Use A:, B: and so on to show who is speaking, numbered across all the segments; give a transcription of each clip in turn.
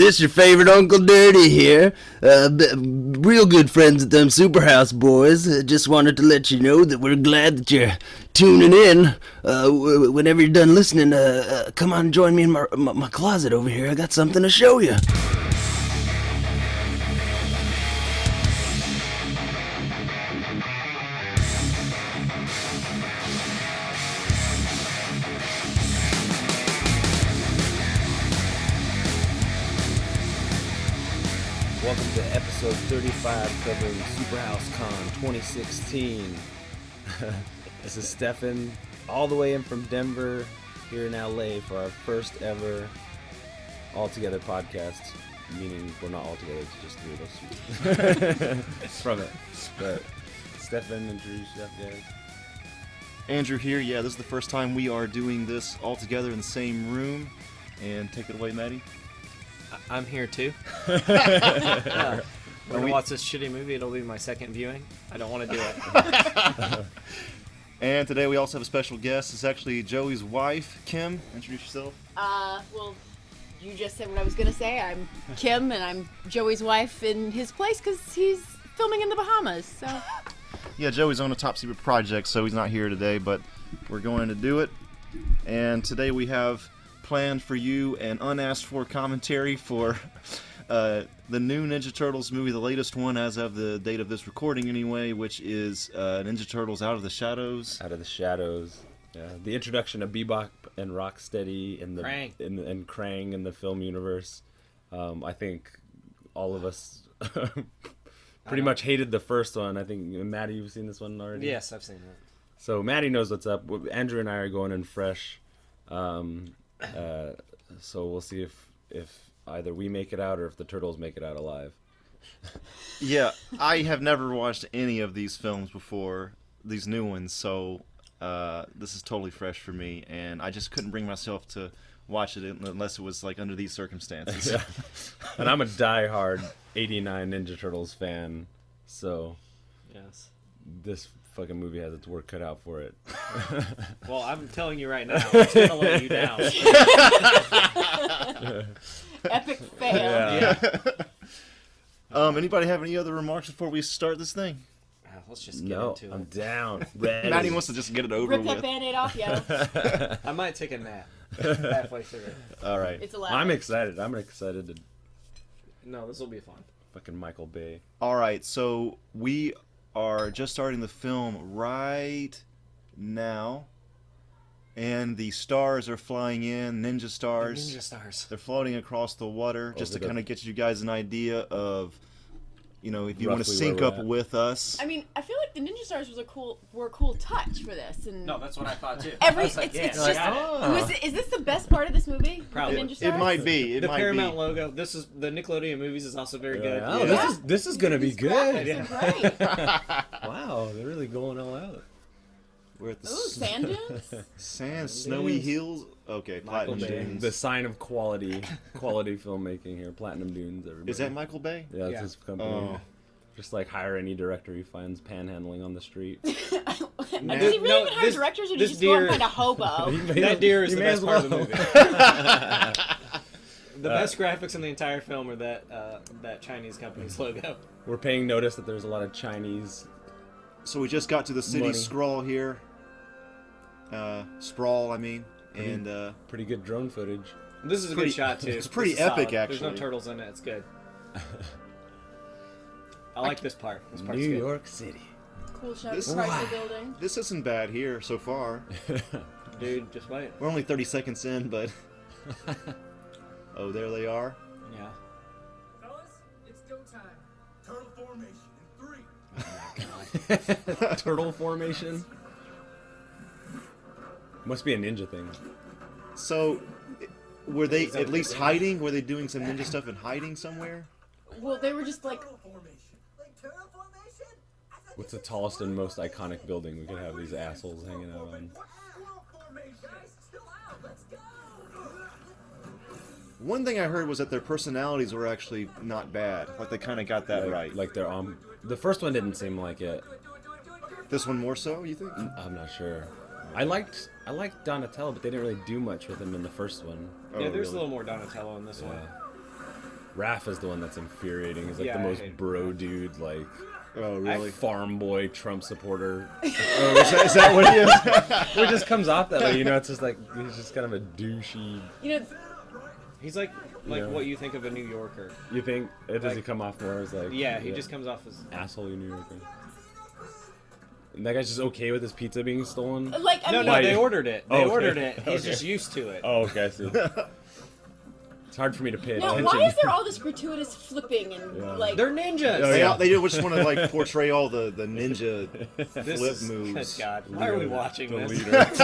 A: This your favorite Uncle Dirty here. Uh, b- real good friends at them Superhouse Boys. Uh, just wanted to let you know that we're glad that you're tuning in. Uh, w- w- whenever you're done listening, uh, uh, come on, join me in my, my my closet over here. I got something to show you.
B: Welcome to episode 35 covering Superhouse Con 2016. this is Stefan, all the way in from Denver, here in LA for our first ever all together podcast. Meaning we're not all together, it's just three of us from it. But Stefan introduced yourself, guys.
C: Andrew here. Yeah, this is the first time we are doing this all together in the same room. And take it away, Maddie.
D: I'm here too. We're
C: Are
D: gonna
C: we-
D: watch this shitty movie. It'll be my second viewing. I don't want to do it.
C: And today we also have a special guest. It's actually Joey's wife, Kim. Introduce yourself.
E: Uh, well, you just said what I was gonna say. I'm Kim, and I'm Joey's wife in his place because he's filming in the Bahamas. So
C: Yeah, Joey's on a top secret project, so he's not here today, but we're going to do it. And today we have planned for you an unasked for commentary for uh, the new Ninja Turtles movie, the latest one as of the date of this recording, anyway, which is uh, Ninja Turtles Out of the Shadows.
B: Out of the shadows. Yeah, the introduction of Bebop and Rocksteady and the
D: Krang.
B: In, and Krang in the film universe. Um, I think all of us pretty much hated the first one. I think Maddie, you've seen this one already.
D: yes, I've seen that.
B: So Maddie knows what's up. W- Andrew and I are going in fresh. Um, uh, so we'll see if if either we make it out or if the turtles make it out alive.
C: Yeah, I have never watched any of these films before, these new ones, so uh, this is totally fresh for me, and I just couldn't bring myself to watch it un- unless it was like under these circumstances.
B: and I'm a diehard '89 Ninja Turtles fan. So
D: Yes.
B: this fucking movie has its work cut out for it.
D: Well, I'm telling you right now, it's gonna let you down.
E: epic fail.
D: Yeah.
C: Um, anybody have any other remarks before we start this thing?
D: Ah, Let's just get
B: No,
D: into
B: I'm
D: it.
B: down. Ready.
C: Maddie wants to just get it over
E: Rip that
C: with.
E: band-aid off, yo.
D: I might take a nap halfway through it.
C: All right.
E: It's allowed.
B: I'm excited. I'm excited to
D: No, this will be fun.
B: fucking Michael Bay.
C: All right, so we are just starting the film right now, and the stars are flying in, ninja stars.
D: Ninja stars.
C: They're floating across the water just to
B: the-
C: kind of get you guys an idea of, you know, if you want to
B: Roughly
C: sync
B: where
C: up
B: we're at.
C: with us.
E: I mean, I feel like the Ninja Stars was a cool, were a cool touch for this, and
D: No, that's what I thought too.
E: Every-
D: I was like,
E: it's- it's
D: yeah, I
E: just-
D: got it.
C: Ah.
E: was, is this the best part of this movie?
D: Probably.
E: The Ninja
C: it
E: Stars?
C: might be. It
D: the
C: might
D: Paramount
C: be.
D: logo. This is the Nickelodeon movies is also very good.
B: Oh,
C: Yeah.
B: this is this is gonna be
E: These graphics
B: good.
E: are great.
B: Wow, they're really going all out.
C: We're at the
E: Ooh,
C: s-
E: sand dunes.
C: sand, snowy
B: is.
C: hills. Okay,
D: Michael
C: platinum
D: Bay.
C: dunes.
B: The sign of quality, quality filmmaking here. Platinum Dunes, everybody.
C: Is that Michael Bay?
B: Yeah, that's
D: Yeah.
B: his company.
C: Oh.
B: Just like hire any director he finds panhandling on the street.
E: Does he really
D: No,
E: even hire
D: this-
E: directors, or do you
D: this
E: just go
D: deer-
E: and find a hobo?
D: That deer is the best part of the movie. The
B: Uh,
D: best graphics in the entire film are that uh, that Chinese company's logo.
B: We're paying notice that there's a lot of Chinese.
C: So we just got to the city
B: Money.
C: scroll here. Uh, sprawl, I mean, and uh,
B: Pretty good drone footage.
D: This is a
C: Pretty-
D: good shot too.
C: it's pretty
D: This is
C: epic,
D: solid. There's no
C: actually.
D: turtles in it. It's good. I like this part. This part's
B: New
D: good.
B: York City.
E: Cool shot.
C: This-
E: Chrysler Building.
C: this isn't bad here so far.
D: dude. Just wait.
C: We're only 30 seconds in, but oh, there they are.
D: Yeah.
F: Fellas, it's still time. Turtle formation in three.
B: Turtle formation. Must be a ninja thing.
C: So, i- were they
D: that
C: at
D: what
C: least
D: they
C: hiding? Were they doing some ninja stuff and hiding somewhere?
E: Well, they were just like
F: Turtle formation. Like turtle formation? I thought
B: What's the
F: this was
B: tallest and
F: turtle
B: most
F: formation.
B: iconic building we could have these
F: Turtle
B: assholes hanging out on?
F: formation. Turtle formation. Guys, chill out. Let's go.
C: One thing I heard was that their personalities were actually not bad. Like they kind of got that
B: Like,
C: right. Like
B: Like they're on. The first one didn't seem like it.
C: this one more so, you think?
B: I'm not sure. I liked I liked Donatello, but they didn't really do much with him in the first one.
C: Oh,
D: yeah.
C: really?
D: There's a little more Donatello in this one.
B: Yeah. Raph is the one that's infuriating. He's like
D: Yeah,
B: the
D: I
B: most
D: hate
B: bro dude, like
C: Oh, really?
B: farm boy Trump supporter.
C: Oh, is, that, is that what he is?
B: it just comes off that way, you know. It's just like he's just kind of a douchey.
E: You know,
D: He's like like
B: Yeah.
D: what you think of a New Yorker.
B: You think it does he
D: Like-
B: come off more as like?
D: Yeah, he just comes off as
B: asshole in New York. And that guy's just okay with his pizza being stolen.
E: like I
D: No,
E: mean,
D: no,
B: Why
D: they
B: you-
D: ordered it. They
B: Oh, okay.
D: ordered it. He's
B: Okay.
D: just used to it.
B: Oh, okay, I see. it's hard for me to pay
E: no.
B: attention.
E: Why is there all this gratuitous flipping and
B: Yeah.
E: like?
D: They're ninjas.
B: Oh,
C: They,
B: yeah.
C: all- they just want to like portray all the, the ninja
D: This
C: flip
D: is,
C: moves.
D: Good God, why are we watching
B: the
D: this?
B: leader?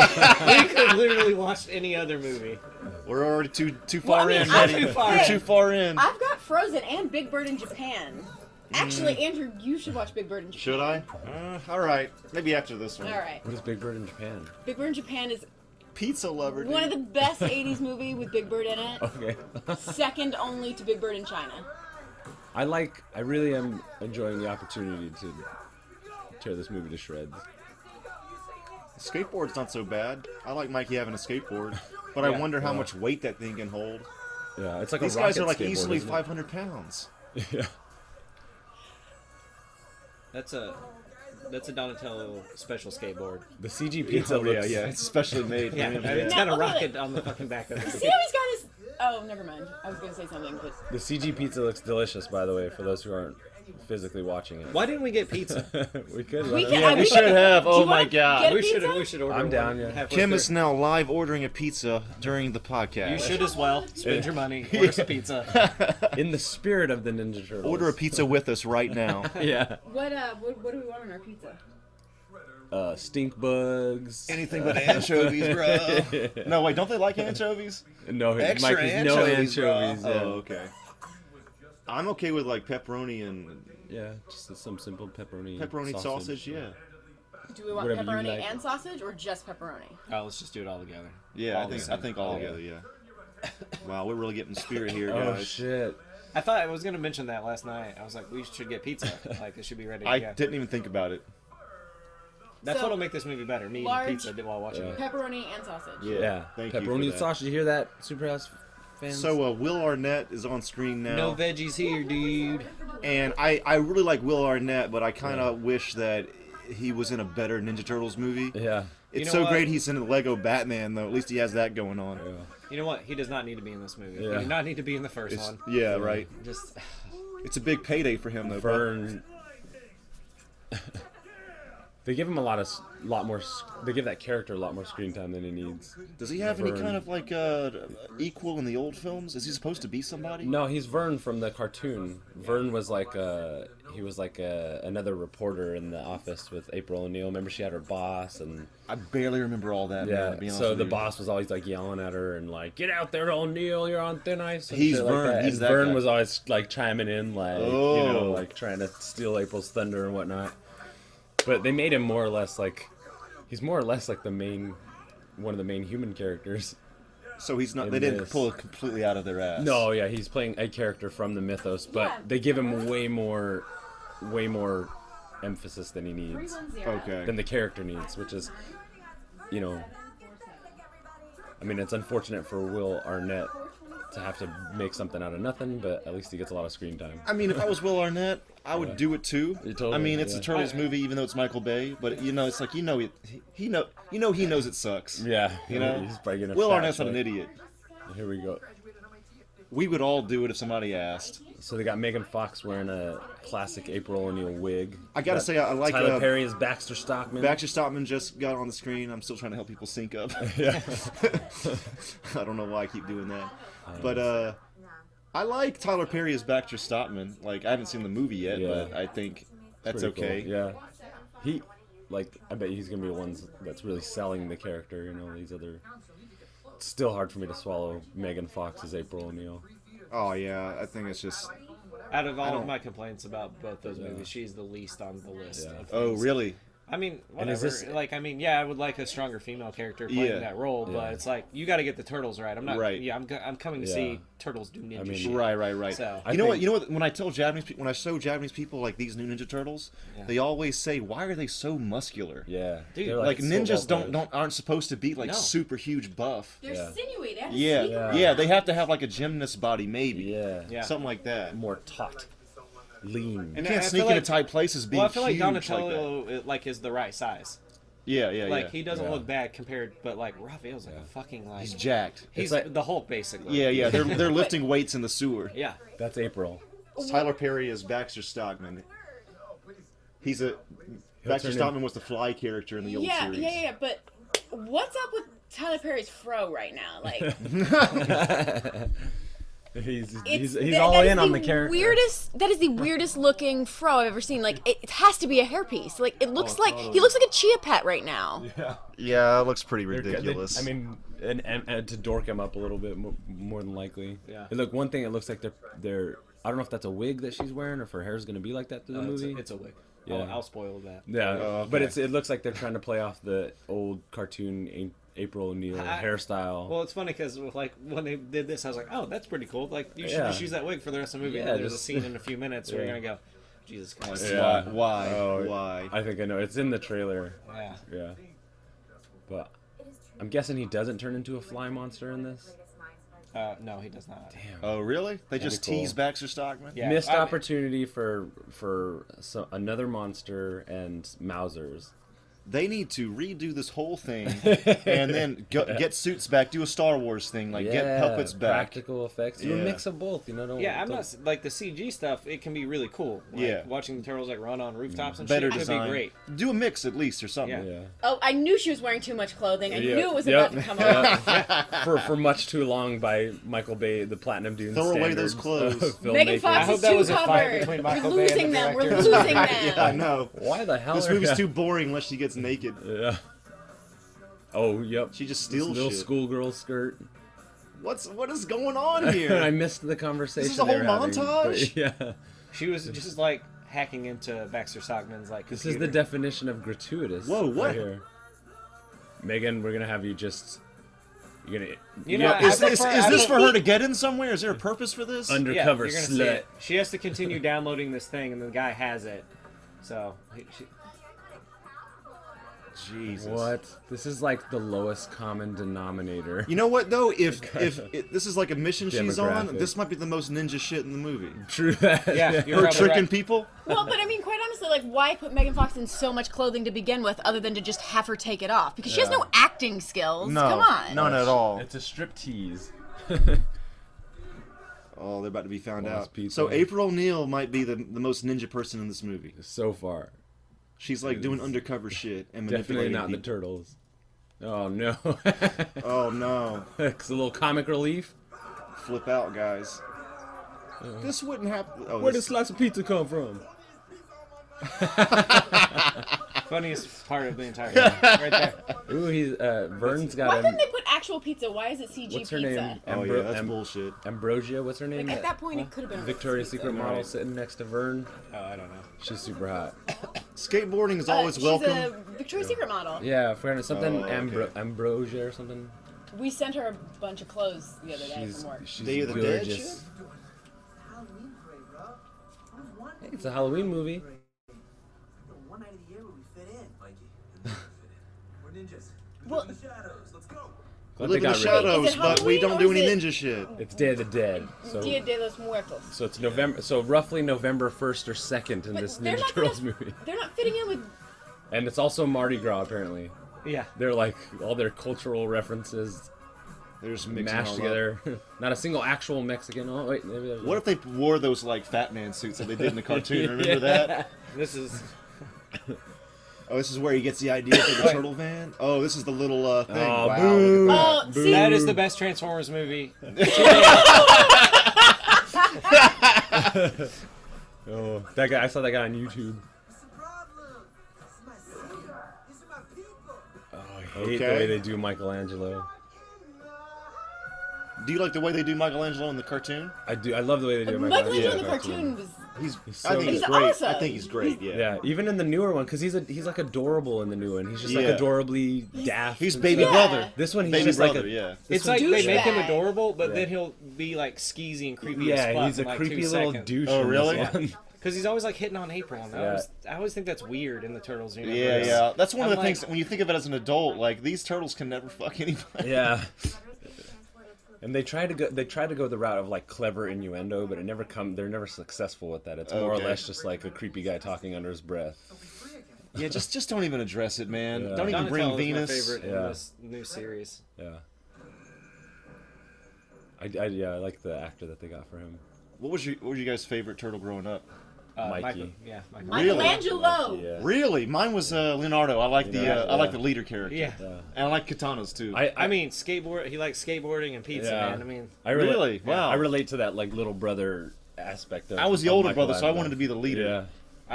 D: we could literally watch any other movie.
C: We're already too too
E: Well, I
C: far
E: mean,
C: in.
E: I'm
C: buddy.
E: too far
C: We're
E: in.
C: too far in.
E: I've got Frozen and Big Bird in Japan. Actually, Andrew, you should watch Big Bird in Japan.
C: Mm. Should I? Uh, all right, maybe after this one.
E: All right,
B: What is Big Bird in Japan?
E: Big Bird in Japan is
C: Pizza lover. Dude.
E: one of the best '80s movie with Big Bird in it,
B: Okay.
E: second only to Big Bird in China.
B: I like. I really am enjoying the opportunity to tear this movie to shreds.
C: Skateboard's not so bad. I like Mikey having a skateboard, but I
D: Yeah.
C: wonder how
B: Yeah.
C: much weight that thing can hold.
B: Yeah, it's like
C: These
B: a rocket
C: guys are like
B: skateboard,
C: easily
B: isn't it?
C: 500 pounds.
B: Yeah.
D: That's a that's a Donatello special skateboard.
B: The CG pizza.
C: yeah,
B: looks-
C: yeah, it's specially made. for
D: Yeah,
C: him,
D: it's
E: yeah.
D: got
E: No,
D: a
E: look at
D: rocket
E: it.
D: on the fucking back of
E: See
D: it.
E: how he's got his? Oh, never mind. I was gonna say something, but
B: The CG pizza looks delicious, by the way, for those who aren't physically watching it.
D: Why didn't we get pizza?
B: we could.
E: we
B: right?
E: can.
C: uh, Yeah,
E: I-
C: we should have.
E: Do you
C: Oh
E: wanna
C: my God.
E: get a
D: we should
E: pizza?
D: we should order.
B: I'm down,
D: one
B: yeah.
D: halfway
C: Kim
D: through.
C: is now live ordering a pizza during the podcast.
D: You should as well spend your money. Order some pizza.
B: In the spirit of the Ninja Turtles.
C: order a pizza with us right now.
B: Yeah.
E: What uh, what, what do we want on our pizza?
B: Uh, stink bugs.
C: Anything but anchovies, bro. no, wait, don't they like anchovies?
B: No,
C: Extra
B: Mike is no
C: anchovies, bro.
B: anchovies. Yeah.
C: Oh, okay. I'm okay with like pepperoni and
B: yeah, just some simple pepperoni.
C: pepperoni sausage. yeah.
E: Do we want
B: Whatever you
E: pepperoni
B: like.
E: and sausage or just pepperoni?
D: oh, let's just do it all together.
C: Yeah, I
D: All the
C: think I
D: same.
C: think all together, yeah. wow, we're really getting spirit here,
B: Oh
C: guys.
B: shit.
D: I thought I was gonna mention that last night. I was like, we should get pizza. Like it should be ready.
C: I
D: yeah.
C: didn't even think about it.
D: That's
E: So-
D: what'll make this movie better. Me
E: Large-
D: eating pizza while watching it.
E: Pepperoni and sausage.
C: Uh, Yeah.
B: Yeah.
C: Thank you.
B: pepperoni
C: for
B: and
C: that.
B: sausage. You hear that, Superhouse fans?
C: So uh, Will Arnett is on screen now.
D: No veggies here, dude.
C: And I, I really like Will Arnett, but I kind of wish that he was in a better Ninja Turtles movie.
B: yeah.
C: It's
D: You know
C: so
D: what?
C: great he's in the Lego Batman, though. At least he has that going on.
B: Yeah.
D: You know what? He does not need to be in this movie.
B: Yeah.
D: He did not need to be in the first
C: It's,
D: one.
C: yeah, right.
D: Just
C: It's a big payday for him, though. bro.
B: Burn. they give him a lot of, s- lot more. s- They give that character a lot more screen time than he needs.
C: Does he have any
B: Vern.
C: kind of like uh, equal in the old films? Is he supposed to be somebody?
B: No, he's Vern from the cartoon. Vern was like uh he was like a, another reporter in the office with April O'Neil. Remember, she had her boss, and
C: I barely remember all that. man,
B: yeah.
C: to be honest
B: so
C: with
B: the
C: you.
B: boss was always like yelling at her and like, "Get out there, O'Neil! You're on thin ice." and
C: He's
B: shit like
C: Vern,
B: that.
C: he's
B: and
C: that
B: Vern
C: guy.
B: was always like chiming in, like you
C: Oh.
B: know, like trying to steal April's thunder and whatnot. But they made him more or less like he's more or less like the main one of the main human characters.
C: So he's not.
B: in
C: They didn't
B: this.
C: pull it completely out of their ass.
B: No, yeah, he's playing a character from the mythos, but
E: Yeah.
B: they give him way more, way more emphasis than he needs,
E: 310.
C: Okay.
B: than the character needs, which is, you know, I mean, it's unfortunate for Will Arnett to have to make something out of nothing, but at least he gets a lot of screen time.
C: I mean, if I was Will Arnett, I would do it too.
B: You totally-
C: I mean, it's a
B: yeah.
C: Turtles movie, even though it's Michael Bay. But you know, it's like you know, it, he- he know, you know, he knows it sucks.
B: Yeah,
C: You know,
B: he's probably gonna.
C: Will
B: fat
C: Arnett's not
B: check.
C: an idiot.
B: Here we go.
C: We would all do it if somebody asked.
B: So they got Megan Fox wearing a classic April O'Neil wig.
C: I gotta
B: Got
C: say, I like,
B: Tyler
C: uh,
B: Perry is Baxter Stockman.
C: Baxter Stockman just got on the screen. I'm still trying to help people sync up. Yeah. I don't know why I keep doing that, but uh, I like Tyler Perry as Baxter Stockman. Like, I haven't seen the movie yet,
B: Yeah.
C: but I think that's
B: pretty cool,
C: okay.
B: Yeah. He, like, I bet he's gonna be the ones that's really selling the character. You know, these other. It's still hard for me to swallow Megan Fox as April O'Neil.
C: Oh yeah, I think it's just.
D: out of all of
C: don't-
D: my complaints about both those movies, she's the least on the list.
B: Yeah.
D: Of
C: Oh
D: things.
C: really?
D: I mean,
B: And
D: whatever.
B: is this-
D: like, I mean, yeah, I would like a stronger female character playing
C: Yeah.
D: that role, but
B: Yeah.
D: it's like you got to get the turtles right. I'm not.
C: Right.
D: Yeah, I'm. go- I'm coming to
B: Yeah.
D: see turtles do ninja
B: mean,
D: shit.
C: Right, right, right.
D: So-
C: you
D: I
C: know what?
B: think-
C: You know what? When I tell Japanese people, when I show Japanese people like these new Ninja Turtles, they always say, "Why are they so muscular?"
B: Yeah,
D: Dude,
B: They're
C: Like
B: so
C: ninjas
B: well-built.
C: don't don't aren't supposed to be like
D: No.
C: super huge buff.
E: They're
B: Yeah.
E: sinewy. They have to
C: Yeah,
E: sneak
B: Yeah.
C: yeah,
E: around.
C: They have to have like a gymnast body, maybe.
B: Yeah,
D: Yeah.
C: something like that.
B: more taut, lean.
C: You
D: And
C: can't
D: I- I feel
C: sneak into
D: like-
C: tight places being
D: Well, I feel like
C: huge that.
D: Donatello uh, like, is the right size.
C: Yeah, yeah,
D: Like
C: yeah.
D: he doesn't
B: Yeah.
D: look bad compared, but like Raphael's like a fucking like
C: He's
D: he's,
C: jacked.
B: like-
D: the Hulk basically.
C: Yeah, yeah. They're they're lifting weights in the sewer.
D: yeah.
B: That's April.
C: Tyler Perry is Baxter Stockman. He's a
B: turn
C: Baxter
B: in-
C: Stockman was the fly character in the old
E: yeah,
C: series.
E: yeah, yeah. But what's up with Tyler Perry's fro right now? Like,
B: He's
E: it's,
B: he's, he's
E: that-
B: all
E: that is
B: in on the character.
E: Weirdest. That is the weirdest looking fro I've ever seen. Like, it, it has to be a hairpiece. Like, it
D: Oh,
E: looks like he looks like a chia pet right now.
C: Yeah, it looks pretty
B: They're- they-
C: ridiculous.
B: I mean, and, and, and to dork him up a little bit more, more than likely.
D: Yeah.
B: It look one thing. It looks like they're they're. I don't know if that's a wig that she's wearing or if her hair's gonna be like that through the
D: Uh, it's,
B: movie.
D: a, it's a wig.
B: Yeah.
D: I'll, I'll spoil that.
B: yeah,
C: Oh,
B: but
C: okay.
B: it's it looks like they're trying to play off the old cartoon A- April O'Neil
D: I-
B: hairstyle.
D: Well, it's funny because like when they did this, I was like, oh, that's pretty cool. Like you should
B: Yeah.
D: just use that wig for the rest of the movie.
B: Yeah,
D: and then there's
B: just-
D: a scene in a few minutes where
B: Yeah.
D: you're gonna go, Jesus Christ.
B: Yeah.
C: Why? Why?
B: Oh,
C: Why?
B: I think I know. It's in the trailer.
D: Yeah.
B: Yeah, but I'm guessing he doesn't turn into a fly monster in this.
D: Uh, no, he does not.
C: oh, really? They just
B: be cool.
C: tease Baxter Stockman?
D: Yeah.
B: Missed
D: I mean-
B: opportunity for for so, another monster and Mausers.
C: They need to redo this whole thing and then go, get suits back, do a Star Wars thing, like get puppets back.
B: Practical effects. Do
C: Yeah.
B: a mix of both. You know. Don't,
D: Yeah, I'm
B: don't-
D: not s- like the CG stuff. It can be really cool. Like,
C: Yeah.
D: watching the turtles like run on rooftops and
C: Better
D: shit would
C: design.
D: be great.
C: Do a mix at least or something.
B: Yeah.
E: Oh, I knew she was wearing too much clothing. I
B: Yeah.
E: knew it was
B: Yep.
E: about to come up.
B: for for much too long by Michael Bay, the Platinum Dune.
C: Throw away those
B: standards
C: clothes.
B: of
E: Megan
B: filmmaking.
E: Fox
D: I
E: is
D: hope that
E: too
D: was a fight
E: covered.
D: between
E: We're
D: Michael Bay and
E: losing
D: the
E: them. We're
D: director.
E: losing
C: I
E: them.
C: know.
B: Why the hell?
C: This
B: are-
C: movie's too boring unless she gets naked.
B: Yeah. Oh yep.
C: She just
B: This
C: steals
B: little
C: shit.
B: schoolgirl skirt.
C: What's what is going on
B: I
C: here?
B: missed the conversation.
C: This is a
B: they were
C: whole
B: having,
C: montage?
B: but yeah.
D: She was just like hacking into Baxter Stockman's like.
B: This is the
D: computer.
B: definition of gratuitous.
C: Whoa, what?
B: Right here. Megan, we're gonna have you just. You're gonna.
D: You
B: yeah,
D: know,
C: is,
D: I
C: this,
D: prefer-
C: is
D: I
C: this
D: prefer-
C: for her to get in somewhere? Is there a purpose for this?
D: Yeah, you're
B: undercover
D: gonna see
B: slut.
D: it. She has to continue downloading this thing, and the guy has it. So he- she,
C: Jesus.
B: What? This is like the lowest common denominator.
C: You know what though? If if it, this is like a mission she's on,
B: Demographic.
C: this might be the most ninja shit in the movie.
B: True that.
D: yeah, you're
C: Her
D: probably
C: tricking
D: right.
C: people.
E: Well, but I mean, quite honestly, like, why put Megan Fox in so much clothing to begin with, other than to just have her take it off? Because she has no acting skills. Come on.
C: none at all.
B: It's a strip tease.
C: Oh, they're about to be found
B: Lost
C: out.
B: people.
C: So April O'Neil might be the the most ninja person in this movie.
B: so far.
C: She's like doing
B: Is
C: undercover shit and
B: Definitely
C: manipulating
B: not the
C: people.
B: turtles. Oh no.
C: Oh no!
B: it's a little comic relief.
C: Flip out, guys. This wouldn't happen. Oh,
B: Where did
C: this-
B: slice of pizza come from?
D: Funniest part of the entire thing, right there.
B: Ooh, he's uh, Vern's
E: Why
B: got
E: couldn't
B: him.
E: they put actual pizza? Why is it CG
B: What's her
E: pizza?
B: name?
C: Oh
B: Ambro-
C: yeah, that's
B: Am-
C: bullshit.
B: Ambrosia. What's her name?
E: Like at that point, it could have been a
B: Victoria's
E: pizza.
B: Secret model sitting next to Vern.
D: Oh, I don't know.
B: She's super hot.
C: Skateboarding is
E: Uh,
C: always
E: she's
C: welcome.
E: a Victoria's Secret model.
B: Yeah, I forgot something.
C: Oh, okay.
B: Ambro- Ambrosia or something.
E: We sent her a bunch of clothes the other day
B: She's
E: from work.
B: she's
C: Day of the Dead
B: gorgeous. Hey, it's a Halloween movie.
F: One night of the year where we fit in, Mikey. And fit in. We're ninjas. We
E: Well-
F: live in the shadows. Let's go.
B: Glad
C: we live
B: they
C: in the
B: got rid of it.
C: shadows,
E: it
C: but we
E: Halloween
C: don't
E: or
C: do
E: is
C: any
E: it-
C: ninja shit.
B: It's Day of the Dead. So
E: Dia de los Muertos.
B: So it's November. So roughly November first or second in
E: But
B: this
E: they're
B: Ninja
E: not
B: Turtles
E: gonna-
B: movie,
E: They're not fitting in with.
B: and it's also Mardi Gras apparently.
D: Yeah.
B: They're like all their cultural references
C: They're just mixing all
B: mashed
C: up.
B: together. not a single actual Mexican. Oh wait, maybe there's
C: What if they wore those like fat man suits that they did in the cartoon? Remember that?
D: This is
C: Oh, this is where he gets the idea for the turtle van. Oh, this is the little uh, thing.
B: Oh,
C: wow,
B: boo.
C: look at
E: Oh, see,
D: that is the best Transformers movie.
B: Oh, that guy. I saw that guy on YouTube.
F: What's the problem? This is my city. These are my people.
B: I hate the
C: Okay.
B: way they do Michelangelo.
F: uh,
C: that. Do you like the way they do Michelangelo in the cartoon?
B: I do. I love the way they do Michelangelo.
E: Michelangelo in the
B: in
E: cartoon was
C: He's,
B: He's
C: I
B: so
C: think he's
E: good.
C: great.
E: He's
C: I think he's great. Yeah.
B: Yeah, even in the newer one, because he's a he's like adorable in the new one. He's just like
C: Yeah.
B: adorably daft.
C: He's
B: and
C: baby
B: stuff.
C: brother.
B: This one, he's
C: Baby
B: just
C: brother.
B: like a,
C: yeah.
B: this
D: It's
B: one-
D: like they make him
E: douchebag.
D: adorable, but
B: Yeah.
D: then he'll be like skeezy and creepy as fuck.
B: yeah, he's a
D: in, like,
B: creepy little douche.
C: Oh,
B: in this
C: really?
B: one.
D: Because he's always like hitting on April. And I,
B: Yeah.
D: always, I always think that's weird in the Turtles universe.
C: Yeah, yeah. That's one of
D: I'm
C: the things
D: like-
C: when you think of it as an adult, like these turtles can never fuck anybody.
B: yeah. And they try to go. They try to go the route of like clever innuendo, but it never come. They're never successful with that. It's more or
C: Okay.
B: less just like a creepy guy talking under his breath.
C: Yeah, just just don't even address it, man.
B: Yeah.
C: Don't even bring
D: Donatello is
C: Venus.
D: My favorite
B: Yeah.
D: in this new series.
B: Yeah. I, I yeah I like the actor that they got for him.
C: What was your What was your guys' favorite turtle growing up?
D: Uh,
B: Mikey.
D: Michael- yeah, Michael.
C: Really?
E: Michelangelo.
B: Yeah.
C: Really, mine was uh, Leonardo. I like the
B: Yeah,
C: uh,
B: yeah.
C: I like the leader character.
D: Yeah.
B: Yeah.
C: and I like katanas too.
B: I,
D: I mean, skateboard. He likes skateboarding and pizza,
B: Yeah.
D: man. I mean,
B: I relate-
C: Really? Wow.
B: I relate to that like little brother aspect of.
C: I was the
B: of
C: older
B: Michael
C: brother, so I
B: Angelo.
C: wanted to be the leader.
B: Yeah.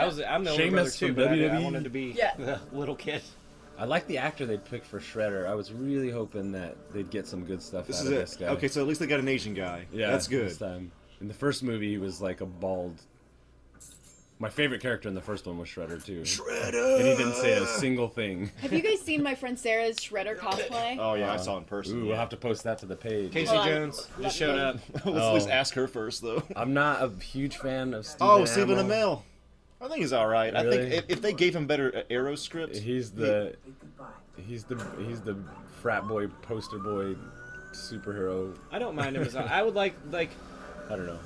D: I was I'm the older
B: Sheamus
D: brother too,
B: from
D: but I, I
C: E?
B: WWE.
D: wanted to be
E: Yeah.
D: the little kid.
B: I like the actor they picked for Shredder. I was really hoping that they'd get some good stuff
C: This
B: out
C: is
B: of
C: it.
B: this guy.
C: Okay, so at least they got an Asian guy.
B: yeah,
C: that's
B: This
C: good.
B: time. In the first movie, he was like a bald. My favorite character in the first one was Shredder too, and he
C: Shredder.
B: didn't say a single thing.
E: Have you guys seen my friend Sarah's Shredder cosplay?
C: Oh yeah, I saw in person.
B: Ooh,
C: yeah.
B: we'll have to post that to the page.
D: Casey
E: Well, I-
D: Jones just showed up.
C: Let's at least
B: Oh.
C: ask her first though.
B: I'm not a huge fan of Stephen.
C: Oh, Stephen
B: Amell.
C: Amell. I think he's all right. I
B: Really?
C: think if, if they gave him better uh, arrow script,
B: He's the
F: Goodbye.
B: he's the he's the frat boy poster boy superhero.
D: I don't mind him as I would like like
B: I don't know.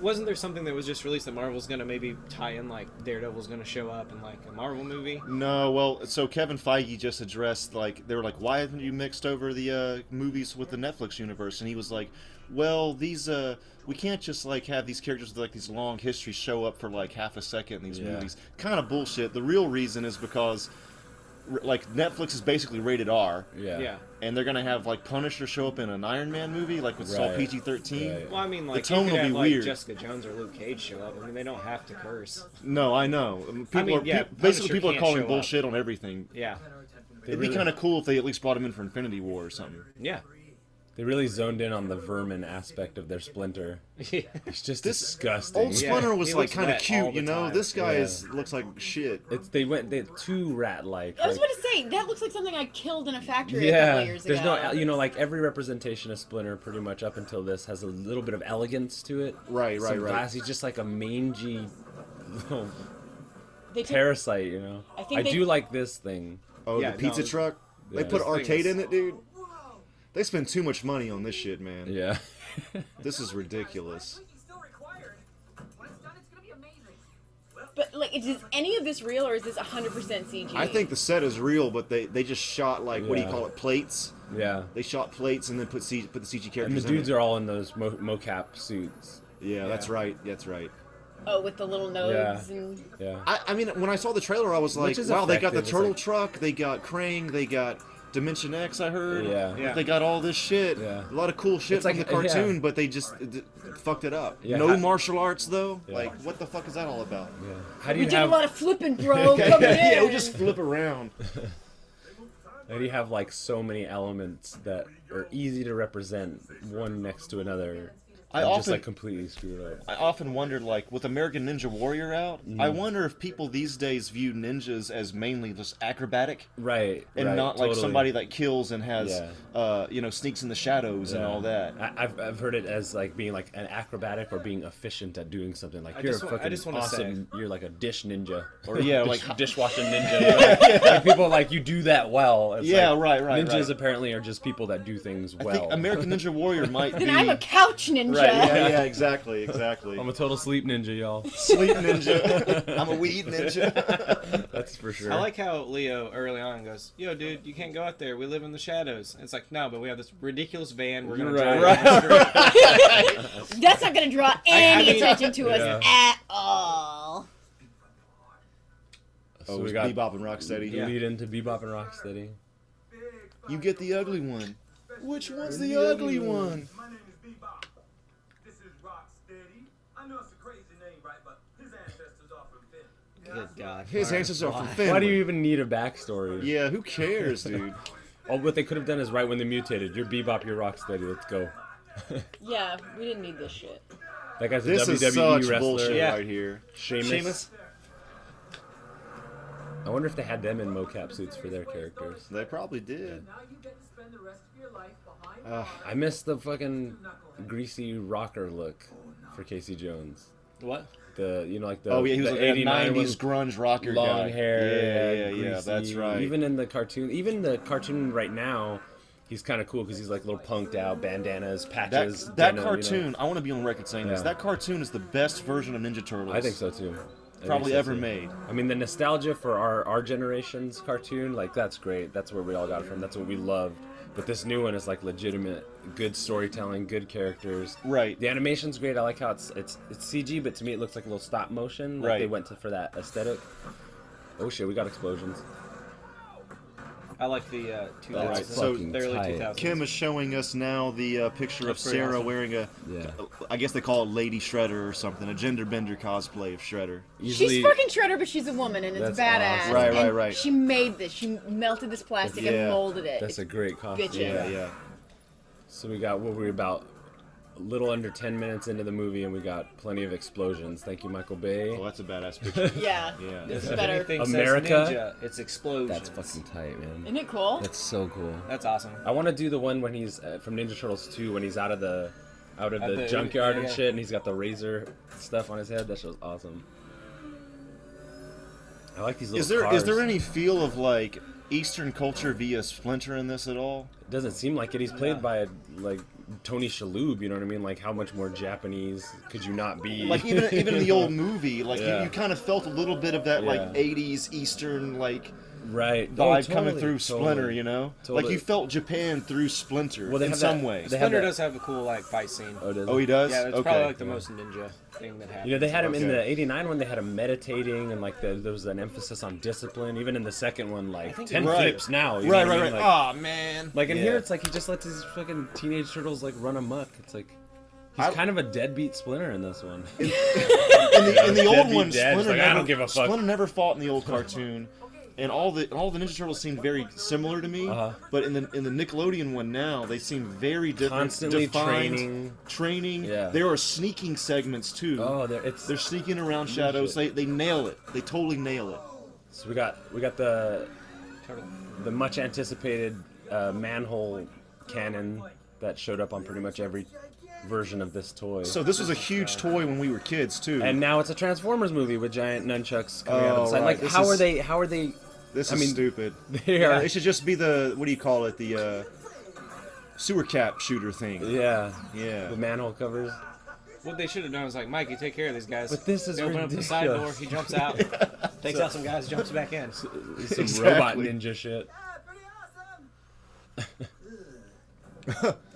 D: wasn't there something that was just released that Marvel's gonna maybe tie in like Daredevil's gonna show up in like a Marvel movie?
C: No, well, so Kevin Feige just addressed like they were like, why haven't you mixed over the uh, movies with the Netflix universe? And he was like, well, these uh, we can't just like have these characters with like these long histories show up for like half a second in these
B: Yeah.
C: movies. Kind of bullshit. The real reason is because r- like Netflix is basically rated R.
B: Yeah.
D: Yeah.
C: And they're gonna have like Punisher show up in an Iron Man movie, like with all
B: Right.
C: PG thirteen.
B: Right.
D: Well, I mean, like
C: tone
D: you could
C: will
D: have,
C: be
D: like,
C: weird.
D: Jessica Jones or Luke Cage show up. I mean, they don't have to curse.
C: No, I know. Um, People
D: mean,
C: are
D: yeah,
C: peop- basically
D: Punisher
C: people are
D: can't
C: calling
D: show up.
C: bullshit on everything.
D: Yeah,
B: They
C: It'd
B: really-
C: be kind of cool if they at least brought him in for Infinity War or something.
D: yeah.
B: They really zoned in on the vermin aspect of their splinter. It's just disgusting.
C: Old
D: Yeah,
C: Splinter was
D: he
C: like
D: looks
C: kind of
D: wet all
C: cute,
D: the
C: you know.
D: time.
C: This guy
B: Yeah.
C: is looks like shit.
B: It's they went they too rat like.
E: I was about to say that looks like something I killed in a factory a couple
B: yeah,
E: years
B: there's
E: ago.
B: no uh, you know like every representation of Splinter pretty much up until this has a little bit of elegance to it.
C: Right, right,
B: Some
C: right.
B: Class. He's just like a mangy little
E: They took-
B: parasite, you know.
E: I think they-
B: do like this thing.
C: Oh,
D: Yeah,
C: the pizza
D: no,
C: truck. They
B: yeah.
C: put
B: This
D: thing
C: arcade
D: is-
C: in it, dude. They spend too much money on this shit, man.
B: Yeah.
C: This is ridiculous.
G: He's still required. When it's done, it's gonna be amazing.
E: but like, is any of this real or is this 100% CG?
C: I think the set is real, but they they just shot like what do you
B: Yeah.
C: call it plates?
B: yeah.
C: They shot plates and then put C, put the CG
B: And the
C: characters.
B: dudes
C: in
B: are all in those mo- mocap suits.
C: it. Yeah, that's right. That's right.
E: Oh, with the little nodes
B: Yeah.
E: and
B: Yeah.
C: I, I mean, when I saw the trailer, I was like,
B: Which is
C: wow, they got the
B: effective, it's
C: turtle
B: like-
C: truck, they got Krang, they got Dimension X. I heard.
B: Yeah.
D: Yeah.
C: They got all this shit.
B: Yeah.
C: A lot of cool shit
B: It's
C: from
B: like-
C: the cartoon,
B: yeah.
C: but they just d- fucked it up.
B: Yeah,
C: no
B: how-
C: martial arts though.
B: Yeah.
C: Like, what the fuck is that all about?
B: yeah. How do
E: we
B: you
E: did
B: have
E: a lot of flipping, bro. Coming in.
C: yeah, we just flip around.
B: How do you have like so many elements that are easy to represent one next to another?
C: I
B: and just
C: often-
B: like completely screwed up.
C: I often wondered, like, with American Ninja Warrior out, I
B: Mm.
C: wonder if people these days view ninjas as mainly just acrobatic.
B: Right.
C: And
B: right,
C: not like
B: totally.
C: somebody that kills and has,
B: Yeah.
C: uh, you know, sneaks in the shadows and
B: Yeah.
C: all that.
B: I, I've, I've heard it as like being like an acrobatic or being efficient at doing something. Like
D: I
B: you're
D: just
B: a
D: wa- I
B: fucking
D: just wanna
B: awesome. You're like a dish ninja or
C: Yeah,
B: dish-
C: like-
B: dishwasher ninja. Like, like, people are like you do that well. It's
C: Yeah,
B: like,
C: right, right,
B: Ninjas
C: right.
B: apparently are just people that do things
C: I
B: well.
C: think American Ninja Warrior might be.
E: Then I'm a couch
C: Right,
E: ninja.
C: yeah, yeah, exactly, exactly.
B: I'm a total sleep ninja, y'all.
C: sleep ninja. I'm a weed ninja.
B: That's for sure.
D: I like how Leo early on goes, "Yo, dude, you can't go out there. We live in the shadows." And it's like, no, but we have this ridiculous van. We're gonna
B: Right.
D: drive down the street."
E: That's not going to draw any
D: mean-
E: attention to
B: Yeah.
E: us at all.
B: So Oh, we got
C: Bebop and Rocksteady.
B: the lead into Bebop and Rocksteady.
C: You get the ugly one. Which one's the,
B: ugly
C: ugly one?
F: My name is Bebop. This is Rocksteady. I know it's a crazy name, right? But his ancestors are from Finland.
D: Good God.
C: His
D: Mark.
C: ancestors are from Finland.
B: Why do you even need a backstory?
C: Yeah, who cares, dude?
B: Oh, what they could have done is right when they mutated. You're Bebop, you're Rocksteady. Let's go.
E: Yeah, we didn't need this shit.
B: That guy's a
C: This
B: WWE
C: is such
B: E wrestler.
C: bullshit
D: Yeah.
C: right here.
B: Sheamus.
D: Sheamus.
B: I wonder if they had them in mocap suits for their characters.
C: They probably did.
H: Now you get to spend the rest of your life behind
B: I miss the fucking greasy rocker look for Casey Jones.
D: What?
B: The you know like the
C: Oh yeah, he was
B: the
C: like a
B: 89
C: '90s
B: was
C: grunge rocker
B: long
C: guy.
B: hair.
C: Yeah, yeah, yeah.
B: greasy.
C: That's right.
B: Even in the cartoon, even the cartoon right now, he's kind of cool because he's like a little punked out, bandanas,
C: that,
B: patches.
C: that
B: denim, you know.
C: cartoon, I want to be on record saying this.
B: Yeah.
C: That cartoon is the best version of Ninja Turtles.
B: I think so too. I
C: Probably
B: think so,
C: ever
B: too.
C: made.
B: I mean, the nostalgia for our our generation's cartoon, like that's great. That's where we all got it from. That's what we loved. But this new one is like legitimate, good storytelling, good characters.
C: Right.
B: The animation's great. I like how it's it's it's CG, but to me it looks like a little stop motion. Like
C: Right.
B: They went to for that aesthetic. Oh shit, we got explosions.
D: I like the uh, 2000s.
C: All right, so
D: the early 2000s.
C: Kim is showing us now the uh, picture of
D: That's pretty
C: Sarah
D: awesome.
C: wearing a,
B: Yeah.
C: I guess they call it Lady Shredder or something, a gender bender cosplay of Shredder.
B: Usually-
E: she's fucking Shredder, but she's a woman, and it's
B: That's
E: badass.
B: awesome.
C: Right, right,
E: And
C: right.
E: She made this. She melted this plastic
C: Yeah.
E: and molded it.
B: That's a
E: It's
B: great costume.
E: bitchin'.
C: Yeah, yeah.
B: So we got what we were about a little under 10 minutes into the movie, and we got plenty of explosions. Thank you, Michael Bay.
C: Well, that's a badass picture.
E: Yeah.
C: yeah.
E: It's
D: If
E: better.
D: anything says
B: America?
D: ninja, it's explosion.
B: That's fucking tight, man.
E: Isn't it cool?
B: That's so cool.
D: That's awesome.
B: I want to do the one when he's uh, from Ninja Turtles 2 when he's out of the out of
D: At
B: the,
D: the-
B: junkyard and
D: yeah.
B: shit, and he's got the razor stuff on his head. That show's awesome. I like these little
C: Is there
B: cars.
C: is there any feel of like Eastern culture via Splinter in this at all?
B: Doesn't seem like it. He's played by
D: Yeah.
B: like Tony Shalhoub. You know what I mean? Like how much more Japanese could you not be?
C: Like even even in the old movie, like
B: Yeah.
C: you, you kind of felt a little bit of that like
B: Yeah.
C: '80s Eastern like
B: right
C: vibe
B: Oh,
C: coming
B: totally,
C: through Splinter,
B: totally.
C: you know, like
B: Totally.
C: you felt Japan through Splinter
B: Well, they
C: in
B: have
C: some
B: that-
C: ways.
B: they have
D: Thunder
B: that-
D: does have a cool like fight scene.
B: Oh, does
C: oh, he
B: it?
C: does.
D: Yeah, it's
C: okay.
D: probably like the
B: yeah.
D: most ninja thing that happened.
B: You know, they had him in
C: Okay.
B: the 89 one, they had him meditating, and like the, there was an emphasis on discipline. Even in the second one, like 10
C: Right.
B: flips now. you know
C: Right,
B: what I
C: right,
B: mean?
C: right. Ah,
B: Like,
D: oh man.
B: like, in
C: Yeah.
B: here, it's like he just lets these fucking teenage turtles like run amok. It's like. He's
C: I-
B: kind of a deadbeat splinter in this one.
C: in the, in the
B: Deadbeat
C: old one,
B: Dad,
C: Splinter,
B: he's like, I
C: never,
B: don't give a fuck.
C: Splinter never fought in the old cartoon, and all the all the Ninja Turtles seemed very similar to me.
B: Uh-huh.
C: But in the in the Nickelodeon one now, they seem very different.
B: Constantly
C: defined,
B: training.
C: training.
B: Yeah.
C: There are sneaking segments too.
B: Oh, there it's
C: They're sneaking around shadows. They,
B: shit.
C: they nail it. They totally nail it.
B: so we got we got the
D: Turtle.
B: the much anticipated uh, manhole cannon that showed up on pretty much every version of this toy.
C: So this was a huge toy when we were kids too.
B: and now it's a Transformers movie with giant nunchucks coming out of
C: Oh,
B: the side.
C: right.
B: Like,
C: This
B: how are
C: is-
B: they? How are they?
C: this
B: I
C: is
B: mean,
C: stupid.
B: They
C: Yeah,
B: are.
C: it should just be the what do you call it? The uh, sewer cap shooter thing.
B: Yeah,
C: Yeah.
B: the manhole covers.
D: What they should have done was like, Mikey, take care of these guys.
B: But this is
D: they open up the side door.
B: ridiculous.
D: He jumps out, takes out some guys, jumps back in.
B: It's Some
C: Exactly.
B: robot ninja shit.
F: Yeah, pretty awesome.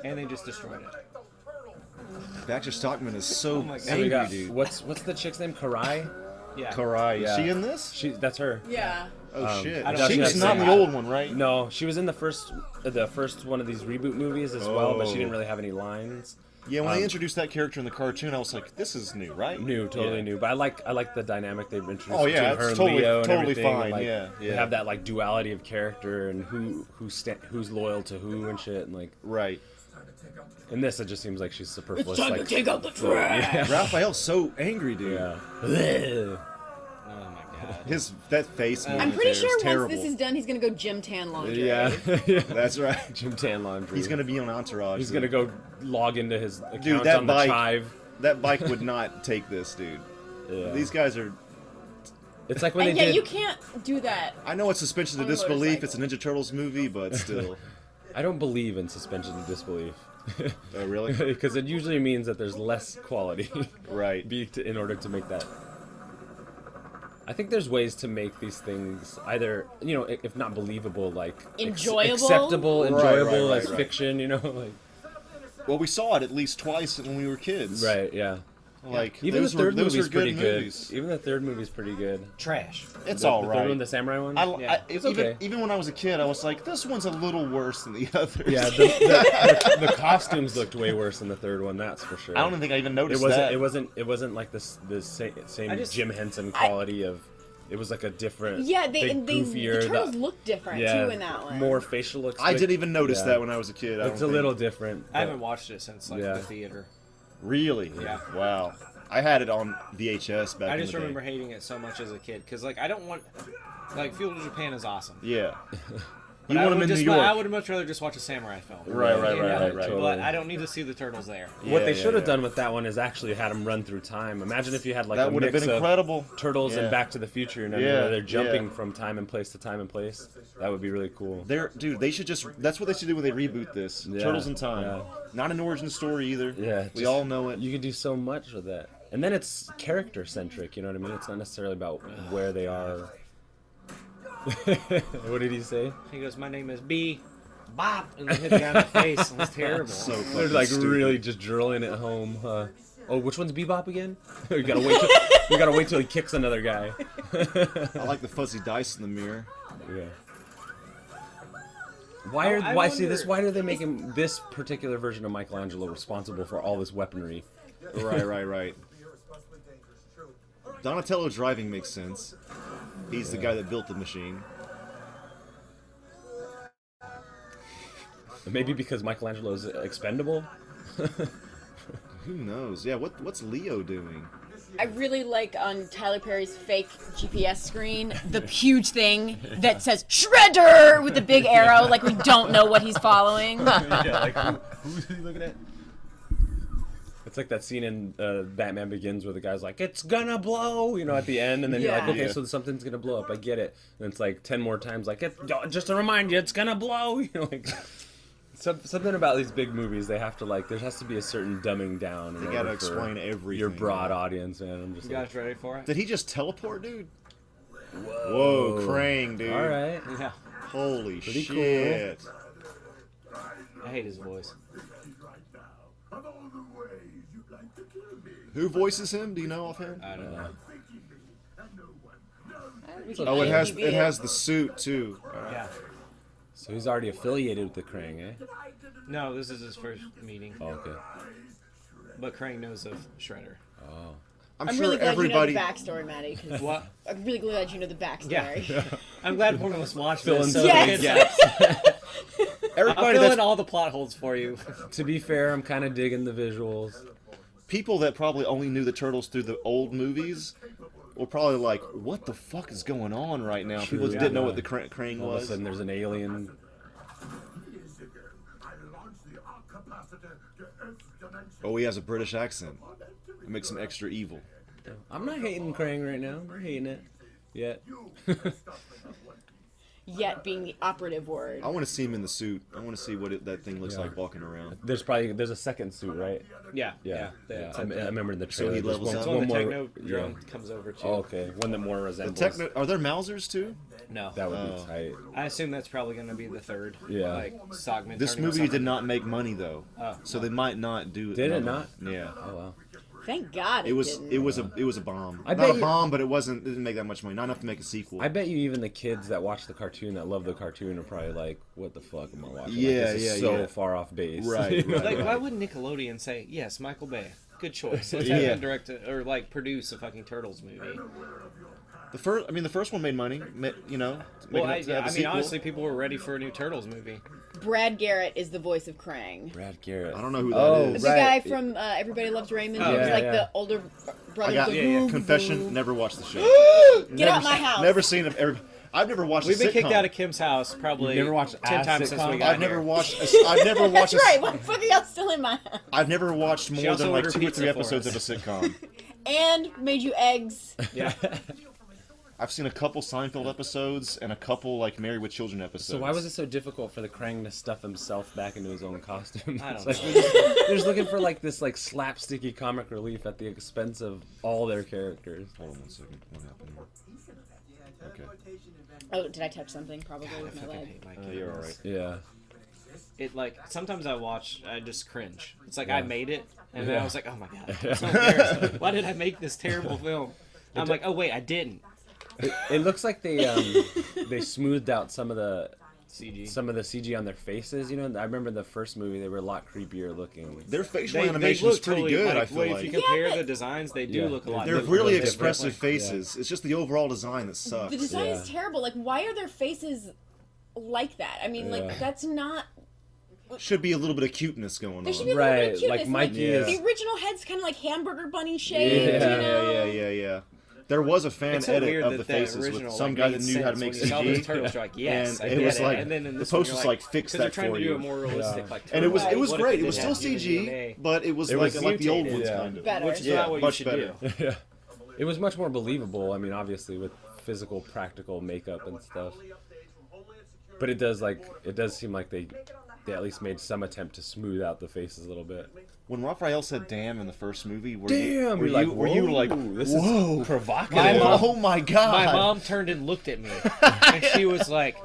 D: And they just destroyed it.
C: Baxter Stockman is so
D: my God.
B: So we
C: angry,
B: got
C: dude.
B: what's what's the chick's name? Karai.
D: Yeah.
C: Karai.
B: Yeah.
C: Is she in this?
B: She that's her.
E: yeah.
C: Oh
B: Um,
C: shit!
D: I don't
C: She
D: know.
C: was not in the
D: Yeah.
C: old one, right?
B: No, she was in the first the first one of these reboot movies as well, but she
C: Oh.
B: didn't really have any lines.
C: Yeah, when they
B: Um,
C: introduced that character in the cartoon, I was like, "This is new, right?"
B: New, totally
C: Yeah.
B: new. But I like I like the dynamic they've introduced
C: Oh, yeah,
B: between her
C: it's
B: and
C: totally-
B: Leo and
C: totally
B: everything. and,
C: fine,
B: like,
C: yeah,
B: they
C: yeah.
B: have that like duality of character and who who sta- who's loyal to who and shit and like
C: Right.
B: in this it just seems like she's superfluous.
E: Time
B: like,
E: to take out the trash.
C: Raphael's so angry, dude.
B: yeah.
D: Oh my god.
C: His that face.
E: I'm
C: movement
E: pretty
C: there is
E: sure once
C: terrible.
E: this is done, he's gonna go gym tan laundry.
B: yeah. yeah.
C: That's right.
B: Jim Tan Laundry.
C: He's gonna be on Entourage.
B: He's
C: dude.
B: gonna go log into his account
C: Dude, that
B: on the
C: bike-
B: Chive.
C: That bike would not take this, dude.
B: Yeah.
C: These guys are.
B: it's like when
E: And
B: they
E: Uh, yeah,
B: did.
E: you can't do that.
C: I know it's suspension of
E: On a
C: disbelief. It's a
E: motorcycle.
C: Ninja Turtles movie, but still.
B: I don't believe in suspension of disbelief
C: oh really?
B: because it usually means that there's less quality
C: Right.
B: be to, in order to make that. I think there's ways to make these things either you know i- if not believable like ex-
E: Enjoyable?
B: acceptable,
C: Right,
B: enjoyable
C: right, right,
B: as
C: right.
B: fiction. You know, like
C: Well, we saw it at least twice when we were kids.
B: right, yeah.
C: Like
B: Even
C: those
B: the third
C: were, those
B: movie's
C: were good
B: pretty
C: movies.
B: good. Even the third movie's pretty good.
D: Trash.
C: It's
B: the,
C: all
B: the
C: right.
B: Third one, the samurai one.
C: I, I-
D: Yeah.
B: It's
C: even,
B: okay.
C: even when I was a kid, I was like, this one's a little worse than the others.
B: Yeah, the, the, the, the costumes looked way worse in the third one. That's for sure.
C: I don't even think I even noticed
B: it wasn't.
C: that.
B: It wasn't. It wasn't like this. The same, same
D: I just-
B: Jim Henson quality of. It was like a different.
E: Yeah, they
B: big,
E: and they
B: goofier,
E: the turtles
B: the-
E: look different
B: yeah,
E: too in that one.
B: More facial.
C: I didn't even notice
B: Yeah.
C: that when I was a kid. I
B: It's a
C: don't
B: little
C: think.
B: different.
D: I
B: but-
D: haven't watched it since like
B: Yeah.
D: the theater.
C: Really?
D: Yeah.
C: Wow. I had it on VHS back
D: I
C: in
D: just
C: the day.
D: remember hating it so much as a kid because like I don't want like Fuel to Japan is awesome.
C: Yeah.
D: But
C: you
D: I
C: want
D: would
C: them in
D: just,
C: New
D: mu-
C: York.
D: I would much rather just watch a samurai film.
C: Right, right,
D: You
C: right,
D: know?
C: right, right.
D: But I don't need to see the turtles there.
C: Yeah,
B: what they
C: yeah,
B: should have
C: yeah.
B: done with that one is actually had them run through time. Imagine if you had like
C: That
B: a
C: would have
B: mix
C: been
B: of
C: incredible.
B: Turtles
C: Yeah.
B: and Back to the Future, and
C: Yeah,
B: they're jumping
C: yeah.
B: from time and place to time and place. That would be really cool.
C: They're, dude, they should just. That's what they should do when they reboot this.
B: Yeah,
C: Turtles in Time.
B: yeah.
C: Not an origin story either.
B: Yeah,
C: We
B: just-
C: all know it.
B: You could do so much with that, and then it's character centric. You know what I mean? It's not necessarily about where they are. what did he say?
D: He goes, "My name is B." Bop and they hit me on the face. It was terrible.
C: so
B: They're
C: fucking
B: like
C: stupid.
B: really just drilling it home. Huh? Oh, which one's Bebop again? we gotta wait. Till, we gotta wait till he kicks another guy.
C: I like the fuzzy dice in the mirror.
B: Yeah.
C: Oh,
B: Why are
D: I
B: why see this?
D: wonder-
B: Why do they make him this particular version of Michelangelo responsible for all this weaponry?
C: right, right, right. Donatello driving makes sense. He's the guy that built the machine.
B: Maybe because Michelangelo's expendable.
C: Who knows? Yeah, what what's Leo doing?
E: I really like on Tyler Perry's fake GPS screen the huge thing that says Shredder with the big arrow, like we don't know what he's following.
B: yeah, like who, who's he looking at? It's like that scene in uh, Batman Begins where the guy's like, "It's gonna blow," you know, at the end, and then you're like,
E: Yeah.
B: "Okay,
C: Yeah.
B: so something's gonna blow up." I get it. And it's like ten more times, like, it, "Just to remind you, it's gonna blow." You know, like some, something about these big movies, they have to like there has to be a certain dumbing down. in
C: They gotta
B: order for
C: explain everything.
B: Your broad audience, man. I'm just
D: You
B: like,
D: guys ready for it?
C: Did he just teleport, dude? Whoa, Krang, dude.
B: all right.
D: Yeah.
C: Holy
B: Pretty cool.
C: shit.
D: I hate his voice.
C: Who voices him? Do you know offhand?
D: I don't know.
C: Oh, it has it has the suit too.
D: Yeah.
B: So he's already affiliated with the Krang, eh?
D: No, this is his first meeting.
B: Oh, okay.
D: But Krang knows of Shredder.
C: I'm,
E: I'm
C: sure
E: really glad
C: everybody.
E: you know the backstory, Maddie. 'cause
D: What?
E: I'm really glad you know the backstory.
D: I'm glad one of us watched
B: Fill in
D: this. So
E: some
D: we
E: of the
D: can- I'll
C: everybody
D: fill in
C: that's,
D: all the plot holes for you.
B: To be fair, I'm kind of digging the visuals.
C: people that probably only knew the turtles through the old movies were probably like, "What the fuck is going on right now?"
B: True,
C: people
B: yeah.
C: didn't know what the Kra- Krang
B: All of a
C: was.
B: sudden, there's an alien
F: Years ago, I launched the Arc Capacitor to Earth's dimension.
C: Oh, he has a British accent. It makes him extra evil.
B: I'm not hating Krang right now. I'm not hating it. Yet.
E: Yet being the operative word.
C: I want to see him in the suit. I want to see what it, that thing looks
B: Yeah.
C: like walking around.
B: There's probably there's a second suit, right?
D: Yeah. Yeah.
B: Yeah.
D: That's
B: I, me- I remember in the
C: So
B: trailer.
C: he
B: there's
C: levels up.
D: That's when the
B: more-
D: techno
B: yeah.
D: drone comes over to.
B: Oh, okay. One that more
C: The
B: resembles.
C: techno, are there Mausers too?
D: No.
B: that would
C: Oh.
B: be tight.
D: I assume that's probably going to be the third.
B: Yeah.
D: Like Sogman.
C: This
D: turning
C: movie did
D: Sogman.
C: not make money though,
D: Oh.
C: so they might not do it.
B: Ah. Did it
C: another one. Yeah.
B: Oh wow.
E: Thank God it,
C: It was
E: didn't.
C: it was a it was a bomb.
B: I
C: Not
B: bet
C: a
B: you-
C: bomb, but it wasn't. It didn't make that much money. Not enough to make a sequel.
B: I bet you even the kids that watch the cartoon that love the cartoon are probably like, "What the fuck am I watching? Like,
C: Yeah,
B: this is
C: yeah,
B: so
C: yeah.
B: far off base."
C: Right, right,
D: Like,
C: right.
D: why would Nickelodeon say yes, Michael Bay? Good choice. Let's have
C: Yeah.
D: him direct a, or like produce a fucking Turtles movie.
C: The first, I mean, the first one made money. ma- You know, to make
D: Well,
C: it-
D: I,
C: to
D: I
C: have a
D: mean,
C: sequel.
D: honestly, people were ready for a new Turtles movie.
E: Brad Garrett is the voice of Krang.
B: Brad Garrett.
C: I don't know who that
B: Oh,
C: is.
E: The guy
B: Right.
E: from uh, Everybody Loves Raymond,
D: Oh,
E: who's
D: yeah,
E: like
B: yeah.
E: the older br- brother.
C: I got
E: to
D: yeah, yeah.
E: Boo Boo.
C: confession. Never watched the show.
E: Get
C: never,
E: out my house.
C: Never seen a, every, I've never watched.
D: We've
C: a
D: been kicked
C: sitcom.
D: out of Kim's house probably
B: You've never watched
D: ten
B: a
D: times since we
B: sitcom?
D: got
C: I've never
D: here.
C: watched. A, s- I've never watched.
E: That's
C: a s-
E: right. Why the fuck are y'all still in my house?
C: I've never watched more
D: also
C: than like
D: ordered
C: two or
D: pizza
C: three
D: for
C: episodes of a
D: us.
C: sitcom.
E: And made you eggs.
D: Yeah.
C: I've seen a couple Seinfeld episodes and a couple like Married with Children episodes.
B: So why was it so difficult for the Krang to stuff himself back into his own costume?
D: I don't
B: It's like,
D: know.
B: They're, just, they're just looking for like this like slapsticky comic relief at the expense of all their characters.
C: Hold on one second. What happened? here? Okay.
E: Oh, did I touch something? Probably with my
D: Fucking
E: leg.
D: hate my
C: Oh, you're all
D: kids.
C: right.
B: Yeah.
D: It like sometimes I watch, I just cringe. It's like I made it, and then I was like, oh my god, I'm so embarrassed. why did I make this terrible film? I'm like, oh wait, I didn't.
B: It looks like they um they smoothed out some of the
D: CG.
B: some of the CG on their faces. You know, I remember the first movie they were a lot creepier looking.
C: Their facial
D: They- they
C: animation
D: look
C: is pretty
D: totally
C: good.
D: like-
C: I feel
D: well,
C: like
D: if you compare
E: Yeah,
D: the
E: but-
D: designs, they do
B: Yeah.
D: look a lot.
C: they're
B: look
D: different.
C: really
B: different.
C: expressive
B: Like, yeah.
C: faces. It's just the overall design that sucks.
E: The design is
B: Yeah.
E: terrible. Like, why are their faces like that? I mean,
B: Yeah.
E: like that's not
C: should be a little bit of cuteness going
E: There
C: on.
E: should be a
B: Right,
E: little bit of cuteness.
B: like Mikey
C: is-
E: The original head's kind of like hamburger bunny
B: Yeah,
E: shaped,
C: yeah,
E: you know?
C: yeah, yeah, yeah. There was a fan
D: It's so
C: edit
D: weird
C: of
D: that
C: the
D: the
C: faces
D: original,
C: with some
D: like,
C: guy
D: made
C: that knew how to
D: sense
C: make
D: when you saw those
C: CG,
D: turtles, you're like, yes,
C: and
D: I
C: it
D: get
C: was like
D: and then in
C: the
D: this one,
C: post
D: you're
C: was like, fix that
D: 'cause they're trying
C: for
D: to do
C: you.
D: a more realistic,
B: Yeah.
D: like,
C: and it was it
E: Right.
C: was
D: what if
C: great.
D: they
C: It was
D: did
C: still
D: have
C: CG,
D: DNA?
C: but it was
B: It
C: like
B: was
C: like the old
D: mutated.
C: ones
B: Yeah.
C: kind of.
E: Better.
D: which is
C: Yeah,
D: not what you
C: much
D: should
C: better.
D: do.
B: yeah. It was much more believable. I mean, obviously with physical, practical makeup and stuff. But it does like it does seem like they they at least made some attempt to smooth out the faces a little bit.
C: When Raphael said "damn" in the first movie, were you,
B: Damn,
C: were
B: you're like,
C: you, were you
B: whoa,
C: like,
B: this is
C: whoa,
B: provocative.
D: My mom-
C: oh my god,
D: My mom turned and looked at me, and she was like,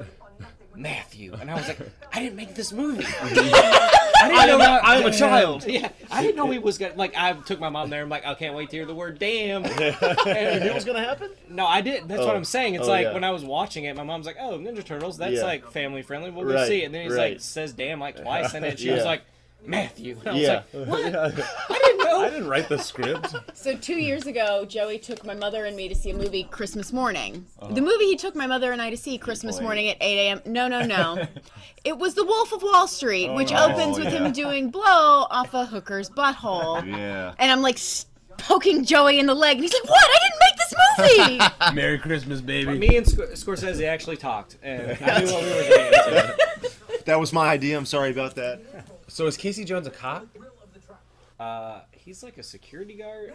D: "Matthew," and I was like, "I didn't make this movie. I didn't know.
C: a- I am a child.
D: yeah, I didn't know he was gonna like." I took my mom there. I'm like, "I can't wait to hear the word damn."
C: It was gonna happen.
D: no, I didn't. That's
C: Oh.
D: what I'm saying. It's
C: Oh,
D: like
C: yeah.
D: when I was watching it, my mom's like, "Oh, Ninja Turtles. That's
C: Yeah.
D: like family friendly. We'll go
C: Right,
D: see." it." And then he's
C: right.
D: like, says damn like twice, and then she
C: Yeah.
D: was like, "Matthew." And I was
C: Yeah,
D: like, I didn't
B: I
D: know.
B: didn't write the script.
E: So two years ago, Joey took my mother and me to see a movie Christmas morning. The movie he took my mother and I to see Christmas morning at 8 a.m. No, no, no. it was The Wolf of Wall Street, which
C: no.
E: opens with
C: Yeah.
E: him doing blow off a hooker's butthole.
C: yeah.
E: And I'm like s- poking Joey in the leg, and he's like, "What? I didn't make this movie."
B: Merry Christmas, baby.
D: Me and Sc- Scorsese actually talked, and I knew what we were getting into.
C: That was my idea. I'm sorry about that.
B: So is Casey Jones a cop?
D: Uh, he's like a security guard.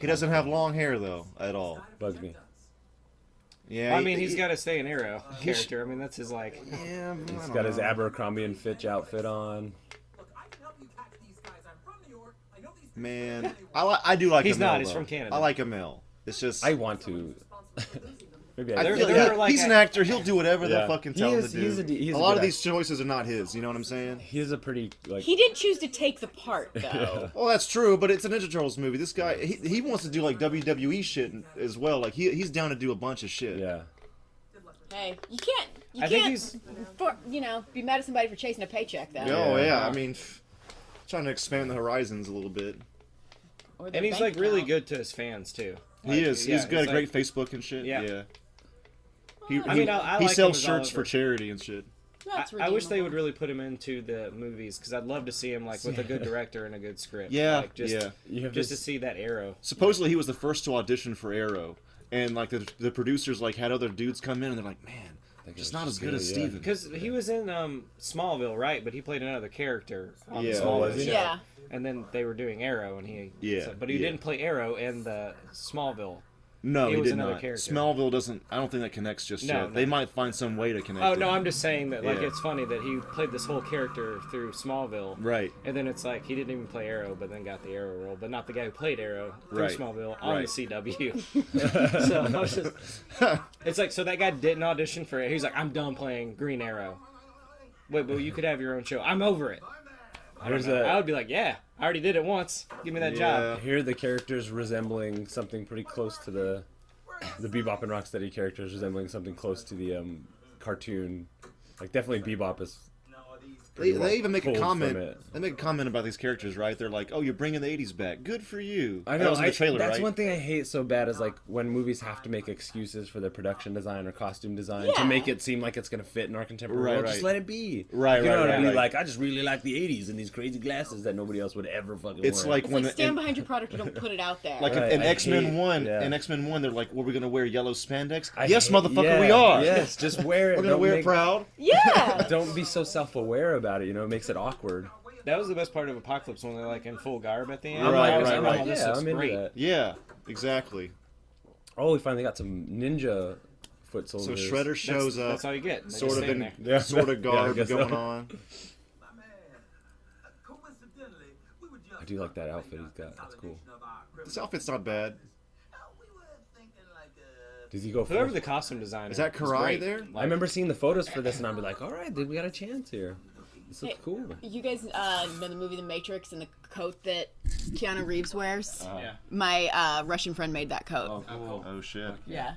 C: He doesn't have long hair though at all.
B: Bugs me.
C: Yeah.
D: I mean,
C: he-
D: he's got to stay an arrow character. I mean, that's his like.
C: Yeah,
B: He's got his Abercrombie and Fitch outfit on.
F: Look, I can help you catch these guys. I'm from New York. I know these
C: man. I li- I do like.
D: He's
C: Amel,
D: not, he's
C: though.
D: from Canada.
C: I like Amel. It's just
B: I want to. Maybe I
C: I
D: They're-
C: feel
D: they're
C: like
D: like
C: he's
D: a-
C: an actor. He'll do whatever
B: Yeah.
C: they fucking
B: He
C: tell
B: is-
C: him to do.
B: he's a d- he's a
C: a lot
B: good
C: of these
B: actor.
C: choices are not his. You know what I'm saying?
B: He's a pretty like.
E: he did choose to take the part, though.
C: Well, that's true, but it's a Ninja Turtles movie. This guy, he, he wants to do like WWE shit as well. Like he, he's down to do a bunch of shit.
B: yeah.
E: hey, you can't, you
D: I
E: can't,
D: think he's-
E: for, you know, be mad at somebody for chasing a paycheck, though.
C: Oh yeah.
B: Yeah.
C: I mean, pff, trying to expand the horizons a little bit.
E: Or their
D: And he's
E: bank
D: like really
E: account.
D: good to his fans too.
C: He is.
D: yeah,
C: he's got
D: he's
C: a great Facebook and shit. Yeah.
D: Yeah.
C: He,
D: I
C: he-
D: mean,
C: he
D: I- I like him
C: sells
D: as
C: shirts for
D: Oliver.
C: charity and shit.
E: That's
D: I, I wish they
E: redeemable.
D: would really put him into the movies because I'd love to see him like with a good director and a good script.
C: Yeah,
D: like, just,
C: yeah.
B: You have
D: just to
B: this-
D: see that arrow.
C: Supposedly, he was the first to audition for Arrow, and like the the producers like had other dudes come in, and they're like, man, just
B: it's
C: not as
B: just
C: good
B: good,
C: as
B: yeah.
C: Steven.
D: Because he was in um, Smallville, right? But he played another character on
C: Yeah. Oh,
D: the Smallville
B: was he?
D: show.
E: Yeah.
D: And then they were doing Arrow, and he
C: Yeah,
D: so- but he
C: yeah.
D: didn't play Arrow in the Smallville.
C: No,
D: He
C: he,
D: was
C: did
D: another
C: not.
D: character.
C: Smallville doesn't. I don't think that connects just
D: No,
C: yet.
D: no.
C: They might find some way to connect.
D: Oh
C: it.
D: no, I'm just saying that like
C: Yeah.
D: it's funny that he played this whole character through Smallville.
C: Right.
D: And then it's like he didn't even play Arrow, but then got the Arrow role, but not the guy who played Arrow through
C: Right.
D: Smallville on
C: Right.
D: the CW. so I was just, it's like so that guy didn't audition for it. He's like, I'm done playing Green Arrow. Wait, but you could have your own show. I'm over it. I, don't
B: There's
D: know.
B: a-
D: I would be like, yeah, I already did it once. Give me that job.
B: Here, are the characters resembling something pretty close to the the Bebop and Rocksteady characters resembling something close to the um, cartoon. Like definitely Bebop is.
C: They,
B: well
C: they even make a
B: pulled from
C: comment.
B: it.
C: They make a comment about these characters, right? They're like, "Oh, you're bringing the '80s back. Good for you."
B: I know.
C: that was in the
B: I-
C: trailer,
B: that's
C: right?
B: one thing I hate so bad is like when movies have to make excuses for their production design or costume design to
E: Yeah.
B: make it seem like it's gonna fit in our contemporary
C: Right,
B: world. Just
C: right.
B: let it be.
C: Right,
B: You
C: right,
B: know what I
C: right,
B: mean?
C: right.
B: Like I just really like the '80s and these crazy glasses that nobody else would ever fucking
C: It's
B: wear.
C: like
E: It's
C: when
E: like stand
C: in,
E: behind your product and don't put it out there.
C: like in-
B: Right,
C: in
B: I
C: X Men
B: hate-
C: One,
B: yeah.
C: in X Men One, they're like, "Were we gonna wear yellow spandex?"
B: I
C: yes,
B: hate-
C: motherfucker,
B: yeah,
C: we are.
B: Yes, just wear it.
C: We're gonna
B: Don't
C: wear it
B: make-
C: proud.
E: yeah.
B: Don't be so self-aware about it. You know, it makes it awkward.
D: That was the best part of Apocalypse when they're like in full garb at the end.
C: Right,
D: I was
C: right,
D: like,
C: right.
D: oh, this
B: Yeah,
D: looks
B: I'm into
D: great.
B: that.
C: Yeah, exactly.
B: Oh, we finally got some ninja foot
C: So
B: soldiers.
C: Shredder
D: That's,
C: shows
D: that's all
C: up,
D: you get. They
C: sort
D: just
C: of
D: stand
C: in
D: there.
B: there. Yeah.
C: sort of
B: Yeah, I
C: garb
B: guess so.
C: going on.
F: My man. Uh, Coincidentally, we were just
B: I do like that outfit
F: contemplating
B: he's got. That's cool.
F: consolidation of our
C: This
F: criminal-
C: outfit's not bad.
F: Hell, we were thinking like uh, a
B: Does he go?
D: Whoever
B: first?
D: the costume designer
C: Is that
D: was
C: Karai
D: great.
C: there?
B: I remember seeing the photos for this, and I'd be like, "All right, dude, we got a chance here. This looks
E: Hey,
B: cool."
E: You guys uh, know the movie The Matrix and the coat that Keanu Reeves wears?
D: Yeah.
E: My uh, Russian friend made that coat.
C: Oh shit!
E: yeah.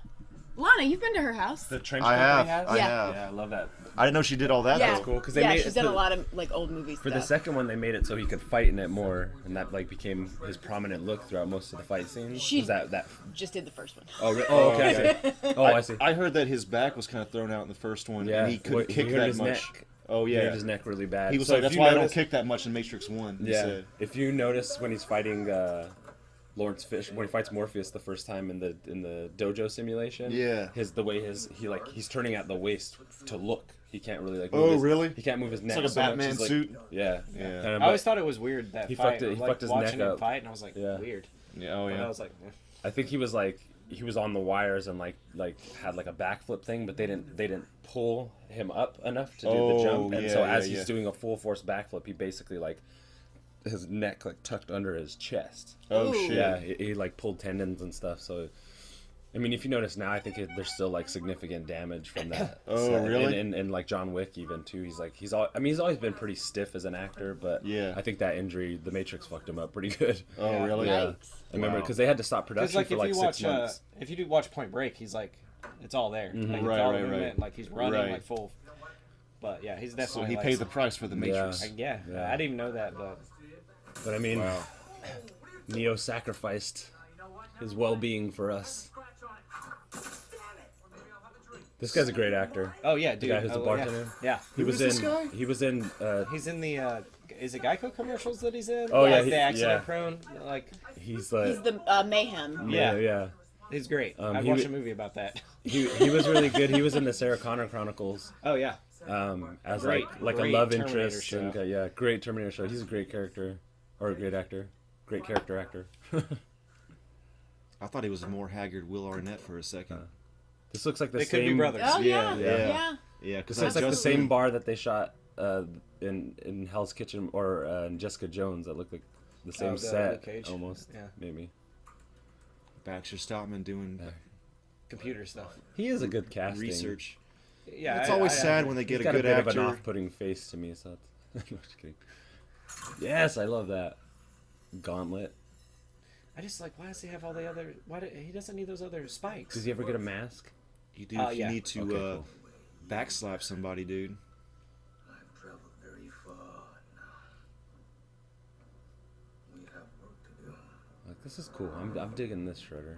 E: Lana, you've been to her house.
B: The trench
C: I
B: coat
C: have,
B: they
C: I
E: Yeah.
C: have.
B: Yeah, I love that.
C: I didn't know she did all that.
E: yeah,
C: though.
B: cool, 'cause they
E: yeah,
B: made it
E: she's done
B: for-
E: a lot of like old movies.
B: For the second one, they made it so he could fight in it more, and that like became his prominent look throughout most of the fight scenes.
E: She-
B: Was that that?
E: just did the first one.
B: Oh, re- oh okay. I see. Oh, I see.
C: I heard that his back was kind of thrown out in the first one,
B: yeah,
C: and he couldn't
B: what-
C: kick
B: hurt
C: that
B: his
C: much.
B: neck.
C: Oh yeah.
B: made his neck really bad.
C: He was
B: So
C: like,
B: if
C: that's
B: you
C: why I don't
B: notice-
C: kick that much in Matrix One. he
B: Yeah.
C: said.
B: If you notice when he's fighting uh, Lawrence Fish, when he fights Morpheus the first time in the in the dojo simulation,
C: Yeah.
B: his the way his he like he's turning out the waist to look. He can't really like.
C: Oh,
B: move his-
C: really?
B: He can't move his neck.
C: like a
B: so much.
C: Batman
B: He's like-
C: suit.
B: Yeah.
C: Yeah.
B: And I'm
D: I always
B: like-
D: thought it was weird that
B: He
D: fight.
B: fucked it- he
D: like,
B: fucked his
D: watching
B: neck
D: him
B: up.
D: fight, and I was like,
B: Yeah.
D: weird.
C: Yeah. Oh
D: But
C: yeah.
D: I was like, eh.
B: I think he was like he was on the wires and like like had like a backflip thing, but they didn't they didn't pull him up enough to do
C: Oh,
B: the jump. And
C: yeah,
B: so
C: yeah,
B: as he's
C: yeah.
B: doing a full force backflip, he basically like his neck like tucked under his chest.
C: oh
E: Ooh.
C: shit.
B: Yeah, he, he like pulled tendons and stuff. So, I mean, if you notice now, I think it, there's still like significant damage from that.
C: Oh,
B: So- and- And,
C: really?
B: and, like John Wick even too. He's like he's all. I mean, he's always been pretty stiff as an actor, but
C: Yeah.
B: I think that injury, The Matrix, fucked him up pretty good.
C: Oh
D: Yeah.
C: really?
B: Yeah,
E: Yikes.
B: I remember
C: Wow.
B: because they had to stop
D: Because
B: production
D: like
B: for
D: if
B: like
D: you
B: six
D: watch uh,
B: months. Mm-hmm.
D: if you do watch Point Break, he's like it's all there. Like,
C: Right,
D: it's all
C: right,
D: the
C: right.
D: movement, Like he's running
C: Right.
D: like full. But yeah, he's
C: So
B: Oh,
D: definitely.
C: he
D: like,
C: paid the price for the Matrix.
D: like, yeah,
B: Yeah.
D: I didn't even know that, but
B: But I mean,
C: Wow.
B: Neo sacrificed his well-being for us.
F: Scratch on it. Damn it! Or maybe I'll have a drink.
B: This guy's a great actor.
D: oh yeah, dude.
B: guy who's
D: I-
B: the
D: yeah.
B: bartender?
D: Yeah.
B: He was in.
C: is this guy?
B: He was in. Uh,
D: He's in the uh, is it Geico commercials that he's in?
B: Oh, yeah,
D: like,
B: he-
D: the accident
B: yeah.
D: prone. Like
B: he's
E: He's
B: like.
E: the uh, mayhem.
B: yeah,
D: Yeah.
B: yeah.
D: he's great.
B: Um,
D: I'd
B: he
D: watch
B: wa-
D: a movie about that.
B: He, he was really good. He was in the Sarah Connor Chronicles.
D: Oh yeah,
B: um, as
D: Great,
B: like like a
D: great
B: love
D: Terminator
B: interest
D: show.
B: and uh, yeah, great Terminator show. He's a great character or a great actor, great character actor.
C: I thought he was more haggard Will Arnett for a second.
B: Uh, This looks like the
D: they could
B: same.
D: be brothers.
E: Oh
C: Yeah,
E: yeah,
C: yeah.
E: yeah.
C: yeah,
B: This
C: because
B: looks
C: that's
B: like the
C: just
B: same bar that they shot uh, in in Hell's Kitchen or uh, in Jessica Jones. That looked like the same
D: the Luke
B: set
D: Cage.
B: almost.
D: Yeah.
B: maybe.
C: Baxter Stoutman doing
D: Computer stuff.
B: He is a good casting.
C: research.
D: Yeah,
C: It's
D: I-
C: always
D: I-
C: sad when they
B: He's
C: get a
B: got a
C: good
B: bit of an
C: actor.
B: off-putting face to me. So that's... no, just kidding. Yes, I love that gauntlet.
D: I just like why does he have all the other? Why do, he doesn't need those other spikes?
B: Does he ever get a mask?
C: You do.
D: Oh,
C: if you
D: yeah.
C: need to
B: Okay,
C: uh,
B: cool.
C: backslap somebody, dude.
F: I've traveled very far now. We have work to do.
B: Like this is cool. I'm, I'm digging this shredder.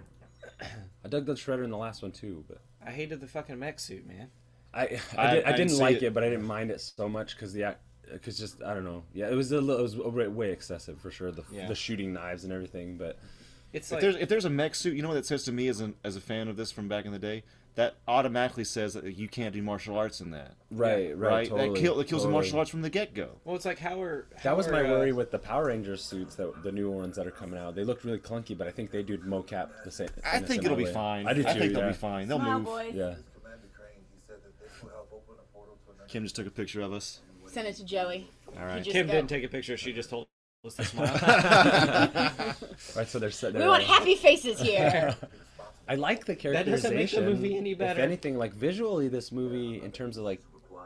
B: I dug the shredder in the last one too, but
D: I hated the fucking mech suit, man.
B: I I,
C: I-
B: did, I,
C: I didn't
B: didn't
C: see
B: like
C: it.
B: it. but I didn't mind it so much because the because just I don't know. Yeah, it was a little, it was a way, way excessive for sure. The
D: Yeah.
B: the shooting knives and everything, but
D: It's
C: If
D: like
C: there's if there's a mech suit, you know what that says to me as an as a fan of this from back in the day. That automatically says that you can't do martial arts in that.
B: right, right,
C: Right.
B: totally,
C: that, kill, that kills the martial
B: totally.
C: arts from the get go.
D: well, it's like how are how
B: That was my
D: are, uh,
B: worry with the Power Rangers suits that the new ones that are coming out. They looked really clunky, but I think they do mocap the same.
C: I
B: in a
C: think
B: similar
C: it'll be
B: way.
C: fine.
B: I do too.
C: think
B: yeah.
C: they'll be fine. They'll
E: Smile,
C: move.
E: boys.
B: Yeah,
I: Commander Crane, he said that this will help open a portal to another.
C: Kim just took a picture of us.
E: Send it to Joey.
C: All right.
E: just
D: Kim
E: got-
D: didn't take a picture. She just told us to smile.
B: right. So they're set.
E: We want happy faces here.
B: I like the
D: That
B: characterization.
D: doesn't make the movie any better.
B: If anything, like visually, this movie in terms of like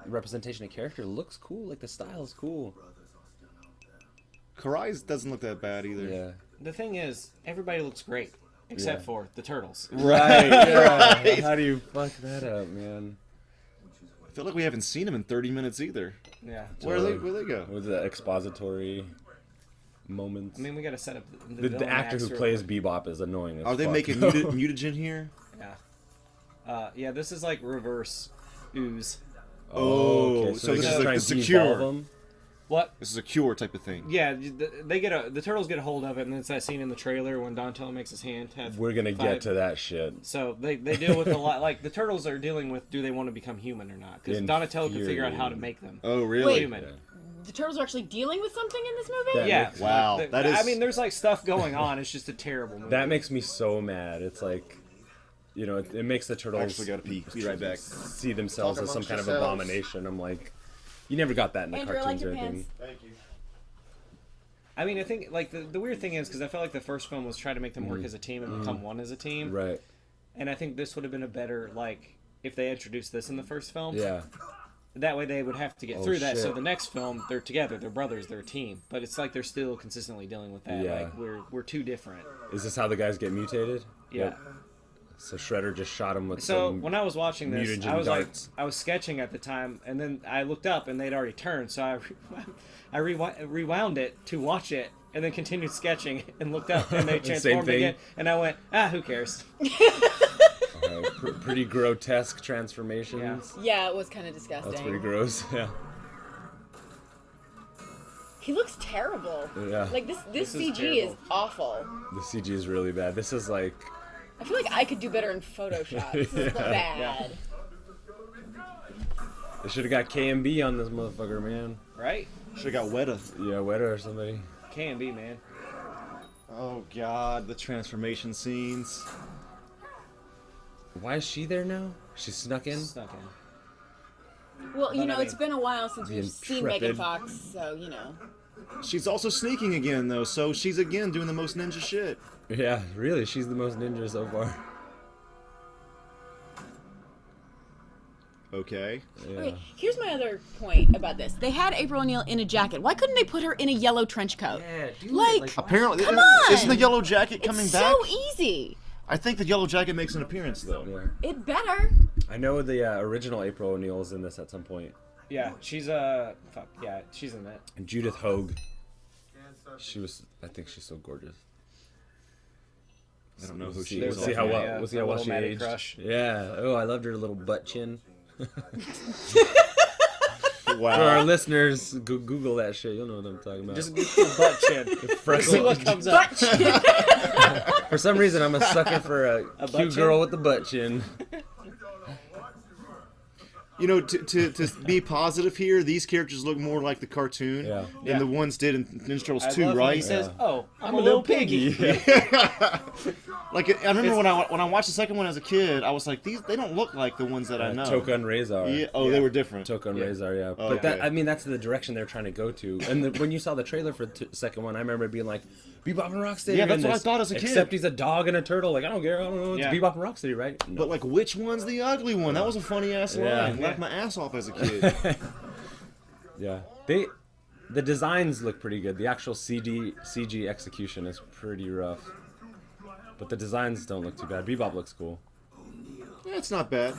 B: representation of character looks cool. Like the style is cool.
C: Karai's doesn't look that bad either.
B: Yeah.
D: the thing is, everybody looks great except
B: Yeah.
D: for the turtles.
B: Right. How do you fuck that up, man?
C: I feel like we haven't seen him in 30 minutes either.
D: Yeah.
C: Where they where they go?
B: With the expository moments.
D: I mean, we got to set up the,
B: the, the
D: villain
B: actor who
D: acts real
B: plays Bebop is annoying. As
C: Are they
B: fuck.
C: making muti- mutagen here?
D: quick. Yeah. Uh, yeah. This is like reverse ooze.
C: Oh,
B: okay,
C: so
B: they're
C: this
B: gonna
C: is
B: try
C: like the
B: and
C: secure.
B: de-evolve 'em?
D: What?
C: This is a cure type of thing.
D: Yeah, th- they get a the turtles get a hold of it, and it's that scene in the trailer when Donatello makes his hand. Have
B: We're gonna
D: five-
B: get to that shit.
D: So they, they deal with a lot. Like the turtles are dealing with, do they want to become human or not? Because Donatello can figure out how to
B: Infuriating.
D: make them
C: Oh, really?
D: human.
E: the turtles are actually dealing with something in this movie.
D: Yeah.
C: Wow,
D: The-
C: that is.
D: I mean, there's like stuff going on. It's just a terrible movie.
B: That makes me so mad. It's like, you know, it, it makes the turtles
C: I actually gotta pee. Be right back.
B: see themselves as
C: Talk
B: some
C: amongst
B: kind of
C: yourselves.
B: abomination. I'm like, you never got that in the
E: Andrew, I like
B: cartoons or
E: your
B: anything.
E: pants.
C: Thank you.
D: I mean, I think like the, the weird thing is because I felt like the first film was trying to make them work as a team and become one as a team,
B: Mm-hmm. Right.
D: and I think this would have been a better like if they introduced this in the first film.
B: Yeah.
D: That way they would have to get
B: Oh,
D: through that. So
B: shit.
D: the next film they're together, they're brothers, they're a team. But it's like they're still consistently dealing with that.
B: Yeah.
D: Like we're we're too different.
B: Is this how the guys get mutated?
D: Yeah.
B: Yep. So Shredder just shot him with
D: So
B: some.
D: when I was watching this,
B: mutagen
D: I was
B: darts.
D: like, I was sketching at the time, and then I looked up and they'd already turned. So I, rewound, I rewi- rewound it to watch it, and then continued sketching and looked up, and they
B: Same
D: transformed
B: thing.
D: again. And I went, ah, who cares?
B: uh, pr- pretty grotesque transformations.
E: Yeah, it was kind of
B: That's pretty
E: disgusting.
B: gross. Yeah.
E: He looks terrible.
B: Yeah.
E: Like this, this,
D: This is
E: CG is,
D: terrible.
E: awful.
B: The CG is really bad. This is like
E: I feel like I could do better in Photoshop. This is bad.
B: they should have got KMB on this motherfucker, man.
D: Right?
C: Should have got Weta.
B: Yeah, Weta or somebody.
D: Can be, man.
C: Oh god, the transformation scenes.
B: Why is she there now? She snuck in.
D: Snuck in.
E: Well, you
D: But I
E: know,
D: mean-
E: it's been a while since we've seen Megan
B: Intrepid.
E: Fox, so you know.
C: She's also sneaking again though, so she's again doing the most ninja shit.
B: Yeah, really, she's the most ninja so far.
C: Okay.
B: Yeah.
E: Wait, here's my other point about this. They had April O'Neil in a jacket. Why couldn't they put her in a yellow trench coat? Like,
C: Apparently,
E: Come
C: isn't
E: on!
C: the yellow jacket
E: it's
C: coming back?
E: so
D: e-
E: easy.
C: I think the yellow jacket makes an appearance though.
B: Yeah.
E: It better.
B: I know the uh, original April O'Neil is in this at some point.
D: Yeah, she's uh fuck, yeah, she's in that.
B: And Judith Hogue. She was. I think she's so gorgeous.
C: I don't know who
B: See,
C: she
B: we'll
C: is.
B: see how well.
D: Yeah,
B: we'll see how well
D: little
B: she
D: Matty
B: aged.
D: Crush.
B: Yeah. Oh, I loved her little butt chin. For our
C: Wow.
B: listeners, go- Google that shit. You'll know what I'm talking about.
D: Just get your butt chin. See
B: Freckle-
D: what comes up.
B: for some reason, I'm a sucker for a,
D: A butt
B: cute
D: chin?
B: girl with the butt chin.
C: You know, to, to, to be positive here, these characters look more like the cartoon
B: Yeah.
C: than
D: Yeah.
C: the ones did in Ninja Turtles
D: I
C: 2,
D: love when
C: right?
D: He says, "Oh, I'm, a little piggy."
C: Like I remember when I when I watched the second one as a kid, I was like, these they don't look like the ones that I know.
B: Toka and Rezar.
C: Yeah. Oh, they were different.
B: Toka and Rezar, yeah.
C: Oh,
B: but that,
C: okay.
B: I mean, that's the direction they're trying to go to. And the, when you saw the trailer for the t- second one, I remember being like, Bebop and Rocksteady.
C: Yeah,
B: are
C: that's
B: in
C: what I
B: this,
C: thought as a kid.
B: Except he's a dog and a turtle. Like, I don't care. I don't know. It's
D: Yeah.
B: Bebop and Rocksteady, right? No.
C: But like, which one's the ugly one? That was a funny ass line.
B: Yeah.
C: Laughed
D: Yeah.
C: my ass off as a kid.
B: Yeah, they the designs look pretty good. The actual CD CG execution is pretty rough, but the designs don't look too bad. Bebop looks cool.
C: yeah, it's not bad.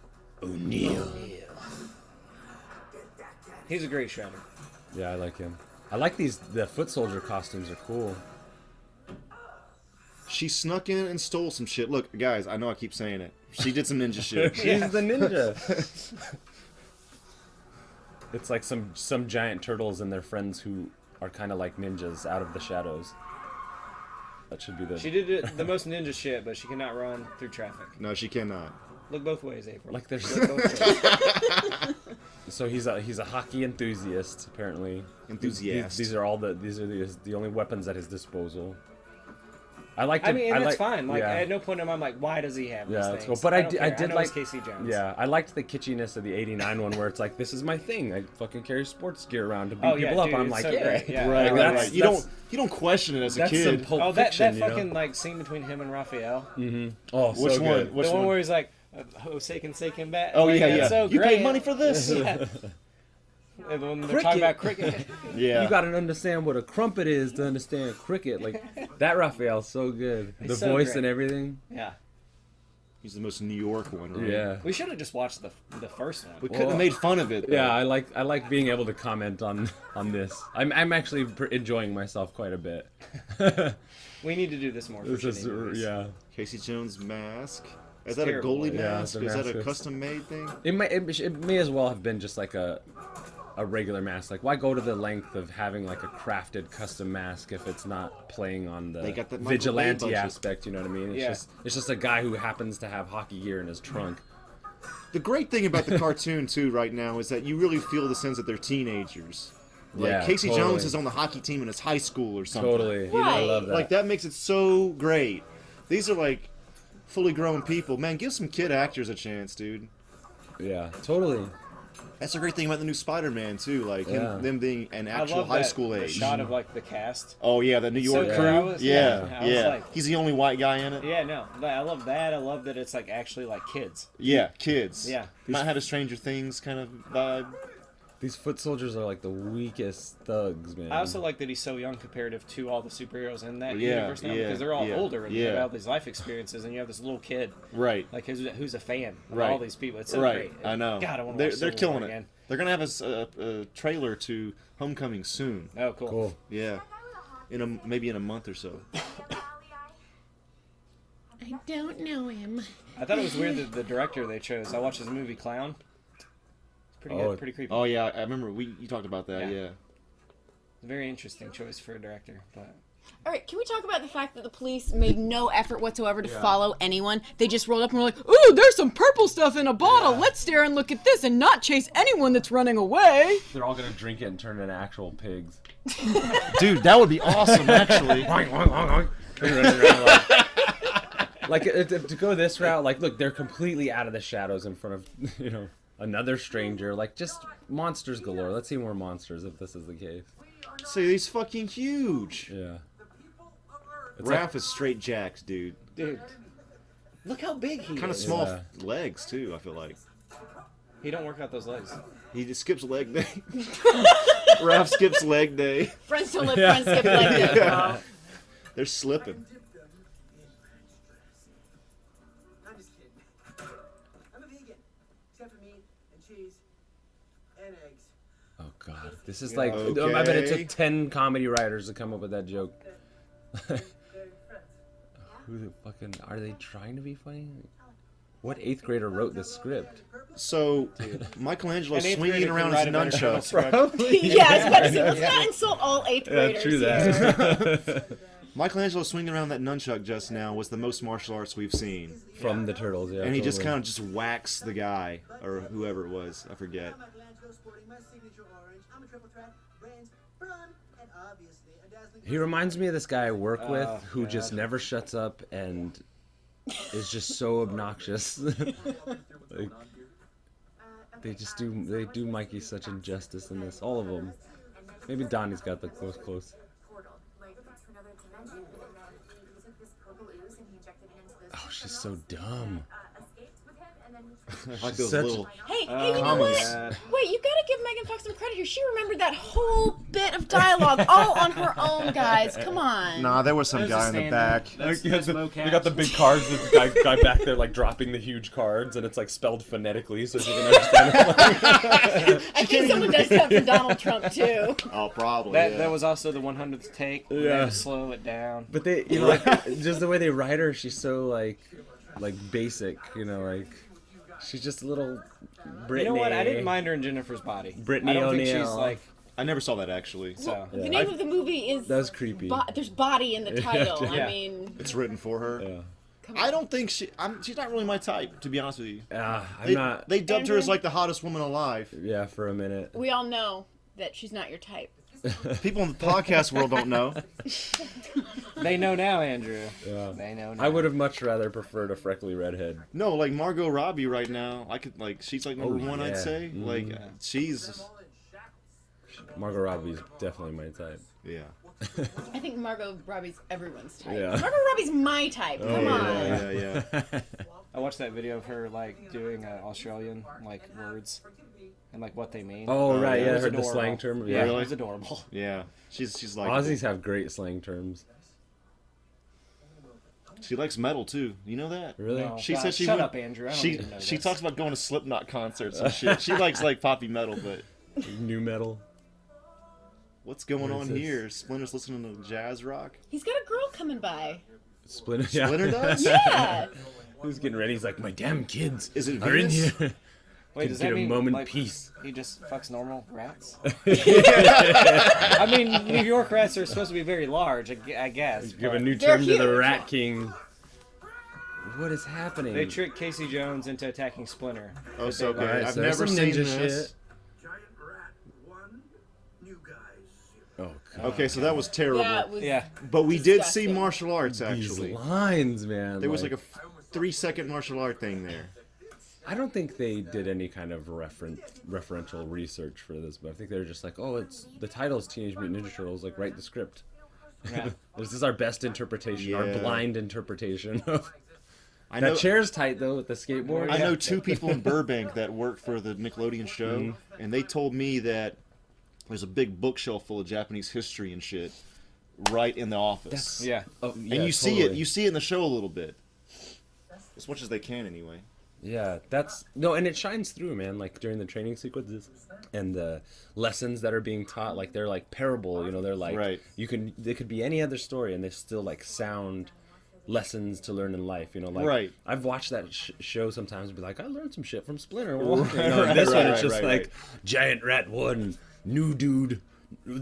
D: He's a great shredder.
B: Yeah, I like him. I like these. The foot soldier costumes are cool.
C: She snuck in and stole some shit. Look, guys, I know I keep saying it. She did some ninja shit.
B: She's the ninja. it's like some some giant turtles and their friends who are kind of like ninjas out of the shadows. That should be the
D: She did it, the most ninja shit, but she cannot run through traffic.
C: No, she cannot.
D: Look both ways, April.
B: like there's
D: Look both ways.
B: so he's a he's a hockey enthusiast apparently. These,
C: Enthusiast.
B: these are all the these are the, the only weapons at his disposal. I like.
D: I mean, and
B: I like,
D: that's fine. Like,
B: yeah,
D: at no point in my mind, like, why does he have
B: yeah,
D: these
B: that's cool.
D: things?
B: But I,
D: don't
B: di- I
D: care.
B: did
D: know
B: like
D: it's Casey Jones.
B: Yeah, I liked the kitschiness of the '89 one, where it's like, this is my thing. I fucking carry sports gear around to beat
D: Oh, yeah,
B: people up.
D: dude,
B: I'm
D: it's
B: like,
D: so
B: yeah,
D: great. Yeah.
C: Right,
B: Like,
C: right,
B: that's-
C: right. You
B: that's-
C: don't you don't question it as a
B: That's some
C: kid.
B: pulp
D: Oh, that
B: fiction.
D: that
B: you know?
D: fucking like scene between him and Raphael.
B: oh, so
C: Which one?
B: good.
C: Which
D: the one,
C: one?
D: where he's like, uh, "Oh, Seiken, Seiken, bat."
C: oh
D: Like,
C: yeah,
D: that's
C: yeah.
D: So
C: you
D: great.
C: paid money for this. yeah.
D: And when they're talking about cricket,
B: You gotta understand what a crumpet is to understand cricket. Like that Raphael's so good. The
D: so
B: voice
D: great.
B: and everything.
D: yeah,
C: He's the most New York one, right?
B: Yeah.
D: we should have just watched the the first one.
C: We couldn't have made fun of it. though.
B: Yeah, I like I like being able to comment on on this. I'm I'm actually pr- enjoying myself quite a bit.
D: We need to do this more. For
B: This is
D: shitty movies.
B: yeah.
C: Casey Jones mask. Is
D: It's
C: that
D: terrible,
C: a goalie
D: yeah.
B: Yeah,
C: mask?
B: the
C: Is that a
B: mask is-
C: custom made thing?
B: It might it, it may as well have been just like a a regular mask. Like why go to the length of having like a crafted custom mask if it's not playing on the
C: They got that Michael Bay
B: vigilante
C: budget.
B: aspect? You know what I mean? It's
D: Yeah.
B: just it's just a guy who happens to have hockey gear in his trunk.
C: The great thing about the cartoon too right now is that you really feel the sense that they're teenagers. Like
B: Yeah,
C: Casey
B: totally.
C: Jones is on the hockey team and it's high school or something.
B: Totally, You know, I
E: Right.
B: love that.
C: Like that makes it so great. These are like fully grown people. Man, give some kid actors a chance, dude.
B: Yeah, totally.
C: That's the great thing about the new Spider-Man too. Like him,
B: Yeah.
C: them being an
D: I
C: actual
D: love
C: high
D: that-
C: school
D: the
C: age.
D: shot of like the cast.
C: oh yeah, the New
D: So
C: York
D: good.
C: crew.
D: I was-
C: yeah,
D: yeah,
C: yeah.
D: I was like-
C: He's the only white guy in it.
D: Yeah, no, but I love that. I love that it's like actually like kids.
C: Yeah, kids.
D: Yeah.
C: might have a Stranger Things kind of vibe.
B: These foot soldiers are like the weakest thugs, man.
D: I also like that he's so young comparative to all the superheroes in that
C: Yeah,
D: universe now
C: yeah,
D: because they're all
C: yeah,
D: older and they
C: yeah.
D: have all these life experiences, and you have this little kid
C: Right.
D: like who's, who's a fan of
C: Right.
D: all these people. It's so
C: right.
D: great.
C: I know.
D: God, I want to
C: they're
D: watch
C: they're
D: Civil
C: killing
D: War
C: it.
D: again.
C: They're gonna have a s- a, a trailer to Homecoming soon.
D: Oh, cool.
B: cool.
C: Yeah, in a maybe in a month or so.
E: I don't know him.
D: I thought it was weird that the director they chose. I watched his movie Clown. It's pretty
B: Oh,
D: good, pretty creepy.
C: Oh yeah, I remember we you talked about that.
D: Yeah.
C: Yeah.
D: Very interesting choice for a director, but
E: All right, can we talk about the fact that the police made no effort whatsoever to follow anyone? They just rolled up and were like, "Ooh, there's some purple stuff in a bottle. Let's stare and look at this and not chase anyone that's running away."
B: They're all gonna drink it and turn into actual pigs.
C: Dude, that would be awesome, actually.
B: Oink, oink, oink, oink. They're running around like- like uh, to, to go this route, like look, they're completely out of the shadows in front of you know another stranger. Like just monsters galore. Let's see more monsters if this is the case.
C: See, he's fucking huge.
B: Yeah. It's
C: Raph is straight jacked, dude.
D: dude, look how big he
C: Kind of
D: is.
C: small
B: Yeah.
C: f- legs too. I feel like
D: He don't work out those legs.
C: he just skips leg day. Raph skips leg day.
E: Friends don't let friends skip like that. bro.
C: They're slipping.
F: I'm just kidding. I'm a vegan. Except for meat and cheese and eggs.
B: Like, oh god, this is like oh,
C: Okay.
B: I bet it took ten comedy writers to come up with that joke. Who the fucking are they trying to be funny? What eighth grader wrote this script?
C: So Michelangelo
D: An eighth grader
C: swinging
D: can
C: around his
D: write a better comic
C: nunchucks.
D: book.
E: yeah, I was about to say, let's not insult all eighth graders. here.
C: Michelangelo swinging around that nunchuck just now was the most martial arts we've seen,
B: From the turtles, yeah.
C: and he just
B: totally.
C: kind of just whacks the guy or whoever it was. I forget.
F: I'm Michelangelo sporting my signature orange. I'm a triple threat, brains, brawn, and obviously a dazzling.
B: He reminds me of this guy I work with
D: Oh,
B: who just never shuts up and is just so obnoxious. like, they just do they do Mikey such injustice in this. All of them. Maybe Donnie's got the close close. Oh, she's so dumb.
C: I like those
B: Such-
C: little.
E: Hey, hey, you know
C: Comments.
E: what? Wait, you gotta give Megan Fox some credit here. She remembered that whole bit of dialogue all on her own, guys. Come on.
C: Nah, there was some
D: There's a
C: guy in the
D: stand-in.
C: back.
D: That's, that's mocap.
B: big cards with the guy, guy back there like dropping the huge cards and it's like spelled phonetically so she can understand
E: I think someone does that for Donald Trump too.
C: Oh, probably.
D: That,
C: yeah.
D: that was also the 100th take. Yeah. They had to slow it down.
B: But they you know like just the way they write her, she's so like like basic, you know, like she's just a little Britney.
D: You know what? I didn't mind her in Jennifer's body.
B: Brittany
D: I don't think she's
B: O'Neal.
D: like
C: I never saw that actually.
D: so.
E: The name of the movie is
B: That was creepy.
E: Bo- There's body in the title.
D: Yeah.
E: I mean,
C: It's written for her.
B: Yeah.
C: I don't think she. I'm, she's not really my type, to be honest with you.
B: Ah, I'm
C: They,
B: not.
C: they dubbed her as
E: Andrew?
C: like the hottest woman alive.
B: yeah, for a minute.
E: we all know that she's not your type.
C: People in the podcast world don't know.
D: They know now, Andrew.
B: Yeah.
D: They know now.
B: I would have much rather preferred a freckly redhead.
C: No, like Margot Robbie right now. I could like she's like number
B: Oh,
C: one. I'd
B: yeah.
C: say like she's
B: Margot Robbie's definitely my type.
C: yeah.
E: I think Margot Robbie's everyone's type.
B: Yeah. Oh,
E: Margot Robbie's my type. Come on.
C: Yeah, yeah, yeah.
D: I watched that video of her like doing uh, Australian like words and like what they mean.
B: Oh right, yeah,
C: yeah,
D: It
B: I
D: was
B: heard the
D: adorable.
B: slang term.
D: Yeah,
B: Yeah.
D: it was adorable.
C: yeah. She's she's like
B: Aussies have great slang terms.
C: she likes metal too. You know that?
B: Really?
D: No.
C: She
D: God,
C: said she
D: uh, shut
C: would-
D: up, Andrew. I don't
C: She
D: even know
C: she
D: this.
C: talks about going to Slipknot concerts and shit. She likes like poppy metal, but
B: New metal.
C: what's going
B: What
C: on
B: is this?
C: here? Splinter's listening to jazz rock.
E: He's got a girl coming by.
B: Splinter.
C: Splinter does?
E: Yeah.
B: Who's getting ready? He's like, my damn kids.
C: Is it
B: are in
C: Venus?
B: here.
D: Wait, does that
B: get a
D: mean
B: moment
D: like,
B: peace.
D: He just fucks normal rats. I mean, New York rats are supposed to be very large, I, gu- I guess.
B: Give a
D: but
B: new
E: They're
B: term to the
E: huge.
B: Rat King. What is happening?
D: They tricked Casey Jones into attacking Splinter.
C: Oh, so okay.
B: All right,
C: I've
B: so there's
C: never
B: some
C: seen
B: ninja
C: this.
B: shit.
F: Giant rat one, new guys.
B: Oh god.
C: Okay, so that was terrible.
E: Yeah, it was
D: Yeah,
C: But we did see
E: Disgusting.
C: martial arts
B: These
C: actually.
B: lines, man.
C: There was like a f- three second martial art thing there.
B: I don't think they did any kind of referen- referential research for this, but I think they're just like, oh, it's the title's Teenage Mutant Ninja Turtles. Like, write the script.
D: Yeah.
B: this is our best interpretation, our
C: Yeah.
B: blind interpretation. of
C: I know,
B: That chair's tight though with the skateboard.
C: I know two people in Burbank that work for the Nickelodeon show,
B: Mm-hmm.
C: and they told me that there's a big bookshelf full of Japanese history and shit right in the office.
B: That's-
D: yeah.
B: Oh, yeah,
C: and you see it,
B: totally.
C: you see it in the show a little bit, as much as they can anyway.
B: Yeah, that's no, and it shines through, man. Like during the training sequences and the lessons that are being taught, like they're like parable. You know, they're like
C: Right.
B: You can they could be any other story, and they're still like sound lessons to learn in life. You know, like
C: Right.
B: I've watched that sh- show sometimes and be like, I learned some shit from Splinter. Right,
C: right,
B: this one,
C: right, right,
B: it's just
C: right,
B: like
C: right.
B: giant rat one, new dude,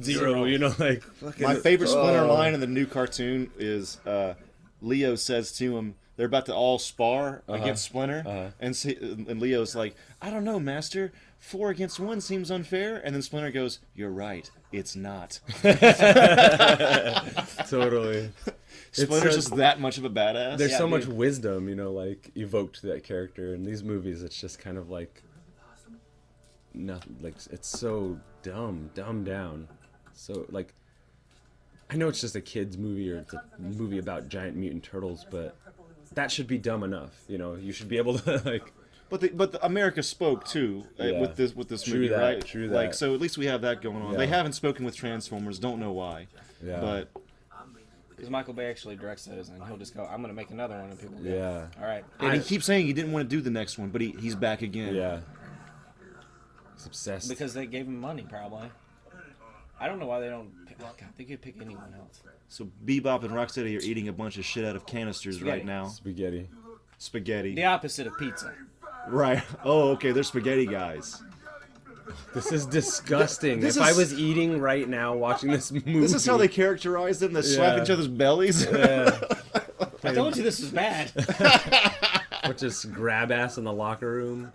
B: zero. You know, like
C: My favorite Splinter
B: Oh.
C: line in the new cartoon is uh, Leo says to him, "They're about to all spar
B: Uh-huh.
C: against Splinter," and see, and Leo's like, "I don't know, Master. Four against one seems unfair." And then Splinter goes, "You're right. It's not."
B: totally.
C: Splinter's
B: so-
C: just that much of a badass.
B: There's
D: Yeah,
B: so much
D: dude.
B: wisdom, you know, like evoked to that character in these movies. It's just kind of like nothing. Like it's so dumb, dumbed down. So like, I know it's just a kids movie or it's a movie about giant mutant turtles, but that should be dumb enough. You know, you should be able to like.
C: But the, but the America spoke too uh,
B: Yeah.
C: with this with this
B: True
C: movie,
B: that,
C: right?
B: true
C: Like
B: that.
C: so, at least we have that going on.
B: Yeah.
C: They haven't spoken with Transformers. Don't know why.
B: Yeah.
C: But
D: Because Michael Bay actually directs those, and he'll just go, "I'm gonna make another one," and people go,
B: Yeah.
D: all right."
C: and he keeps saying he didn't want to do the next one, but he, he's back again.
B: Yeah. It's obsessed.
D: Because they gave him money, probably. I don't know why they don't. Pick, oh, God, they could pick anyone else.
C: So Bebop and Rocksteady are eating a bunch of shit out of canisters
D: Spaghetti.
C: right now.
B: spaghetti.
C: Spaghetti.
D: The opposite of pizza.
C: Right. Oh, okay. They're spaghetti guys.
B: This is disgusting.
C: This
B: if I
C: is-
B: was eating right now watching this movie,
C: This is how they characterize them. They slap
B: Yeah.
C: each other's bellies.
D: I told you this was bad.
B: which is grab ass in the locker room.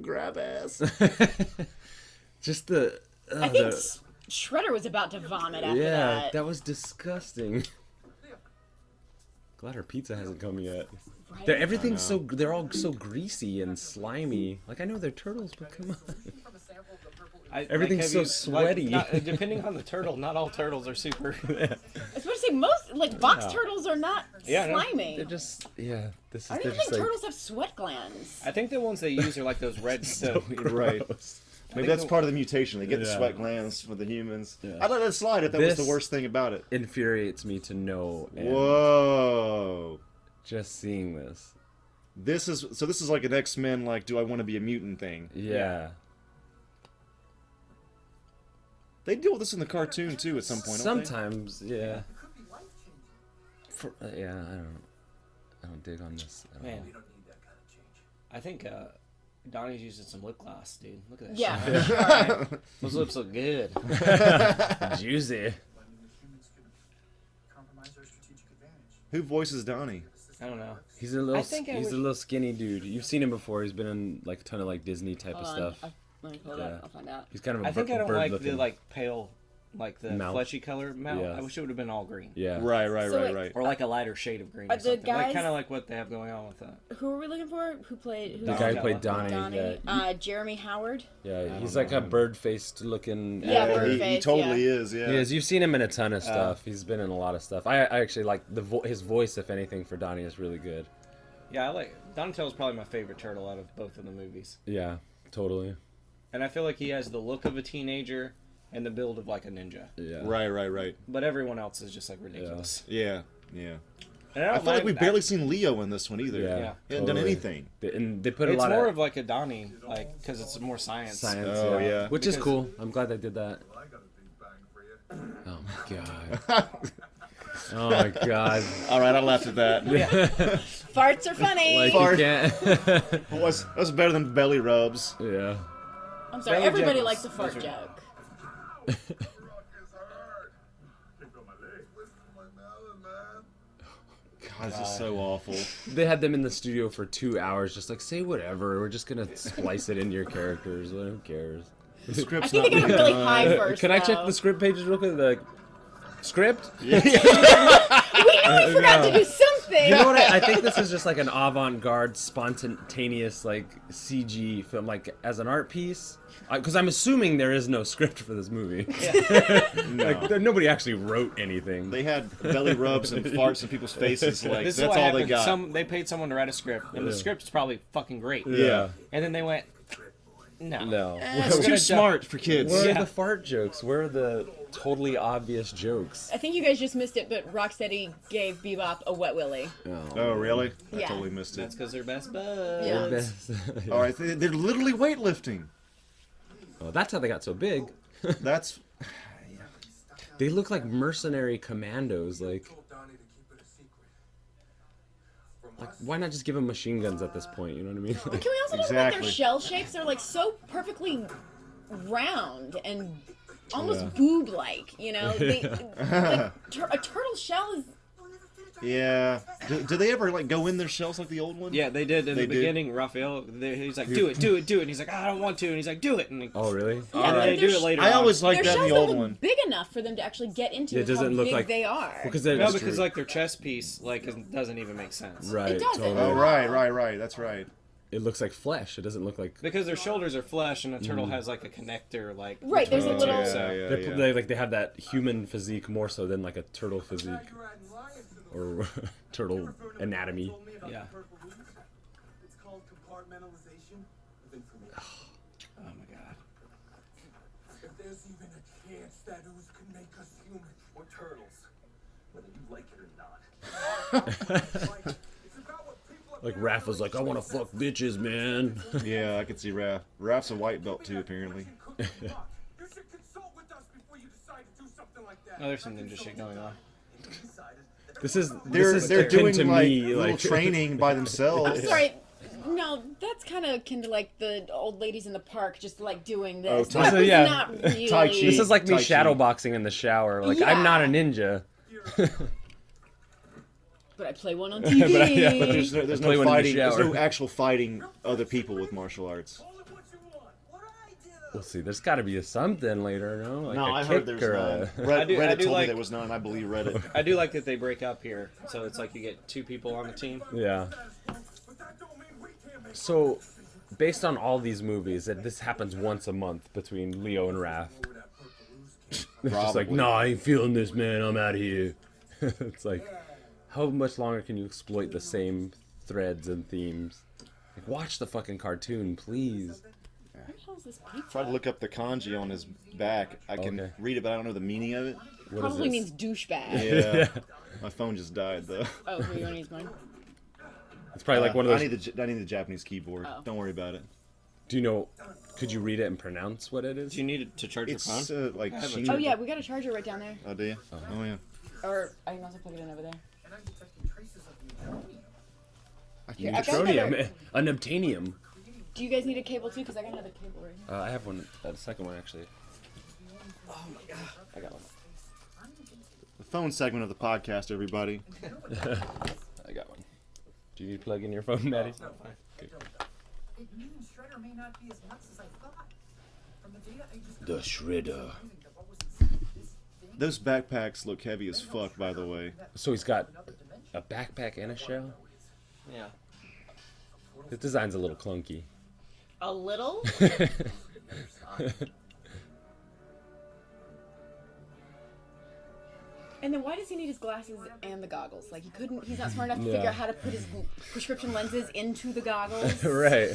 C: Grab ass.
B: Just the. Uh,
E: I think
B: the-
E: S- Shredder was about to vomit after
B: yeah,
E: that.
B: that. was disgusting. Glad her pizza hasn't come yet.
E: Right?
B: They're, everything's so they're all so greasy and slimy. Like I know they're turtles, but come on.
D: I, like,
B: Everything's
D: have
B: so sweaty.
D: not- uh, depending on the turtle, not all turtles are super.
E: I was about to say most like box turtles are not
D: Yeah, I know.
E: slimy.
B: They're just yeah. This is
E: I don't
B: they're
E: even think
B: just like
E: turtles have sweat glands.
D: I think the ones they use are like those red so
C: Right.
B: gross.
C: Maybe that's part of the mutation. They get the
B: Yeah.
C: sweat glands for the humans.
B: Yeah.
C: I'd let that slide if that was
B: This-
C: the worst thing about it.
B: infuriates me to know. and
C: Whoa.
B: Just seeing this.
C: This is so. This is like an X Men. Like, do I want to be a mutant thing?
B: yeah.
C: They deal with this in the cartoon too at some point. don't they?
B: Sometimes, yeah. For, uh, yeah, I don't. I don't dig on this. At all.
D: Man, I think uh, Donnie's using some lip gloss, dude. Look at that.
E: Yeah,
D: shit.
E: for sure.
D: those lips look good.
B: Juicy.
C: Who voices Donnie?
D: I don't know.
B: He's a little.
D: I think I
B: he's
D: would-
B: a little skinny dude. You've seen him before. He's been in like a ton of like Disney type
E: Hold
B: of
E: on.
B: stuff.
E: I- Let me pull it
B: Yeah.
E: up. I'll find out.
B: He's kind of. a
D: I think I don't
B: bird
D: like
B: looking.
D: the like pale, like the
B: Mouth.
D: fleshy color mouth.
B: Yeah.
D: I wish it would have been all green.
B: Yeah.
C: Right, right,
E: So
C: right,
E: it-
C: right.
D: Or like a lighter shade of green.
E: Are
D: Or
E: the
D: something. Like
E: guys-
D: kind of like what they have going on with that.
E: Who are we looking for? Who played? Who
B: The
E: was
B: guy
E: Donnie?
B: who played Donnie. Yeah.
E: Donnie. Uh, Jeremy Howard.
B: yeah. He's like a bird faced looking.
E: Yeah,
B: actor.
E: bird
C: he, he
E: face,
C: totally
E: yeah.
C: is. Yeah.
B: He is. You've seen him in a
D: Uh,
B: ton of stuff. he's been in a lot of stuff. I, I actually like the vo- his voice, if anything, for Donnie is really good.
D: Yeah, I like Donatello's probably my favorite turtle out of both of the movies,
B: Yeah, totally.
D: and I feel like he has the look of a teenager and the build of like a ninja.
B: Yeah.
C: Right, right, right.
D: But everyone else is just like ridiculous.
C: Yeah, yeah.
D: And
C: I
D: I, don't
C: feel like
D: mind-
C: we've barely seen Leo in this one either.
B: Yeah.
D: Yeah.
C: He hasn't done
B: totally.
C: anything.
B: They- and they put a
D: It's
B: lot
D: more
B: of
D: of like a Donnie, like because it's more science.
B: science.
C: Oh, yeah.
B: Which is
D: Because-
B: cool. I'm glad they did that.
I: I got a big bang for you.
B: Oh my god. oh my god.
C: All right, I laughed at that.
E: Farts are funny.
B: Like
C: Fart.
B: you can't.
C: Well, that's, that's better than belly rubs.
B: yeah.
E: I'm sorry.
D: Belly
E: Everybody
D: jiggles.
E: likes a fart
D: Those are-
E: joke.
I: Rock is hard. Can't feel my leg. What's my melon, man?
C: God, this is so awful.
B: They had them in the studio for two hours, just like say whatever. We're just gonna splice it into your characters. Well, Who cares?
C: The script's
E: I think they got really high first.
B: Can I check
E: though.
B: the script pages real quick? The script?
E: We knew we forgot to do something.
B: You know what? I, I think this is just like an avant-garde, spontaneous like CG film, like as an art piece. Because I'm assuming there is no script for this movie. like there- nobody actually wrote anything.
C: They had belly rubs and farts in people's faces. Like
D: This is
C: that's
D: what
C: all
D: happened.
C: they got.
D: Some they paid someone to write a script, and the script's probably fucking great.
C: yeah.
D: And then they went, no,
B: No.
D: It's
C: It's too smart for kids.
B: Where
D: Yeah.
B: are the fart jokes? Where are the totally obvious jokes?
E: I think you guys just missed it, but Rocksteady gave Bebop a wet willy.
C: Oh, really? I
E: Yeah.
C: totally missed
D: That's
C: it.
D: because they're best buds.
E: Yeah.
C: All right, they, they're literally weightlifting.
B: Oh, that's how they got so big.
C: That's
B: They look like mercenary commandos. Like,
I: Told Donnie to keep it a secret. From
B: like
I: us,
B: why not just give them machine guns at this point? You know what I mean? Like,
E: Can we also talk about
C: Exactly.
E: their shell shapes? They're like so perfectly round and almost
B: Yeah.
E: boob-like. You know, they, like, tur- a turtle shell is
C: Yeah. Do, do they ever like go in their shells like the old one?
D: Yeah, they did in
C: They
D: the
C: did?
D: beginning. Raphael, they, he's like, "Do it, do it, do it," and he's like, "I don't want to," and he's like, "Do it," and like,
B: Oh, really?
D: and
E: but
D: they do
E: there's-
D: it later.
C: I
D: on.
C: always liked
E: their
C: that in
E: shells
C: the
E: don't
C: old
E: look
C: one.
E: big enough for them to actually get into
B: Yeah, it
E: with
B: doesn't
E: how
B: look
E: big
B: like-
E: they are.
B: Because that
D: no,
B: is
D: because
B: true.
D: like their chest piece like is, doesn't even make sense.
B: right,
E: It doesn't.
B: totally.
C: Oh right, right, right. That's right.
B: It looks like flesh. It doesn't look like
D: Because their shoulders are flesh, and a turtle
C: Mm-hmm.
D: has like a connector, like
E: Right, there's a
D: between the two,
E: little-
D: so-
C: yeah,
B: They're,
C: yeah.
B: they like they have that human physique more so than like a turtle physique or turtle anatomy.
D: Yeah.
F: It's called compartmentalization of information.
D: Oh my god.
F: If there's even a chance that ooze can make us human. Or turtles. Whether you like it or not. It's about what people are
B: Like Raph was like, I want to fuck bitches, man.
C: Yeah, I could see Raph. Raph's a white belt too, apparently.
F: You should consult with us before you decide to do something like that.
D: Oh, there's some ninja shit going on.
B: This is
C: They're
B: this is
C: they're
B: akin
C: doing
B: to
C: like
B: me
C: little
B: like
C: training by
E: I'm
C: themselves.
E: sorry. No, that's kind of akin to like the old ladies in the park just like doing
C: Oh,
E: this.
C: Tai-
E: That
B: So,
E: was
B: yeah.
E: not really.
C: Tai Chi.
B: This is like me
C: Tai Chi.
B: shadowboxing in the shower. Like
E: Yeah.
B: I'm not a ninja.
E: But I play one on TV.
B: But I- yeah, but
C: uh, There's no, there's
B: Play
C: no
B: one in the
C: fighting. There's
B: shower.
C: no actual fighting other people with martial arts.
F: Call it what you want. What I do.
B: We'll see. There's got to be a something later, no? Like a
C: I
B: kick
C: heard there's
B: or
C: none.
B: a-
C: Red,
D: I do- I
C: Reddit
D: do
C: told me
D: like-
C: there was none. I believe Reddit.
D: I do like that they break up here, so it's like you get two people on the team.
B: yeah.
F: But that don't mean we can't make
B: So, based on all these movies, that this happens once a month between Leo and Raph. It's just like,
C: Probably.
B: nah, I ain't feeling this, man. I'm out of here. it's like, how much longer can you exploit the same threads and themes? Like, watch the fucking cartoon, please.
E: Where the hell is this pizza?
C: Tried to look up the kanji on his back. I can
B: Okay.
C: read it, but I don't know the meaning of it.
B: What is
E: Probably
B: this?
E: means douchebag.
C: Yeah. My phone just died though.
E: Oh, were you want to use mine?
B: It's probably like one of
C: Uh,
B: those.
C: I need the J- I need the Japanese keyboard.
E: Oh.
C: Don't worry about it.
B: Do you know? Could you read it and pronounce what it is?
D: Do you need to charge your
C: It's
D: phone?
C: uh, like
D: have a
C: Shin-
E: Oh yeah, we got a charger right down there.
C: Oh, do you?
B: Uh-huh.
C: Oh yeah.
E: Or I can also plug it in over there.
C: I
E: Here,
C: can
E: I
C: use
E: got another.
B: Tronium, an obtanium.
E: Do you guys need a cable too? Because I got another cable right here.
B: Uh, I have one. Uh, the second one actually. Oh my god! I got one.
C: the phone segment of the podcast, everybody.
B: I got one. Do you need to plug in your phone, Maddie?
J: It means Shredder may not be as nuts as I thought. From the data I just
B: The shredder.
C: Those backpacks look heavy as fuck, by the way.
B: So he's got a backpack and a shell.
D: Yeah.
B: This design's a little clunky.
E: A little. And then why does he need his glasses and the goggles? Like he couldn't. He's not smart enough to
B: Yeah.
E: figure out how to put his prescription lenses into the goggles.
B: right.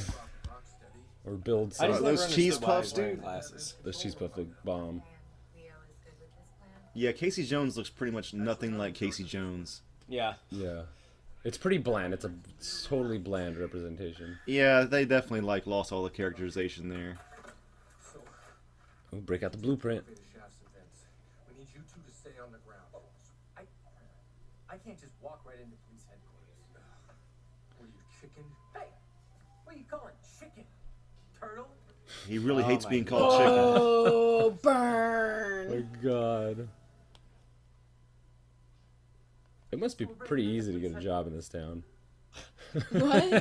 B: Or build some.
D: I just
C: Uh, those
D: never
C: cheese
D: understood why
C: puffs,
D: he's wearing
C: dude?
D: Glasses.
B: Those cheese puff look bomb.
C: Yeah, Casey Jones looks pretty much nothing like Casey Jones.
D: Yeah.
B: Yeah. It's pretty bland. It's a totally bland representation.
C: Yeah, they definitely like lost all the characterization there.
B: Ooh, break out the blueprint.
F: the shafts and vents. We need you two to stay on the ground. Oh, I, I can't just walk right into police headquarters. What are you, chicken? Hey, what are you calling chicken? Turtle?
C: He really hates
D: Oh my
C: being called chicken.
E: Oh, burn!
B: Oh My God. It must be pretty easy to get a job in this town.
E: What?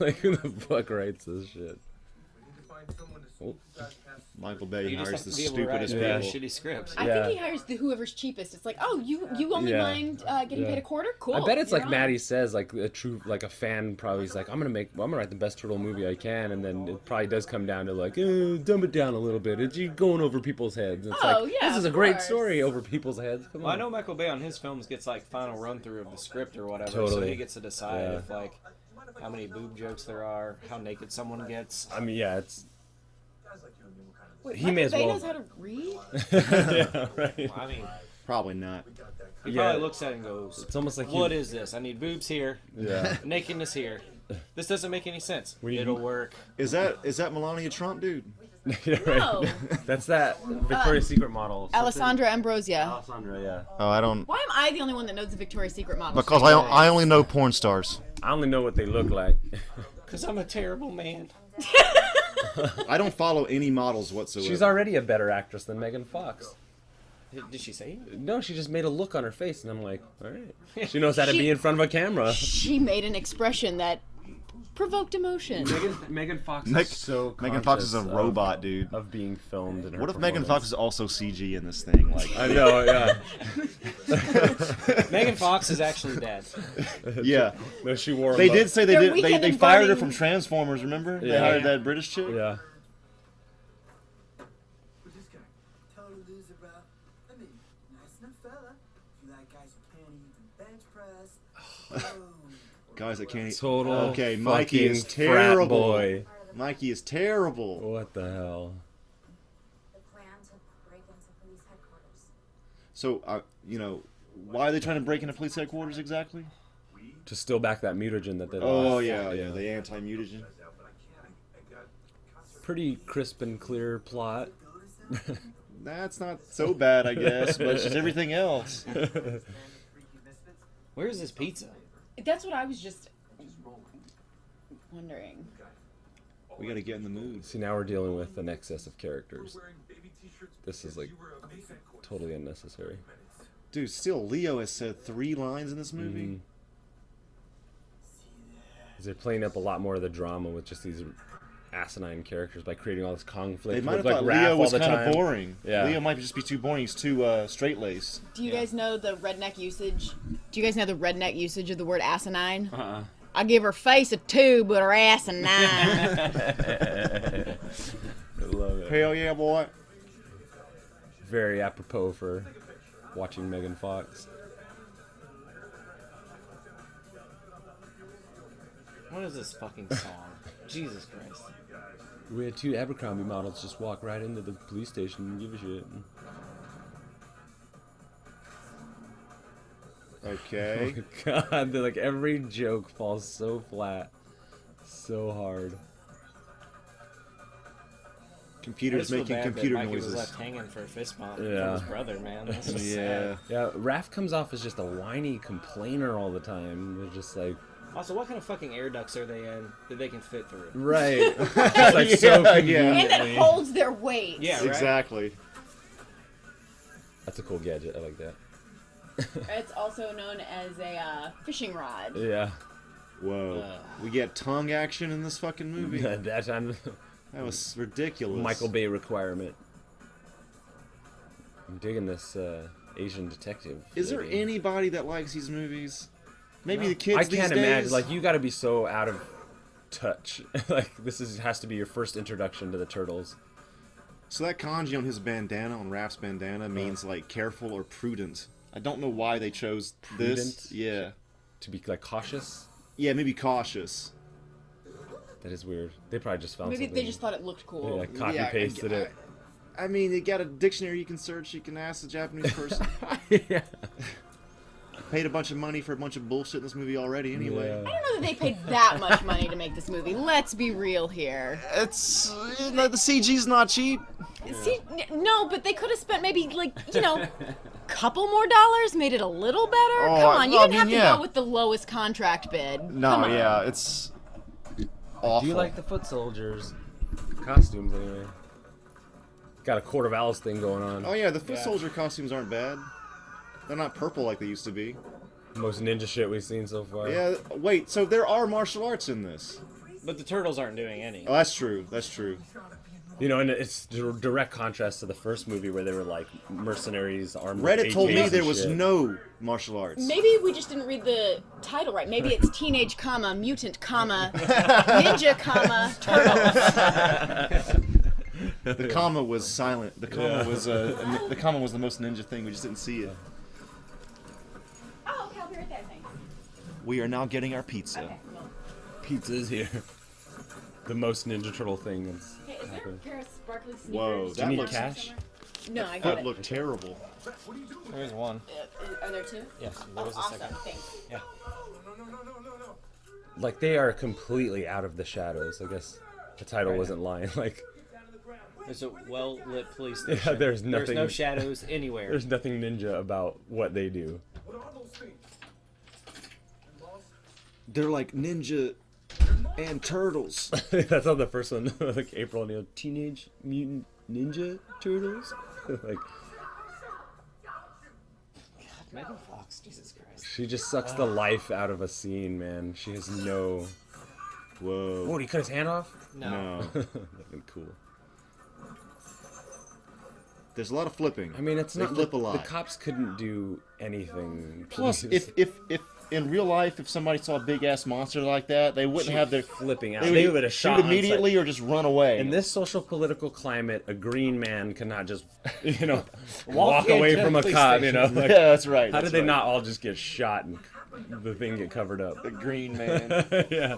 B: like who the fuck writes this shit?
F: We need to find someone to
B: Oh.
F: sneak you guys past.
C: Michael Bay
D: You just
C: hires
D: have
C: the
D: to be able to write
C: stupidest
B: Yeah.
C: people.
D: shitty scripts.
E: I
B: Yeah.
E: think he hires the whoever's cheapest. It's like, oh, you you only
B: Yeah.
E: mind uh, getting
B: Yeah.
E: paid a quarter? Cool.
B: I bet it's
E: you're
B: like
E: on.
B: Maddie says, like a true, like a fan probably is like, I'm gonna make, I'm gonna write the best turtle movie I can, and then it probably does come down to like, eh, dumb it down a little bit. It's you going over people's heads. It's
E: Oh,
B: like,
E: yeah,
B: this is a
E: of
B: great
E: course.
B: story over people's heads. Come
D: Well, I
B: on.
D: know Michael Bay on his films gets like final run through of the script or whatever, so
B: Totally.
D: he gets to decide
B: Yeah.
D: if like how many boob jokes there are, how naked someone gets.
B: I mean, yeah, it's
E: Wait,
B: he may
E: Michael
B: as
E: Bay
B: well-
E: knows how to read.
B: yeah, right.
D: I mean,
C: Probably not.
D: he
B: Yeah.
D: probably looks at it and goes,
B: It's almost like he-
D: "What is this? I need boobs here,
B: Yeah,
D: nakedness here. This doesn't make any sense.
B: need-
D: It'll work."
C: Is that is that Melania Trump, dude?
B: yeah
E: No,
B: right. That's that Victoria's Secret model. Something-
E: Alessandra Ambrosia.
B: Alessandra, yeah.
C: Oh, I don't.
E: Why am I the only one that knows the Victoria's Secret model?
C: only know porn stars.
B: I only know what they look like.
D: Because I'm a terrible man.
C: I don't follow any models whatsoever.
B: She's already a better actress than Megan Fox.
D: Did she say it?
B: No, she just made a look on her face, and I'm like, all right. She knows how to be in front of a camera.
E: She made an expression that provoked emotion.
B: Megan, Megan Fox
C: Meg-
B: is so
C: Megan Fox is a
B: conscious of-
C: robot, dude.
B: of being filmed. In her
C: What if Megan
B: performance.
C: Fox is also CG in this thing? Like,
B: I know, yeah.
D: Megan Fox is actually dead.
C: yeah,
B: No, she wore. a
C: they
B: mo-
C: did say they
E: They're
C: did. They,
E: weekend
C: they fired her from
E: inviting-
C: Transformers. Remember? They
B: Yeah.
C: hired that British chick.
B: Yeah.
F: With this guy. Total loser, bro. I mean, nice enough fella. If you like guys who can't even bench press. Whoa.
C: Guys that can't. e-
B: Total.
C: Okay, Mikey is
B: fucking frat
C: terrible.
B: Boy.
C: Mikey is terrible.
B: What the hell?
J: The plan to break into police headquarters.
C: So, uh, you know, why are they trying to break into police headquarters exactly?
B: To steal back that mutagen that they lost.
C: Oh yeah, yeah, the anti-mutagen.
B: Pretty crisp and clear plot.
C: That's not so bad, I guess, but it's just everything else.
D: Where's this pizza?
E: That's what I was just wondering.
C: We gotta get in the mood.
B: See, now we're dealing with an excess of characters.
I: Wearing baby t-shirts.
B: This is like totally unnecessary.
C: Dude, still, Leo has said three lines
B: Mm-hmm.
C: in this movie.
B: They're playing up a lot more of the drama with just these asinine characters by creating all this conflict.
C: They might have
B: with, like,
C: thought
B: Raph
C: Leo
B: all
C: was
B: the
C: kind
B: time.
C: of boring.
B: Yeah.
C: Leo might just be too boring. He's too uh, straight laced.
E: Do you guys know the redneck usage? Do you guys know the redneck usage of the word asinine?
B: Uh-uh.
E: I give her face a two, but her ass a nine.
B: I love it.
C: Hell yeah, boy.
B: Very apropos for watching Megan Fox.
D: What is this fucking song? Jesus Christ.
B: We had two Abercrombie models just walk right into the police station and give a shit.
C: Okay.
B: God, they're like every joke falls so flat, so hard.
D: I
C: Computer's
D: just feel
C: making
D: bad that
C: computer
D: Mikey
C: noises.
D: was left hanging for a fist bump
B: Yeah.
D: from his brother, man. That's just
C: yeah.
B: Yeah, Raph comes off as just a whiny complainer all the time. They're just like,
D: sad. Also, what kind of fucking air ducts are they in that they can fit through?
B: right. It's like so
C: Yeah, yeah.
B: convenient.
E: and it holds their weight.
D: Yeah, right?
C: Exactly.
B: That's a cool gadget. I like that.
E: It's also known as a uh, fishing rod.
B: Yeah.
C: Whoa. we get tongue action in this fucking movie.
B: At that time,
C: That was ridiculous.
B: Michael Bay requirement. I'm digging this uh, Asian detective.
C: Is there
B: lady.
C: anybody that likes these movies? Maybe the kids
B: I
C: these
B: can't
C: days?
B: imagine. Like you got to be so out of touch. like this is has to be your first introduction to the turtles.
C: So that kanji on his bandana, on Raph's
B: Uh.
C: bandana, means like careful or prudent. I don't know why they chose
B: Prudent?
C: this. Yeah.
B: To be like cautious.
C: Yeah, maybe cautious.
B: That is weird. They probably just found
E: Maybe
B: something.
E: they just thought it looked cool.
B: yeah, copy
C: Yeah, I-
B: pasted
C: I-
B: it.
C: I mean, they got a dictionary you can search. You can ask the Japanese person.
B: yeah.
C: Paid a bunch of money for a bunch of bullshit in this movie already. Anyway,
E: I don't know that they paid that much money to make this movie. Let's be real here.
C: it's uh, no, the CG's not cheap.
E: See, n- no, but they could have spent maybe like you know, couple more dollars, made it a little better.
C: Oh,
E: Come on, you
C: I
E: didn't
C: mean,
E: have to
C: yeah.
E: go with the lowest contract bid. Come
C: No,
E: on.
C: yeah, it's awful.
B: Do you like the foot soldiers? Costumes anyway. Got a court of owls thing going on.
C: Oh yeah, the foot soldier costumes aren't bad. They're not purple like they used to be.
B: Most ninja shit we've seen so far.
C: Yeah, wait. So there are martial arts in this.
D: But the turtles aren't doing any.
C: Oh, that's true. That's true.
B: You know, and it's di- direct contrast to the first movie where they were like mercenaries armed. with
C: Reddit told
B: AKs
C: me
B: and
C: there was
B: shit.
C: no martial arts.
E: Maybe we just didn't read the title right. Maybe it's teenage comma mutant comma ninja comma turtles.
C: The comma was silent. The comma was uh, the comma was the most ninja thing. We just didn't see it.
E: Oh, okay, I'll be right there. Thanks.
C: We are now getting our pizza.
E: Okay, well,
B: Pizza's here. The most Ninja Turtle thing. That's
E: hey, is there a pair of sparkly sneakers?
C: Whoa, that
E: down
B: need
E: there
B: cash?
E: somewhere? No, I got
C: That
E: it.
C: looked terrible.
D: There's one.
E: Uh, Are there two?
D: Yes,
E: Oh,
D: there was a
E: awesome.
D: second.
E: Thanks.
B: like they are completely out of the shadows. I guess the title wasn't lying. Like
D: There's a well lit police
B: Yeah,
D: station.
B: there's
D: There's no
B: nothing-
D: shadows anywhere.
B: there's nothing ninja about what they do.
I: What are those things?
C: They're like ninja
K: and turtles.
B: That's not the first one. like April O'Neil, Teenage Mutant Ninja Turtles. like
D: Megan Fox, Jesus Christ.
B: she just sucks the life out of a scene, man. She has no.
C: Whoa.
B: What? He cut his hand off?
D: No.
B: That'd been cool.
C: There's a lot of flipping.
B: I mean, it's
C: they
B: not
C: flip
B: the,
C: a lot.
B: the cops couldn't do anything.
C: Plus,
B: It's
C: if if if in real life, if somebody saw a big ass monster like that, they wouldn't have their
B: flipping out,
C: They would,
B: they would have
C: shoot
B: shot on sight.
C: immediately or just run away.
B: in this social political climate, a green man cannot just, you know, walk,
D: Walk
B: away
D: into
B: from
D: a
B: a
D: police
B: cop. You know,
D: station.
B: like,
C: yeah, that's right.
B: how
C: that's
B: did they
C: right.
B: not all just get shot and the thing get covered up?
C: The green man.
B: yeah,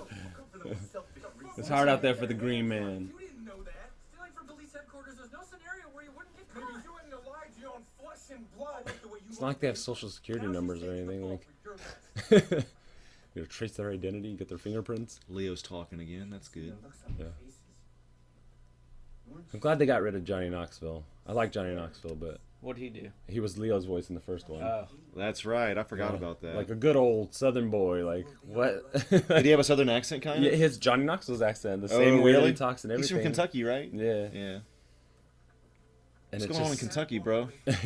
B: it's hard out there for the green man.
F: You didn't know that. Stealing from police headquarters, there's no scenario where you wouldn't get caught. you wouldn't have lied to your own flesh and blood.
B: It's not like they have social security numbers or anything. Like, you know, trace their identity, get their fingerprints.
C: Leo's talking again. That's good.
B: Yeah. I'm glad they got rid of Johnny Knoxville. I like Johnny Knoxville, but
D: What'd he do?
B: he was Leo's voice in the first one.
D: Oh.
C: That's right. I forgot about that.
B: Like a good old Southern boy. Like what?
C: did he have a southern accent, kind
B: Yeah,
C: of?
B: his Johnny Knoxville's accent,
C: Oh,
B: the same way that he talks and
C: He's
B: everything.
C: from Kentucky, right?
B: Yeah.
C: Yeah.
B: And
C: What's going on in Kentucky, bro?
D: Fuck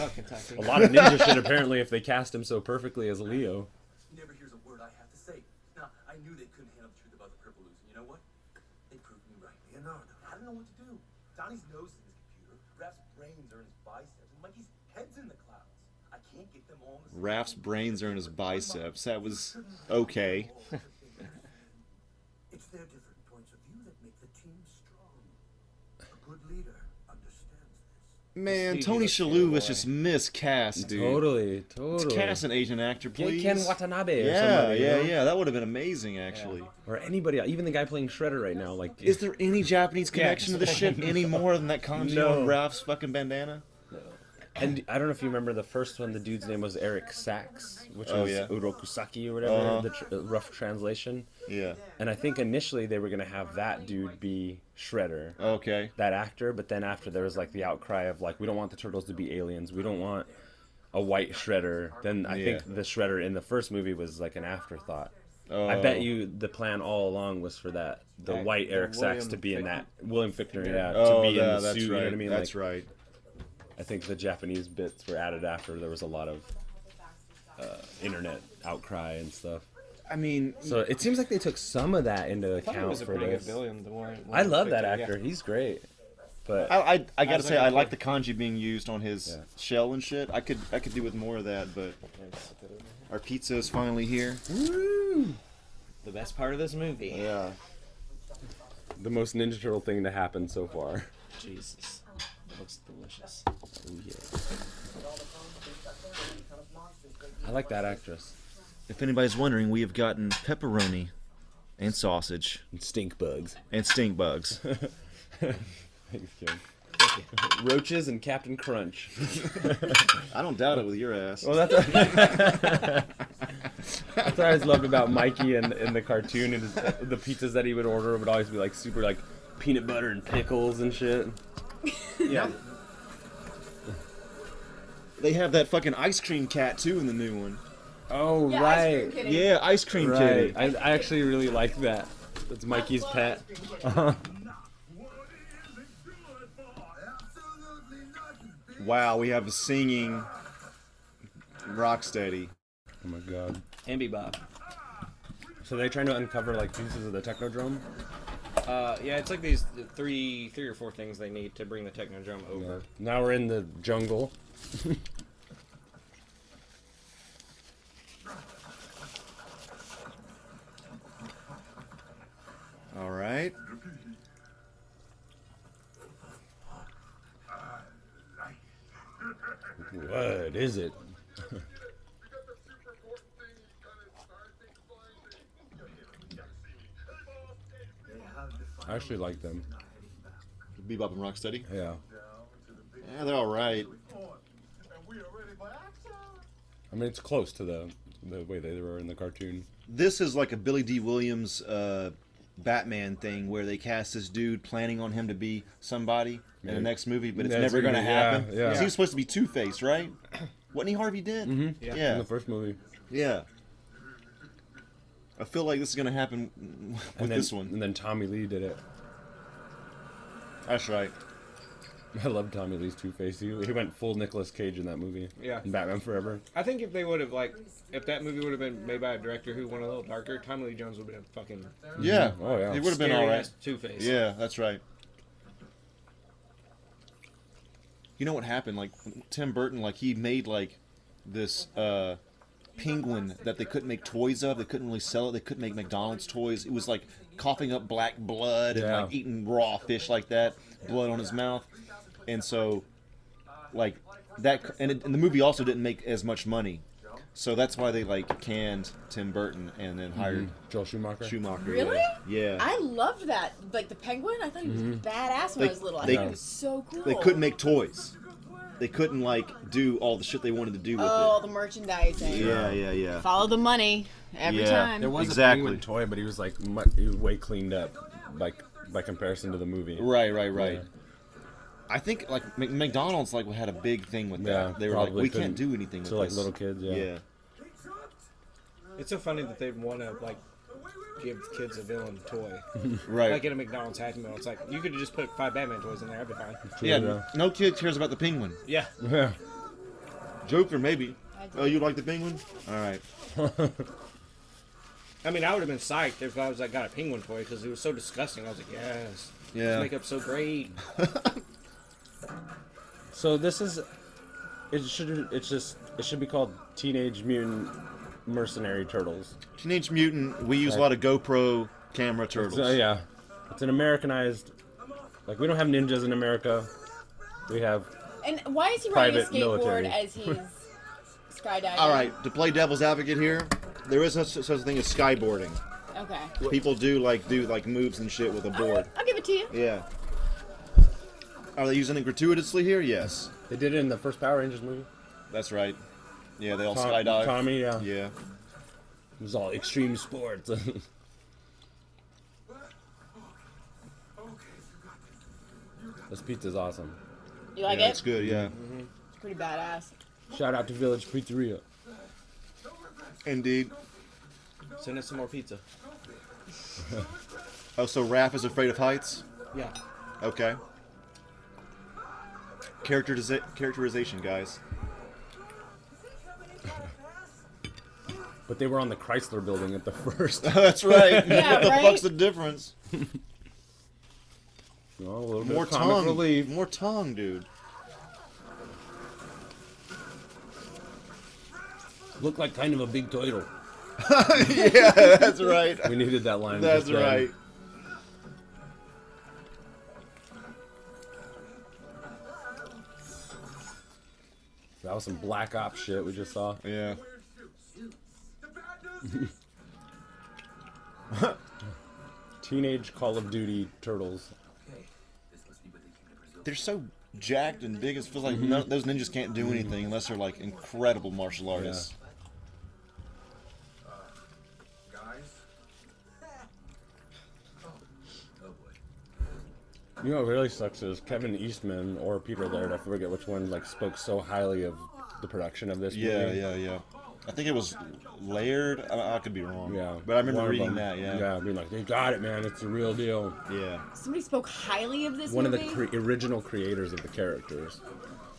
D: Oh, Kentucky.
B: a lot of ninja shit apparently if they cast him so perfectly as Leo.
F: Never hears a word I have to say. Now, I knew they couldn't handle the truth about the Purple Loose, and you know what? They proved me right. Leonardo, I don't know what to do. Donnie's nose is in his computer, Raph's brains are in his biceps, and Mikey's head's in the clouds. I can't get them all in the same
C: Raph's brains are in his biceps. That was okay.
F: It's their different points of view that make the team strong. A good leader understands this.
C: Man,
D: Stevie
C: Tony
D: looks
C: Shalhoub was
D: terrible,
C: just miscast, dude.
B: Totally, totally.
C: Cast an Asian actor,
B: Get
C: please.
B: Ken Watanabe or
C: yeah,
B: somebody, you
C: yeah,
B: know?
C: yeah. That would have been amazing, actually.
B: Or anybody, else. even the guy playing Shredder right now. Like,
C: Is there any Japanese connection to this shit any more than that kanji
B: No.
C: on Ralph's fucking bandana?
B: and I don't know if you remember the first one. The dude's name was Eric Sachs, which
C: Oh,
B: was
C: yeah.
B: Urokusaki or whatever,
C: Uh-huh.
B: the tr- uh, rough translation.
C: Yeah.
B: And I think initially they were gonna have that dude be Shredder.
C: Okay.
B: that actor, but then after there was like the outcry of like we don't want the turtles to be aliens, we don't want a white shredder. Then I
C: Yeah.
B: think the shredder in the first movie was like an afterthought.
C: Oh.
B: I bet you the plan all along was for that the
D: That-
B: white
D: the
B: Eric Sachs
D: William
B: to be in
D: Fichtner.
B: that William Fichtner, yeah,
C: Oh,
B: to be
C: yeah,
B: in the
C: that's
B: suit.
C: right.
B: You know what I mean?
C: That's
B: like,
C: right.
B: I think the Japanese bits were added after there was a lot of uh, internet outcry and stuff.
C: I mean,
B: So it seems like they took some of that into
D: I thought he
B: account
D: was a
B: for
D: pretty good
B: this.
D: villain. The Warren,
B: I
D: Warren
B: love that
D: Beatty, yeah.
B: actor. He's great, but
C: I, I, I gotta
D: was
C: say
D: looking
C: I like the kanji being used on his
B: Yeah.
C: shell and shit. I could I could do with more of that, but our pizza is finally here.
D: The best part of this movie.
C: Yeah.
B: the most Ninja Turtle thing to happen so far.
D: Jesus. That looks delicious.
B: I like that actress.
C: If anybody's wondering, we have gotten pepperoni and sausage
B: Stink bugs.
C: and stink bugs.
B: Thanks, Kim. Roaches and Captain Crunch.
C: I don't doubt it with your ass.
B: Well, that's what, that's what I always loved about Mikey in, in the cartoon. It is the pizzas that he would order would always be like super like peanut butter and pickles and shit.
C: yeah. They have that fucking ice cream cat too in the new one.
B: Oh
E: Yeah, ice
B: right,
E: cream kitty.
C: Yeah, ice cream
B: right.
C: kitty.
B: I, I actually really like that. That's Mikey's
E: Love
B: pet.
E: ice cream.
I: What is it good for? Absolutely nothing.
C: Wow, we have a singing rocksteady.
B: Oh my god.
D: Ambi Bob.
B: So they're trying to uncover like pieces of the Technodrome.
D: Uh, yeah, it's like these th- three, three or four things they need to bring the Technodrome over.
B: Uh, Now we're in the jungle.
C: All right.
B: What is it? I actually like them.
C: Bebop and Rocksteady.
B: Yeah.
C: Yeah, they're all right.
B: I mean, it's close to the the way they were in the cartoon.
C: This is like a Billy D. Williams uh, Batman thing where they cast this dude planning on him to be somebody in the
B: Yeah.
C: next movie, but it's
B: That's
C: never going to
B: gonna be- yeah,
C: happen.
B: yeah.
C: 'Cause He was supposed to be Two Face, right?
D: Mm-hmm.
C: Wasn't he Harvey Dent?
D: Yeah.
C: Yeah.
B: In the first movie.
C: Yeah. I feel like this is gonna happen with
B: and then,
C: this one.
B: And then Tommy Lee did it.
C: That's right.
B: I love Tommy Lee's Two Face. He, he went full Nicolas Cage in that movie.
D: Yeah.
B: In Batman Forever.
D: I think if they would have like, if that movie would have been made by a director who went a little darker, Tommy Lee Jones would have been fucking
C: Mm-hmm. Yeah.
B: Oh, yeah.
C: It would have been all right.
D: Two Face.
C: Yeah, that's right. You know what happened? Like Tim Burton, like he made like this uh, penguin that they couldn't make toys of. They couldn't really sell it. They couldn't make McDonald's toys. It was like coughing up black blood and like
B: Yeah.
C: eating raw fish like that, blood on his mouth, and so like that. And, it, and the movie also didn't make as much money, so that's why they like canned Tim Burton and then hired
B: Joel Schumacher.
C: Schumacher.
E: Really?
C: Yeah.
E: I loved that. Like the penguin, I thought he was
B: Mm-hmm.
E: badass when
C: They-
E: I was little. I
C: they-
E: thought it was so cool.
C: They couldn't make toys. They couldn't like do all the shit they wanted to do with
E: Oh, the
C: it.
E: merchandising.
C: yeah, yeah, yeah.
E: Follow the money every
C: Yeah.
E: time.
B: There was
C: Exactly.
B: a penguin toy, but he was like mu- he was way cleaned up, like by comparison to the movie.
C: Right, right, right.
B: Yeah.
C: I think like Mc- McDonald's like had a big thing with
B: Yeah,
C: that. They were like,
B: probably
C: we can't
B: couldn't-
C: do anything with
B: To like
C: this.
B: little kids. Yeah.
C: yeah.
D: It's so funny that they want to like give kids a villain toy.
C: right.
D: Like in a McDonald's Happy Meal, it's like you could just put five Batman toys in there. I'd be fine.
B: True,
C: yeah, n- no kid cares about the penguin.
D: Yeah.
B: Yeah.
C: Joker maybe.
E: I do.
C: Oh, you like the penguin? All right.
D: I mean, I would have been psyched if I was like got a penguin toy because it was so disgusting. I was like, yes.
C: Yeah.
D: Make up so great.
B: So this is, it should it's just it should be called Teenage Mutant Mercenary Turtles.
C: Teenage Mutant. We use a lot of GoPro camera turtles.
B: So yeah, it's an Americanized. Like we don't have ninjas in America. We have
E: And why is he riding a
B: Private
E: skateboard
B: military.
E: as he's skydiving?
C: All right. To play devil's advocate here, there is a, such a thing as skyboarding.
E: Okay.
C: People do like do like moves and shit with a board.
E: I'll give it to you.
C: Yeah. Are they using it gratuitously here? Yes.
B: they did it in the first Power Rangers movie.
C: That's right. Yeah, they all
B: Tom-
C: skydive.
B: Tommy, yeah.
C: Yeah.
B: It was all extreme sports. this pizza's awesome.
E: You like
C: yeah,
E: it?
C: it's good, yeah.
E: It's pretty badass.
B: Shout out to Village Pizzeria.
C: Indeed.
D: Send us some more pizza.
C: Oh, so Raph is afraid of heights?
D: Yeah.
C: Okay. Characteriza- characterization, guys.
B: But they were on the Chrysler building at the first.
C: That's right.
E: Yeah,
C: what the
E: right?
C: fuck's the difference?
B: Well, a little bit
C: More
B: of comic
C: tongue.
B: relief.
C: More tongue, dude.
B: Looked like kind of a big turtle.
C: yeah, that's right.
B: We needed that line.
C: That's
B: just then.
C: right.
B: That was some black ops shit we just saw.
C: Yeah.
I: Weird shoots. The bad news is
B: Teenage Call of Duty turtles.
C: They're so jacked and big, it feels like
B: Mm-hmm.
C: none, those ninjas can't do anything unless they're like incredible martial artists.
I: guys.
B: You know what really sucks is Kevin Eastman or Peter Laird, I forget which one, like spoke so highly of the production of this
C: Yeah,
B: movie.
C: yeah, yeah. I think it was layered. I, I could be wrong.
B: Yeah,
C: But I remember
B: one of
C: reading
B: them-
C: that. Yeah.
B: yeah, being like, they got it, man. It's the real deal.
C: Yeah.
E: Somebody spoke highly of this
B: One of
E: movie.
B: the cre- original creators of the characters.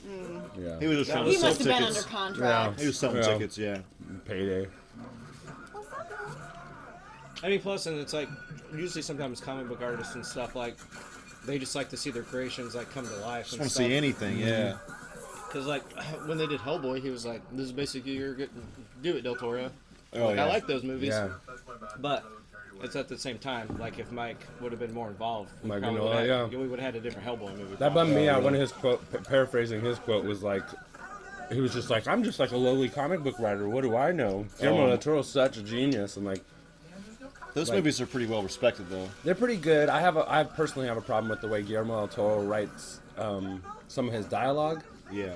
E: Mm.
B: Yeah,
C: He was just trying
E: he
C: to sell
E: must have been under
C: tickets.
E: contract.
C: He was selling
B: Yeah.
C: tickets. Yeah.
B: payday.
D: I mean, plus, and it's like usually sometimes comic book artists and stuff like they just like to see their creations like come to life.
C: Just
D: and
C: want to see
D: stuff.
C: anything. Yeah.
B: Mm-hmm.
D: Because like when they did Hellboy, he was like, "This is basically your good, do it, Del Toro."
C: Oh
D: Like,
C: yeah.
D: I like those movies,
B: Yeah,
D: but it's at the same time. Like if Mike would have been more involved, we
B: Mike
D: probably
B: Mignola,
D: would've had-
B: yeah.
D: we would have had a different Hellboy movie.
B: that
D: probably.
B: bummed me out. One of his quote, pa- paraphrasing his quote, was like, he was just like, "I'm just like a lowly comic book writer. What do I know?" Guillermo
C: Oh.
B: del Toro's such a genius, and like,
C: Those
B: like-
C: movies are pretty well respected though.
B: They're pretty good. I have a, I personally have a problem with the way Guillermo del Toro writes um, some of his dialogue,
C: Yeah.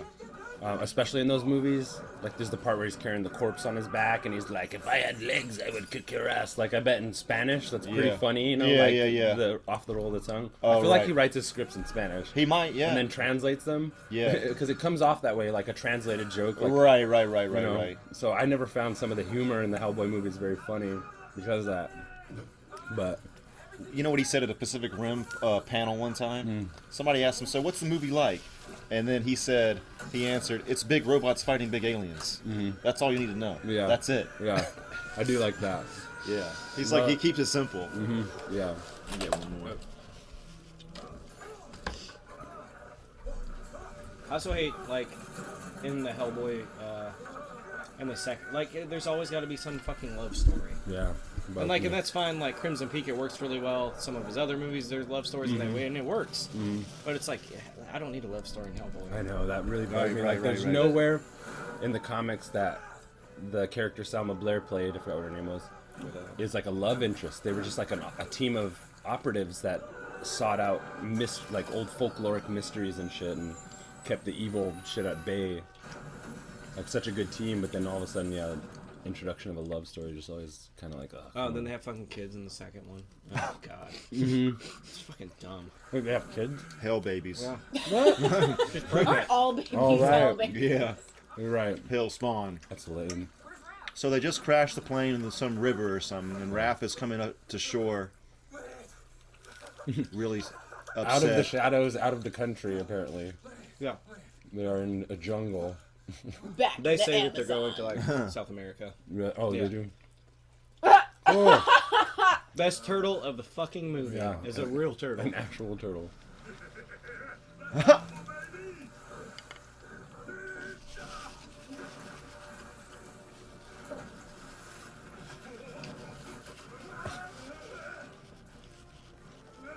B: um, especially in those movies. Like there's the part where he's carrying the corpse on his back, and he's like, "If I had legs, I would kick your ass." Like I bet in Spanish, that's pretty
C: Yeah.
B: funny. You know,
C: Yeah,
B: like
C: yeah, yeah.
B: The off the roll of the tongue. I
C: Oh,
B: feel like
C: right.
B: he writes his scripts in Spanish.
C: He might. Yeah.
B: and then translates them.
C: Yeah.
B: Because it comes off that way, like a translated joke. Like,
C: right. Right. Right.
B: you
C: Right.
B: know,
C: Right.
B: So I never found some of the humor in the Hellboy movies very funny. because of that. But
C: You know what he said at a Pacific Rim uh, panel one time?
B: Hmm.
C: Somebody asked him, "So what's the movie like?" And then he said, he answered, "It's big robots fighting big aliens. That's all you need to know.
B: Mm-hmm. yeah,
C: that's it.
B: Yeah, I do like that.
C: Yeah. He's like, he keeps it simple.
B: Mm-hmm. Yeah,
C: Let me get one more.
D: I also hate like in the Hellboy, uh, in the second, like there's always got to be some fucking love story.
B: yeah. But,
D: And like,
B: yeah.
D: and that's fine. Like Crimson Peak, it works really well. Some of his other movies, there's love stories, in that
B: Mm-hmm.
D: way, and it works. But it's like, yeah, I don't need a love story in Hellboy.
B: I know that really bugs me.
C: right,
B: like,
C: right,
B: there's
C: right.
B: nowhere in the comics that the character Salma Blair played, I forgot what her name was, is like a love interest. They were just like an, a team of operatives that sought out mis- like old folkloric mysteries and shit, and kept the evil shit at bay. Like such a good team, but then all of a sudden, yeah, introduction of a love story just always kind of like. ugh,
D: Oh,
B: come
D: then
B: on.
D: they have fucking kids in the second one. Oh god,
C: Mm-hmm.
D: it's fucking dumb.
B: Wait, they have kids.
C: Hell babies.
D: Yeah.
E: Aren't all babies all,
B: All right.
E: babies?
C: yeah.
B: You're right.
C: Hell spawn.
B: That's lame.
C: So they just crashed the plane into some river or something, and Raph is coming up to shore. really upset.
B: Out of the shadows, out of the country. Apparently,
D: Yeah,
B: they are in a jungle.
E: Back
D: they
E: to
D: say
E: Amazon.
D: that they're going to like South America.
B: Re- Oh,
D: Yeah.
B: they do. oh,
D: Best turtle of the fucking movie
B: Yeah.
D: is a real turtle.
B: an actual turtle.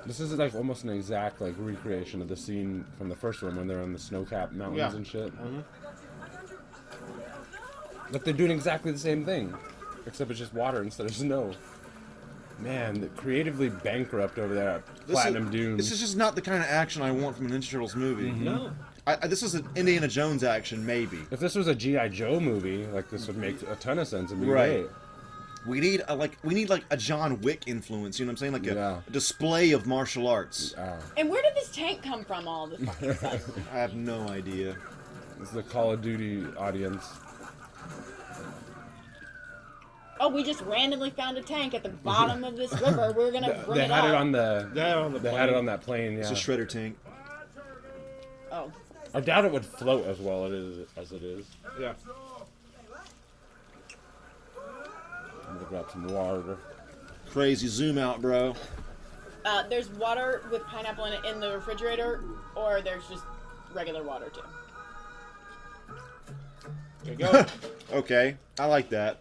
B: This is like almost an exact like recreation of the scene from the first one when they're on the snow-capped mountains
C: Yeah.
B: and shit. Like they're doing exactly the same thing, except it's just water instead of snow. Man, they're creatively bankrupt over there at
C: This is-
B: Platinum Mm-hmm. Dunes.
C: This is just not the kind of action I want from an Ninja Turtles movie.
D: No,
C: I, I, this is an Indiana Jones action, maybe.
B: If this was a GI Joe movie, like this would make a ton of sense. It'd be
C: Right.
B: right.
C: We need a, like we need like a John Wick influence. You know what I'm saying? Like a,
B: Yeah.
C: a display of martial arts.
E: And where did this tank come from? All the fucking time?
C: I have no idea.
B: It's the Call of Duty audience.
E: oh, we just randomly found a tank at the bottom of this river. We're gonna bring
B: They
E: it
B: had
E: up.
B: it on the.
D: They had it on the
B: They had it
D: plane.
B: on that plane. Yeah.
C: It's a shredder tank.
E: oh,
B: I doubt it would float as well it is- as it is.
D: yeah,
B: I'm gonna grab some water.
C: Crazy zoom out, bro.
E: uh, there's water with pineapple in it in the refrigerator, or there's just regular water too.
D: there you go.
C: Okay, I like that.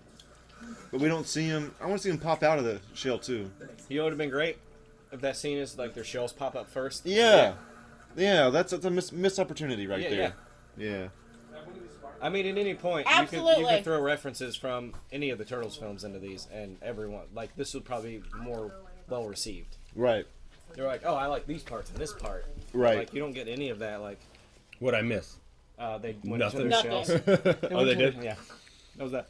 C: But we don't see him. I want to see him pop out of the shell too.
D: you know, would have been great if that scene is like their shells pop up first.
C: Yeah, yeah. That's that's a miss, missed opportunity right
D: Yeah,
C: there. Yeah.
D: I mean, at any point, you could you
E: Absolutely.
D: could throw references from any of the Turtles films into these, and everyone like this would probably be more well received.
C: Right.
D: They're like, oh, I like these parts and this part.
C: Right.
D: Like you don't get any of that. Like
B: What I miss?
D: uh, they went
B: Nothing.
D: to their
E: Nothing.
D: shells. They
B: Oh,
D: went
B: they
D: to their-
B: did.
D: Yeah, that was that.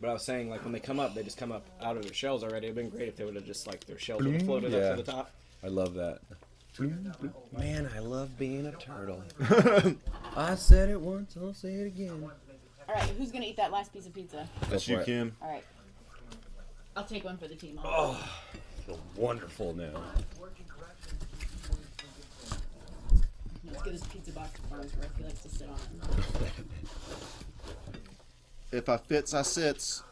D: But I was saying, like when they come up, they just come up out of their shells already. It'd been great if they would have just like their shells would have floated
B: Yeah.
D: up to the top.
B: I love that. Man, I love being a turtle. I said it once, I'll say it again.
E: All right, who's gonna eat that last piece of pizza?
C: That's you,
B: for it.
C: Kim.
E: All right, I'll take one for the team.
B: Oh. Wonderful now.
E: Let's get this pizza box to Farnsworth. He likes to sit on it.
C: If I fits, I sits.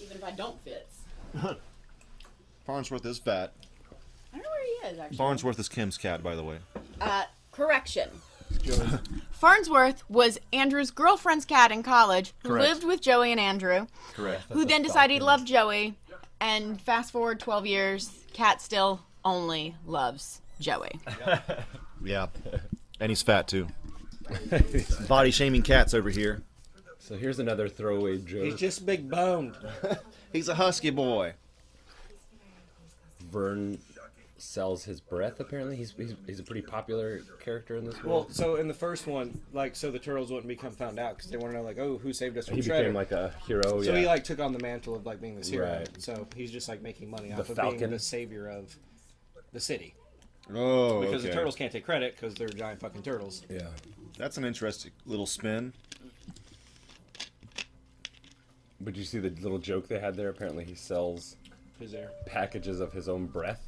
E: even if I don't fit.
C: Farnsworth is fat.
E: I don't know where he is actually.
C: Farnsworth is Kim's cat, by the way.
E: Uh, correction. Farnsworth was Andrew's girlfriend's cat in college, who
C: Correct.
E: lived with Joey and Andrew,
C: Correct.
E: who then decided he loved Joey, and fast forward 12 years, Cat still only loves Joey.
C: Yeah. And he's fat too. Body shaming cats over here.
B: So here's another throwaway joke.
D: He's just big boned.
C: He's a husky boy.
B: Vern sells his breath. Apparently, he's he's, he's a pretty popular character in this
D: Well,
B: world.
D: so in the first one, like, so the turtles wouldn't become found out because they want to know, like, oh, who saved us from
B: he
D: Shredder?
B: became like a hero.
D: so
B: yeah.
D: he like took on the mantle of like being this hero.
B: Right.
D: So he's just like making money off of being
B: Falcon.
D: the savior of the city
C: Oh,
D: because the
C: okay.
D: turtles can't take credit because they're giant fucking turtles.
B: yeah.
C: That's an interesting little spin.
B: But you see the little joke they had there? Apparently, he sells
D: Who's there?
B: packages of his own breath.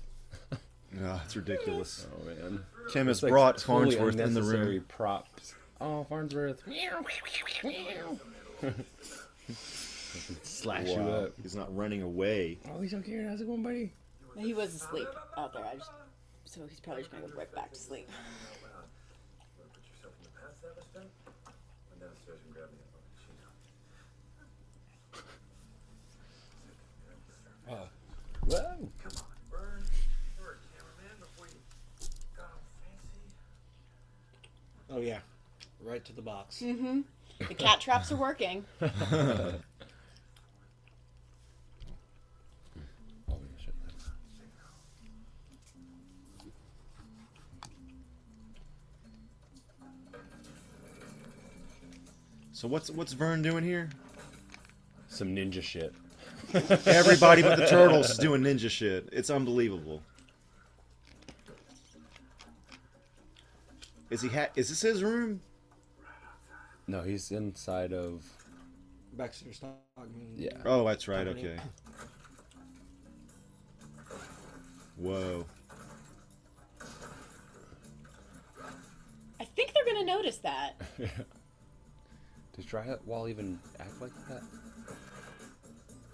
C: Oh, it's ridiculous.
B: Oh man,
C: Kim has
B: It's like
C: brought
B: totally
C: Farnsworth in the
B: unnecessary
C: room.
B: Props. Oh, Farnsworth.
C: Slash
B: you up.
C: He's not running away.
B: Oh, he's okay. How's it going, buddy?
E: He was asleep out there. I just, so he's probably just gonna go right back to sleep.
F: Put yourself in the past that was done. Went downstairs and grabbed me a cappuccino.
B: Whoa.
F: Come on, Burn. You were a cameraman before you got all fancy.
D: Oh yeah, right to the box.
E: The cat traps are working.
B: Oh, shit.
C: So what's what's Vern doing here?
B: Some ninja shit.
C: Everybody but the turtles is doing ninja shit. It's unbelievable. Is he ha- is this his room?
B: No, he's inside of.
D: Baxter Stockman.
B: Yeah.
C: Oh, that's right. Okay. Whoa.
E: I think they're gonna notice that.
B: Does dry wall even act like that?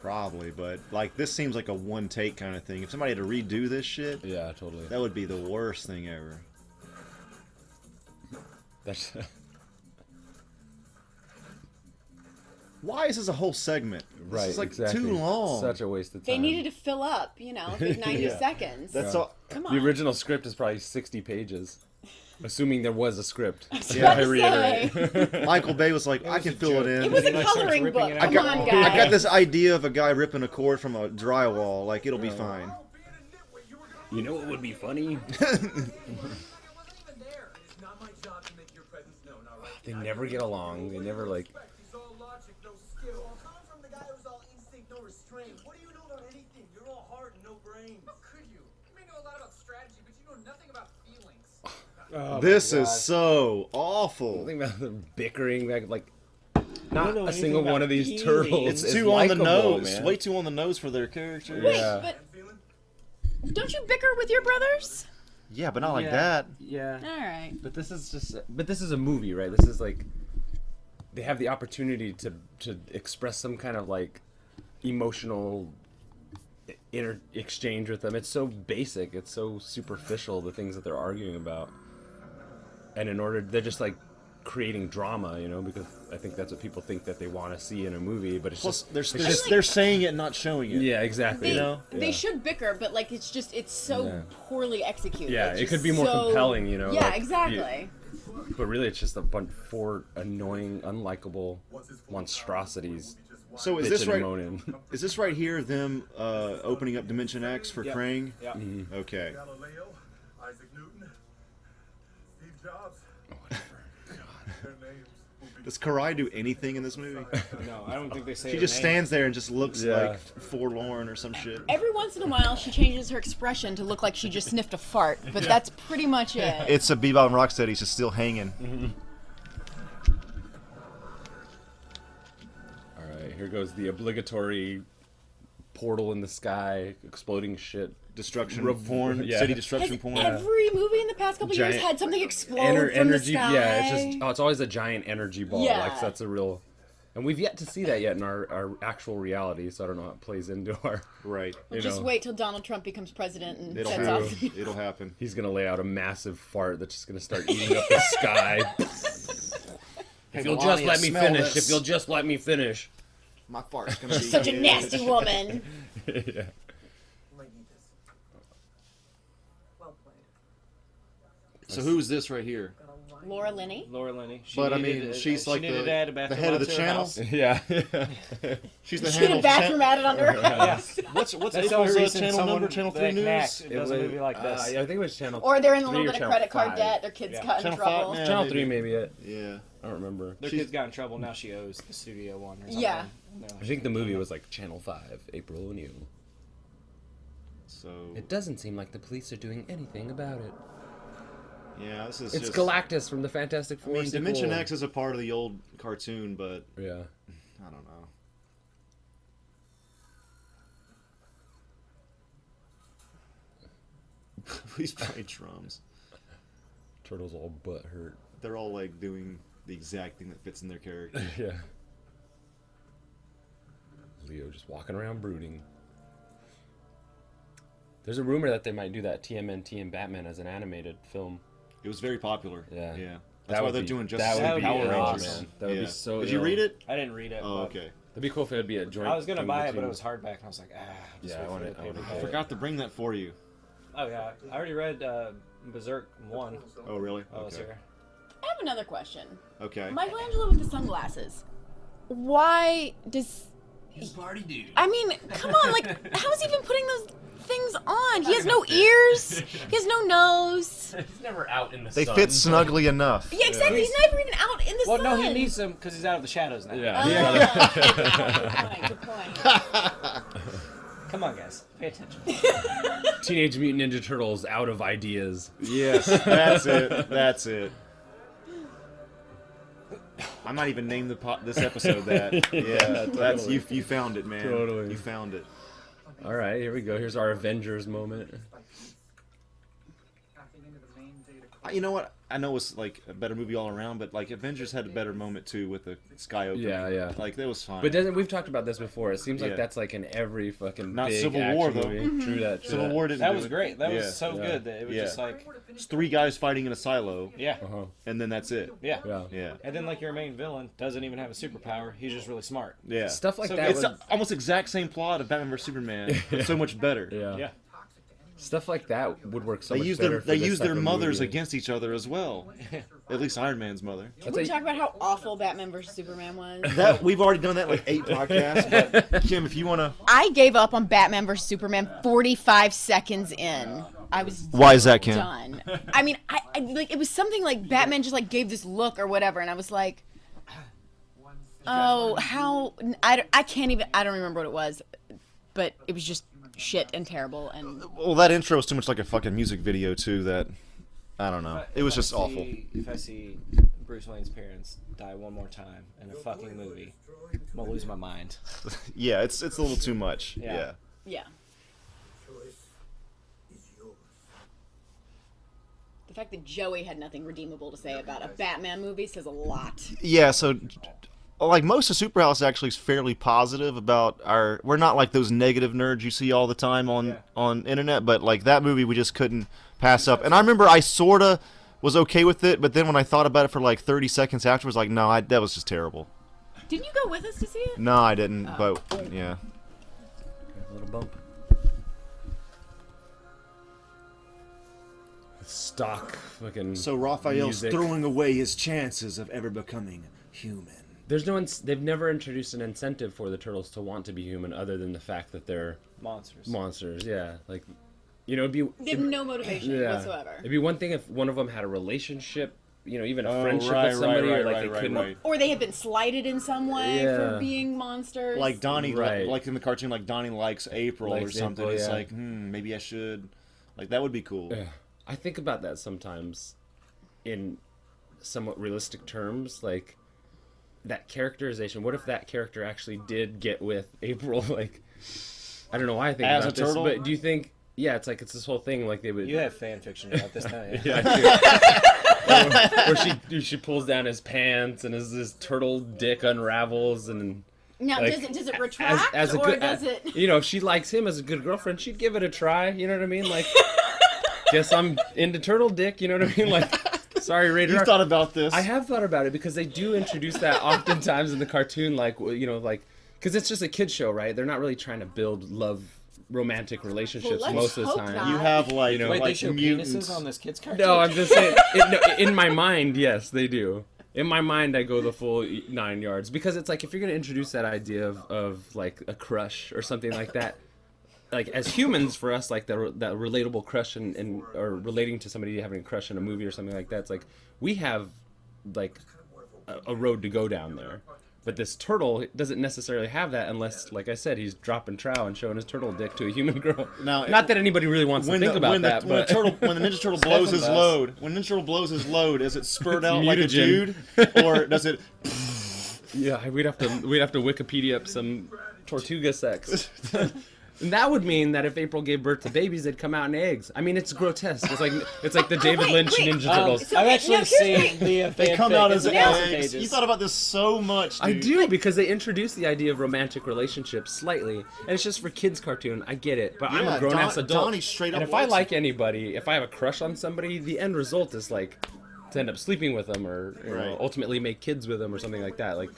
C: Probably, but like this seems like a one take kind of thing. If somebody had to redo this shit,
B: Yeah, totally.
C: that would be the worst thing ever.
B: That's.
C: Why is this a whole segment?
B: Right,
C: This is like
B: exactly.
C: too long.
B: Such a waste of time.
E: They needed to fill up, you know, a big 90
C: Um, Yeah.
E: seconds.
C: That's
B: Yeah.
C: all.
E: Come on.
B: The original script is probably 60 pages, assuming there was a script.
C: Yeah, I
E: Gotta
B: reiterate.
E: say,
C: Michael Bay was like, I can
D: a
C: fill
D: joke.
C: it in.
E: It was a
D: Everybody starts
E: coloring
D: ripping
E: book.
D: it out.
E: Come
C: I got,
E: on, guys.
C: I got this idea of a guy ripping a cord from a drywall. Like it'll be fine.
B: You know what would be funny?
F: I wasn't even there. It's not my job to make your presence known, all right?
B: They never get along. They never like.
F: He's all logic, no skill. Well, coming from the guy who's all instinct, no restraint. What do you know about anything? You're all heart and no brains. How could you? You may know a lot about strategy, but you know nothing about feelings.
C: this is so awful.
B: Something about them bickering. Like, like not
D: know
B: a
D: anything
B: single
D: about
B: one of these
D: feelings.
B: turtles.
C: It's
B: is
C: too on the
B: likable,
C: nose.
B: Man.
C: Way too on the nose for their character.
E: Wait,
B: Yeah.
E: but don't you bicker with your brothers?
C: Yeah, but not like
B: Yeah.
C: that.
B: Yeah.
E: All right.
B: But this is just. But this is a movie, right? This is like. They have the opportunity to to express some kind of like emotional inter- exchange with them. It's so basic. It's so superficial. The things that they're arguing about. And in order, they're just like creating drama, you know, because I think that's what people think that they want to see in a movie. But it's
C: Plus,
B: just
C: they're,
B: it's
C: they're,
B: just-
C: they're saying it, not showing it.
B: yeah, exactly.
E: They,
C: You know?
E: they
B: Yeah.
E: should bicker, but like it's just it's so
B: Yeah.
E: poorly executed.
B: Yeah,
E: It's
B: it could
E: just
B: be more
E: so-
B: compelling, you know,
E: Yeah,
B: like,
E: exactly.
B: But really, it's just a bunch of four annoying, unlikable monstrosities.
C: So is
B: bitching
C: this
B: and
C: right?
B: moaning.
C: Is this right here? Them uh, opening up Dimension X for
D: Yep.
C: Krang?
D: Yeah.
B: Mm-hmm.
C: Okay.
I: Galileo, Isaac Newton, Steve Jobs. Their names will be
C: Does Karai do anything in this movie?
D: No, I don't think they say.
C: She
D: her
C: just
D: name.
C: stands there and just looks
B: Yeah.
C: like forlorn or some shit.
E: Every once in a while, she changes her expression to look like she just sniffed a fart, but that's pretty much it.
C: It's a Bebop and Rocksteady. She's still hanging.
B: All right, here goes the obligatory portal in the sky, exploding shit.
C: Destruction
B: Rev-
C: porn.
B: yeah.
C: City
E: Has
C: destruction porn.
E: every movie in the past couple years
C: Giant-
E: had something explode
B: Ener-
E: from
B: energy,
E: the sky.
B: yeah. It's just oh, it's always a giant energy ball.
E: Yeah.
B: Like that's a real, and we've yet to see that yet in our, our actual reality. So I don't know how it plays into our.
C: Right.
B: You
E: Just
B: know,
E: wait till Donald Trump becomes president and
C: It'll
E: sets
C: happen.
E: off.
C: It'll happen.
B: He's gonna lay out a massive fart that's just gonna start eating up the sky. if you'll just
C: Melania,
B: let me
C: smell
B: finish.
C: this.
B: If you'll just let me finish.
C: My fart's gonna be
E: Such a nasty woman.
B: yeah.
F: You might need this. Well played.
C: So who's this right here?
E: Laura Linney.
D: Laura Linney. She
C: But I
D: needed
C: mean,
D: a-
C: she's
D: she
C: like
D: needed
C: the-
D: a bathroom
C: the head of the
D: outside
C: channel.
D: house.
B: Yeah.
C: She's the
E: She had a
C: handle.
E: bathroom added under her
D: Yeah.
C: What's what's
D: That's the only
C: April's, uh,
D: reason
C: channel
D: someone
C: number? Channel three
D: that
C: news.
D: knacked It was a movie like
B: Uh,
D: this.
B: yeah, I think it was channel.
E: Or they're in a
B: three
E: little
B: or
E: bit of
B: channel
E: credit card
B: five.
E: debt. Their kids
D: Yeah.
E: got in
C: Channel five,
E: trouble.
C: man.
B: Channel
C: maybe.
B: three, maybe it.
C: Yeah.
B: I don't remember.
D: Their
C: She's-
D: kids got in trouble. Now she owes the studio one. Or something.
E: Yeah.
D: No.
B: I think the movie was like Channel Five, April O'Neil.
C: So
B: It doesn't seem like the police are doing anything about it.
C: yeah, this is
B: It's
C: just.
B: Galactus from the Fantastic
C: I
B: Four.
C: mean, Dimension
B: sequel.
C: X is a part of the old cartoon, but
B: Yeah.
C: I don't know. Please play drums.
B: Turtle's all butt hurt.
C: They're all like doing the exact thing that fits in their character.
B: yeah. Leo just walking around brooding. There's a rumor that they might do that TMNT and Batman as an animated film.
C: It was very popular.
B: Yeah.
C: Yeah.
B: That
C: That's why
B: would
C: they're
B: be-
C: doing
B: that
C: Justice
D: would
C: League
D: be
C: Power
D: awesome.
C: Rangers.
B: That would be
C: Yeah.
B: so
C: Did you
B: ill.
C: read it?
D: I didn't read it.
C: Oh,
D: but
C: okay.
B: That'd be cool if it would be a joint.
D: I was gonna
B: thing
D: buy it,
B: between-
D: but it was hardback, and I was like, ah. just
B: Yeah, I
D: wait for
B: wanna-
D: the
B: I wanna
D: paperback.
B: buy
C: I
B: it.
C: forgot to bring that for you.
D: Oh yeah, I already read uh, Berserk one.
C: Oh, really?
D: Oh, it's
C: Okay.
D: here.
E: I have another question.
C: Okay.
E: Michelangelo with the sunglasses. Why does?
A: He's party dude.
E: I mean, come on! Like, how's he been putting those things on? He has no ears. He has no nose.
L: He's never out in the
C: They
L: sun.
C: fit snugly enough.
E: Yeah, exactly. He's never even out in the
D: Well,
E: sun.
D: no, he needs them because he's out of the shadows now.
B: Oh, Yeah.
E: Ah, good point. Good point.
D: Come on, guys, pay attention.
B: Teenage Mutant Ninja Turtles out of ideas.
C: Yes, that's it. That's it. I might even name the po- this episode that. Yeah, that's you. You found it, man.
B: Totally.
C: You found it.
B: All right, here we go. Here's our Avengers moment.
J: Tapping into the main data core.
C: I- You know what? I know it's like a better movie all around, but like Avengers had a better moment too with the sky opening.
B: Yeah, yeah.
C: Like that was fine.
B: But doesn't we've talked about this before? It seems
C: Yeah.
B: like that's like in every fucking
C: Not
B: big
C: Civil
B: action
C: War, though.
B: Movie. True that. True
C: Civil
B: that.
C: War didn't.
D: That
C: do
D: was
C: it.
D: great. That
C: Yeah.
D: was so
B: Yeah.
D: good that it was
C: Yeah.
D: just like,
C: It's three guys fighting in a silo,
D: yeah,
B: Uh-huh.
C: and then that's it.
D: yeah,
B: Yeah.
C: Yeah.
D: And then like your main villain doesn't even have a superpower. He's just really smart.
C: Yeah.
B: Stuff like
D: So
B: that.
C: It's
B: Would,
C: a- almost exact same plot of Batman vs Superman, but so much better.
B: yeah.
D: Yeah.
B: Stuff like that would work so
C: They
B: much
C: use
B: better.
C: their
B: for
C: they
B: this
C: use
B: type
C: their
B: of
C: mothers
B: movie.
C: against each other as well. At least Iron Man's mother.
B: That's
E: We
B: a-
E: talk about how awful Batman versus Superman was.
C: That we've already done that like eight podcasts. But Kim, if you want to,
E: I gave up on Batman versus Superman 45 seconds in. I was
C: Why is that, Kim?
E: done. I mean, I, I like it was something like Batman just like gave this look or whatever, and I was like, oh, how I, don't- I can't even I don't remember what it was, but it was just shit and terrible and
C: well, that intro was too much like a fucking music video too. That I don't know. It was
D: If I
C: just awful.
D: see- If I see Bruce Wayne's parents die one more time in a fucking movie, I'm gonna lose my mind.
C: Yeah, it's it's a little too much. Yeah.
D: Yeah.
E: yeah. The fact that Joey had nothing redeemable to say about a Batman movie says a lot.
C: Yeah, so like most of Superhouse actually is fairly positive about our we're not like those negative nerds you see all the time on on internet, but like that movie we just couldn't pass up. And I remember I sorta was okay with it, but then when I thought about it for like 30 seconds afterwards like no, I, that was just terrible.
E: Didn't you go with us to see it?
C: No, I didn't, but yeah.
B: A little bump. Stock fucking. music.
C: away his chances of ever becoming human.
B: There's no. Ins- they've never introduced an incentive for the turtles to want to be human, other than the fact that they're
D: Monsters.
B: monsters. Yeah, like, you know, it'd be
E: They have no motivation
B: yeah.
E: whatsoever.
B: It'd be one thing if one of them had a relationship, you know, even a
C: Oh,
B: friendship
C: right,
B: with somebody,
C: right,
B: or like
C: right,
B: they
C: right,
B: couldn't.
C: right.
E: or they have been slighted in some way
B: Yeah.
E: for being monsters.
C: Like Donnie, li-
B: Right.
C: like in the cartoon, like Donnie likes April or
B: Likes
C: something.
B: April,
C: It's
B: yeah.
C: like, hmm, maybe I should. Like that would be cool.
B: I think about that sometimes, in somewhat realistic terms, like that characterization. What if that character actually did get with April? Like, I don't know why I think
C: As
B: about
C: a
B: this,
C: turtle?
B: but do you think? Yeah, it's like it's this whole thing. Like they would.
D: You have fan fiction about this, don't you?
B: Yeah, I do. where she where she pulls down his pants and his this turtle dick unravels and
E: now,
B: like,
E: does it does it retract or does
B: as-
E: it?
B: you know if she likes him as a good girlfriend she'd give it a try you know what i mean like guess i'm into turtle dick you know what i mean like sorry
C: You
B: radar
C: thought about this?
B: i have thought about it because they do introduce that oftentimes in the cartoon like w- you know like because it's just a kid show right they're not really trying to build love romantic relationships
E: let's
B: most of the
E: hope
B: time
E: not.
C: You have like
B: You know,
D: Wait,
C: like
D: they show
C: mutants.
D: penises on this kid's cartoon.
B: No, I'm just saying. It, no, in my mind, yes, they do. In my mind, I go the full e, nine yards because it's like if you're gonna introduce that idea of, of like a crush or something like that, like as humans for us, like that that relatable crush and, and or relating to somebody having a crush in a movie or something like that. It's like we have like a, a road to go down there. But this turtle doesn't necessarily have that unless, like I said, he's dropping trow and showing his turtle dick to a human girl.
C: Now,
B: Not that anybody really wants to
C: when
B: think
C: the,
B: about
C: when
B: that,
C: the, when
B: but
C: the turtle when the ninja turtle blows his
D: does.
C: load when ninja turtle blows his load does it spurt out like a dude
B: mutagen.
C: or does it
B: Yeah, we'd have to we'd have to Wikipedia up some Tortuga sex. And that would mean that if April gave birth to babies, they'd come out in eggs. I mean, it's grotesque. It's like it's
C: Oh,
B: like the David
E: wait,
B: Lynch
E: wait.
B: Ninja
E: Um,
B: Turtles.
E: so-
D: I've
E: Okay,
D: actually
E: no, seriously.
D: seen the uh,
C: They come out as
E: it's
D: thousand
C: eggs.
D: pages.
C: You thought about this so much.
B: I
C: dude.
B: do because they introduced the idea of romantic relationships slightly, and it's just for kids' cartoon. I get it, but I'm
C: Yeah,
B: a grown ass
C: Don-
B: adult.
C: Donnie straight
B: and
C: up
B: if I
C: likes
B: like anybody, if I have a crush on somebody, the end result is like to end up sleeping with them, or you know,
C: Right.
B: ultimately make kids with them, or something like that. Like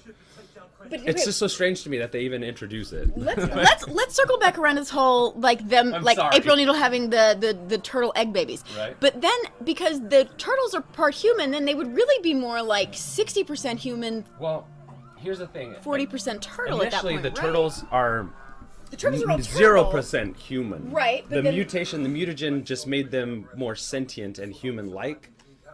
E: But
B: it's
E: wait,
B: just so strange to me that they even introduce it.
E: let's let's let's circle back around this whole like them
B: I'm
E: like
B: sorry.
E: April Needle having the, the the turtle egg babies.
B: Right.
E: But then because the turtles are part human, then they would really be more like sixty percent human,
B: Well, here's the thing.
E: forty percent turtle at that
B: Initially,
E: point.
B: the
E: right?
B: turtles are
E: the turtles are all
B: zero
E: turtle.
B: percent human.
E: Right, but
B: The
E: then-
B: mutation, the mutagen, just made them more sentient and human-like,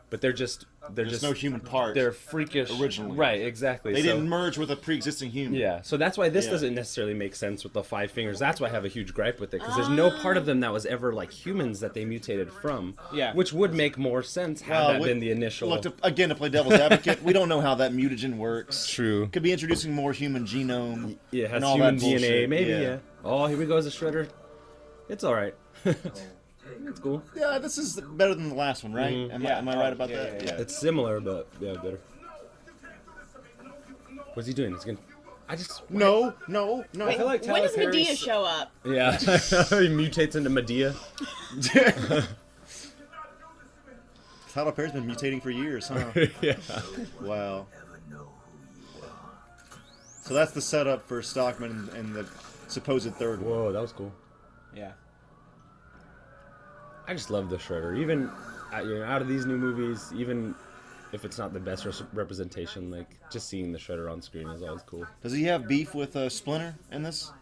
B: but they're just they're
C: There's
B: just
C: no human part.
B: They're freakish
C: originally.
B: Right, exactly.
C: They
B: so,
C: didn't merge with a pre-existing human.
B: Yeah, so that's why this
C: Yeah.
B: doesn't necessarily make sense with the five fingers. That's why I have a huge gripe with it because there's no
E: Ah.
B: part of them that was ever like humans that they mutated from.
D: Yeah.
B: which would make more sense had
C: Well,
B: that
C: Uh, we-
B: been the initial.
C: Look, to, again, to play devil's advocate, we don't know how that mutagen works.
B: True.
C: Could be introducing more human genome.
B: yeah, it has
C: and all
B: human
C: that
B: DNA.
C: bullshit.
B: Maybe. Yeah. Oh, here we go as a shredder. It's all right. it's cool.
C: Yeah, this is better than the last one, right?
B: Mm-hmm.
C: Am, I, am I right about that? Yeah.
B: It's similar, but yeah, better. What's he doing? He's gonna. I just.
C: No, no, no.
B: I feel like
E: When
B: Tyler
E: does Medea
B: Perry's-
E: show up?
B: Yeah, he mutates into Medea.
C: Tyler Perry's been mutating for years, huh?
B: yeah.
C: wow. So that's the setup for Stockman and, and the supposed third one.
B: Whoa, that was cool.
D: Yeah.
B: I just love the Shredder. Even uh, you know, out of these new movies, even if it's not the best res- representation, like just seeing the Shredder on screen is always cool.
C: Does he have beef with uh, Splinter in this?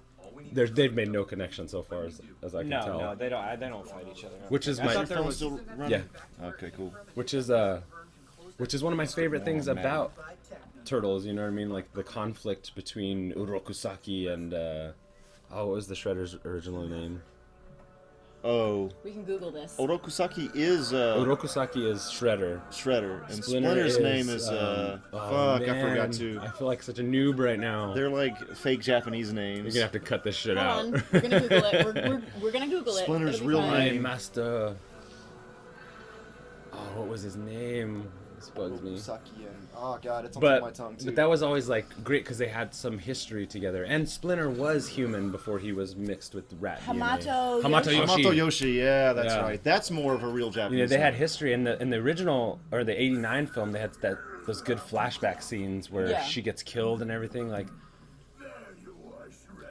B: There's, they've made no connection so far, as, as I can
D: No,
B: tell.
D: no, they don't. I, they don't fight each other. I don't
B: Which
D: think.
B: is
D: I
B: my-
D: thought there
C: Phone
D: was-
C: still running?
B: yeah,
C: Okay, cool.
B: which is uh, which is one of my favorite things
C: Warm man.
B: about Turtles. You know what I mean? Like the conflict between Urokusaki and uh, oh, what was the Shredder's original name?
C: Oh,
E: We can Google this.
C: Orokusaki is uh,
B: Urokusaki is Shredder.
C: Shredder, and
B: Splinter
C: Splinter's
B: is,
C: name is uh,
B: um, oh,
C: fuck, I
B: man,
C: forgot to.
B: I feel like such a noob right now.
C: They're like fake Japanese
B: You're
C: names.
B: gonna have to cut this shit out.
E: Hold on, we're gonna Google it. We're, we're, we're gonna Google it.
C: Splinter's
E: It'll be
C: real
E: fine.
C: name.
B: My master. Oh, what was his name? This bugs me.
C: Orokusaki and oh god, it's on
B: But,
C: my tongue too.
B: but that was always like great because they had some history together. And Splinter was human before he was mixed with rat
E: Hamato
B: DNA. Hamato Yoshi.
C: Hamato Yoshi, yeah, that's
B: Yeah.
C: right. That's more of a real Japanese.
B: You know, they
C: name.
B: had history in the in the original or the '89 film. They had that those good flashback scenes where
E: Yeah.
B: she gets killed and everything. Like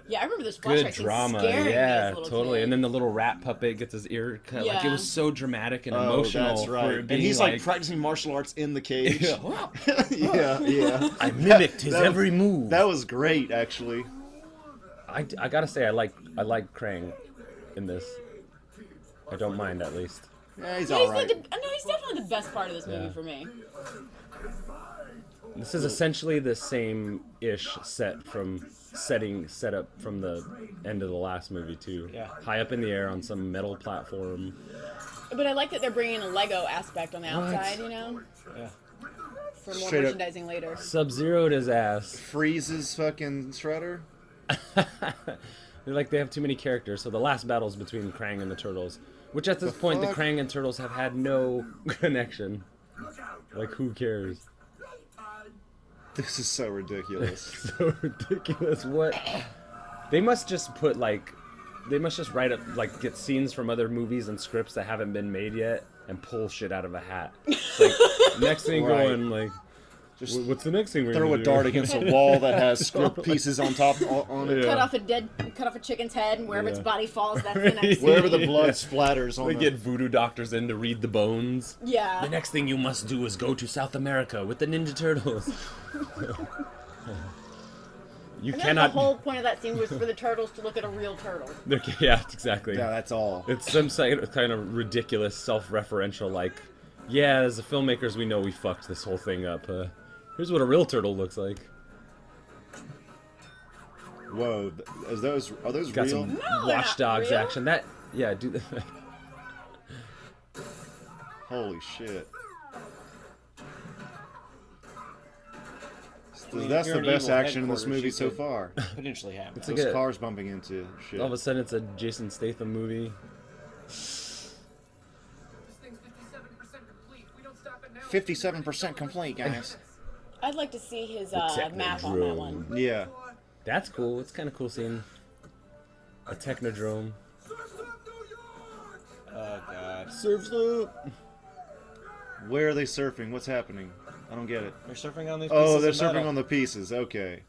E: Yeah, I remember this flashback.
B: good
E: scene
B: drama.
E: scaring me
B: Yeah,
E: as a little
B: totally.
E: kid.
B: And then the little rat puppet gets his ear cut. Like it
E: Yeah.
B: was so dramatic and
C: Oh,
B: emotional.
C: that's
B: for
C: right.
B: it
C: And
B: being,
C: he's like, practicing martial arts in the cage. yeah, yeah.
B: I mimicked his
C: That was-
B: every move.
C: That was great, actually.
B: I, I gotta say I like I like Krang in this. I don't mind at least.
C: Yeah, he's
E: He's
C: all right.
E: like the, no, he's definitely the best part of this movie
B: Yeah.
E: for me.
B: This is essentially the same ish set from setting setup from the end of the last movie too.
D: Yeah.
B: High up in the air on some metal platform.
E: But I like that they're bringing a Lego aspect on the
B: What?
E: outside, you know,
D: Yeah.
E: for more
B: Straight up-
E: merchandising later.
B: Sub zeroed his ass.
C: Freezes fucking Shredder.
B: They're like they have too many characters. So the last battle's between Krang and the Turtles, which at this point
C: fuck?
B: the Krang and Turtles have had no connection. Like who cares?
C: This is so ridiculous.
B: so ridiculous. What? They must just put like, they must just write up like get scenes from other movies and scripts that haven't been made yet and pull shit out of a hat. It's Like next thing
C: Right.
B: going like,
C: Just
B: "Wh- what's the next thing we're
C: throw a
B: gonna
C: dart
B: do?"
C: against a wall that has script pieces on top on it.
B: Yeah.
E: Cut off a dead, cut off a chicken's head, and wherever its
B: Yeah.
E: body falls, that's the next.
C: Wherever the
E: scene.
C: blood splatters on
B: They
C: the
B: get voodoo doctors in to read the bones.
E: Yeah.
B: The next thing you must do is go to South America with the Ninja Turtles. you
E: And then
B: cannot.
E: the whole point of that scene was for the turtles to look at a real turtle.
B: yeah, exactly.
C: Yeah, that's all.
B: It's some si- kind of ridiculous, self-referential, like, yeah, as the filmmakers, we know we fucked this whole thing up. Uh, here's what a real turtle looks like.
C: Whoa, th- is those are those
B: Got
C: real?
B: some
E: not
B: watchdogs
E: real.
B: action. That, yeah, dude.
C: Holy shit! It's
D: I mean, if
C: That's
D: you're
C: the
D: an
C: best
D: evil
C: action in this
D: headquarters,
C: movie
D: you
C: so
D: could
C: far.
D: Potentially happen.
B: like
C: Those
B: a-
C: cars bumping into shit.
B: All of a sudden, it's a Jason Statham movie.
F: This thing's 57% complete. We don't stop it now. it's
C: Fifty-seven percent complete, guys.
E: I'd like to see his uh, map on that one.
C: yeah.
B: That's cool. It's kind of cool seeing a technodrome.
D: Oh god,
B: Surf's loop.
C: Where are they surfing? What's happening? I don't get it.
D: they're surfing on these.
C: Oh, they're
D: pieces of
C: surfing
D: metal.
C: on the pieces. Okay.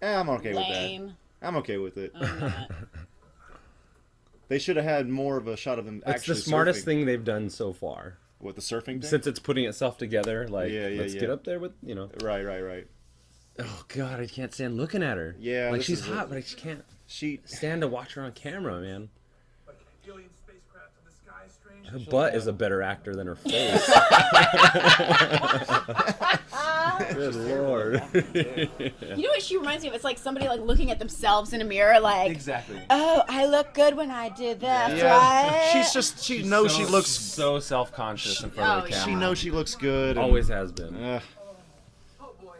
C: Eh, I'm okay with
E: Lame. Oh.
C: that. I'm okay with it.
E: I'm not.
C: They should have had more of a shot of them
B: That's
C: actually
B: the smartest
C: surfing.
B: thing they've done so far.
C: What the surfing? Thing?
B: Since it's putting itself together, like
C: Yeah, yeah,
B: let's
C: yeah.
B: get up there with you know.
C: Right, right, right.
B: Oh God, I can't stand looking at her.
C: Yeah,
B: like
C: this
B: she's
C: is
B: hot,
C: it.
B: but I just can't
C: She.
B: stand to watch her on camera, man.
I: Alien spacecraft in the sky is strange.
B: Her butt is a better actor than her face. Good lord.
E: You know what she reminds me of? It's like somebody like looking at themselves in a mirror, like,
K: Exactly.
E: oh, I look good when I did this, right?
C: She's just. She knows she looks.
B: so self-conscious in front of
E: oh,
B: the
E: yeah.
C: She
B: camera. Mm-hmm.
C: knows she looks good. and-
B: Always has been.
C: Ugh.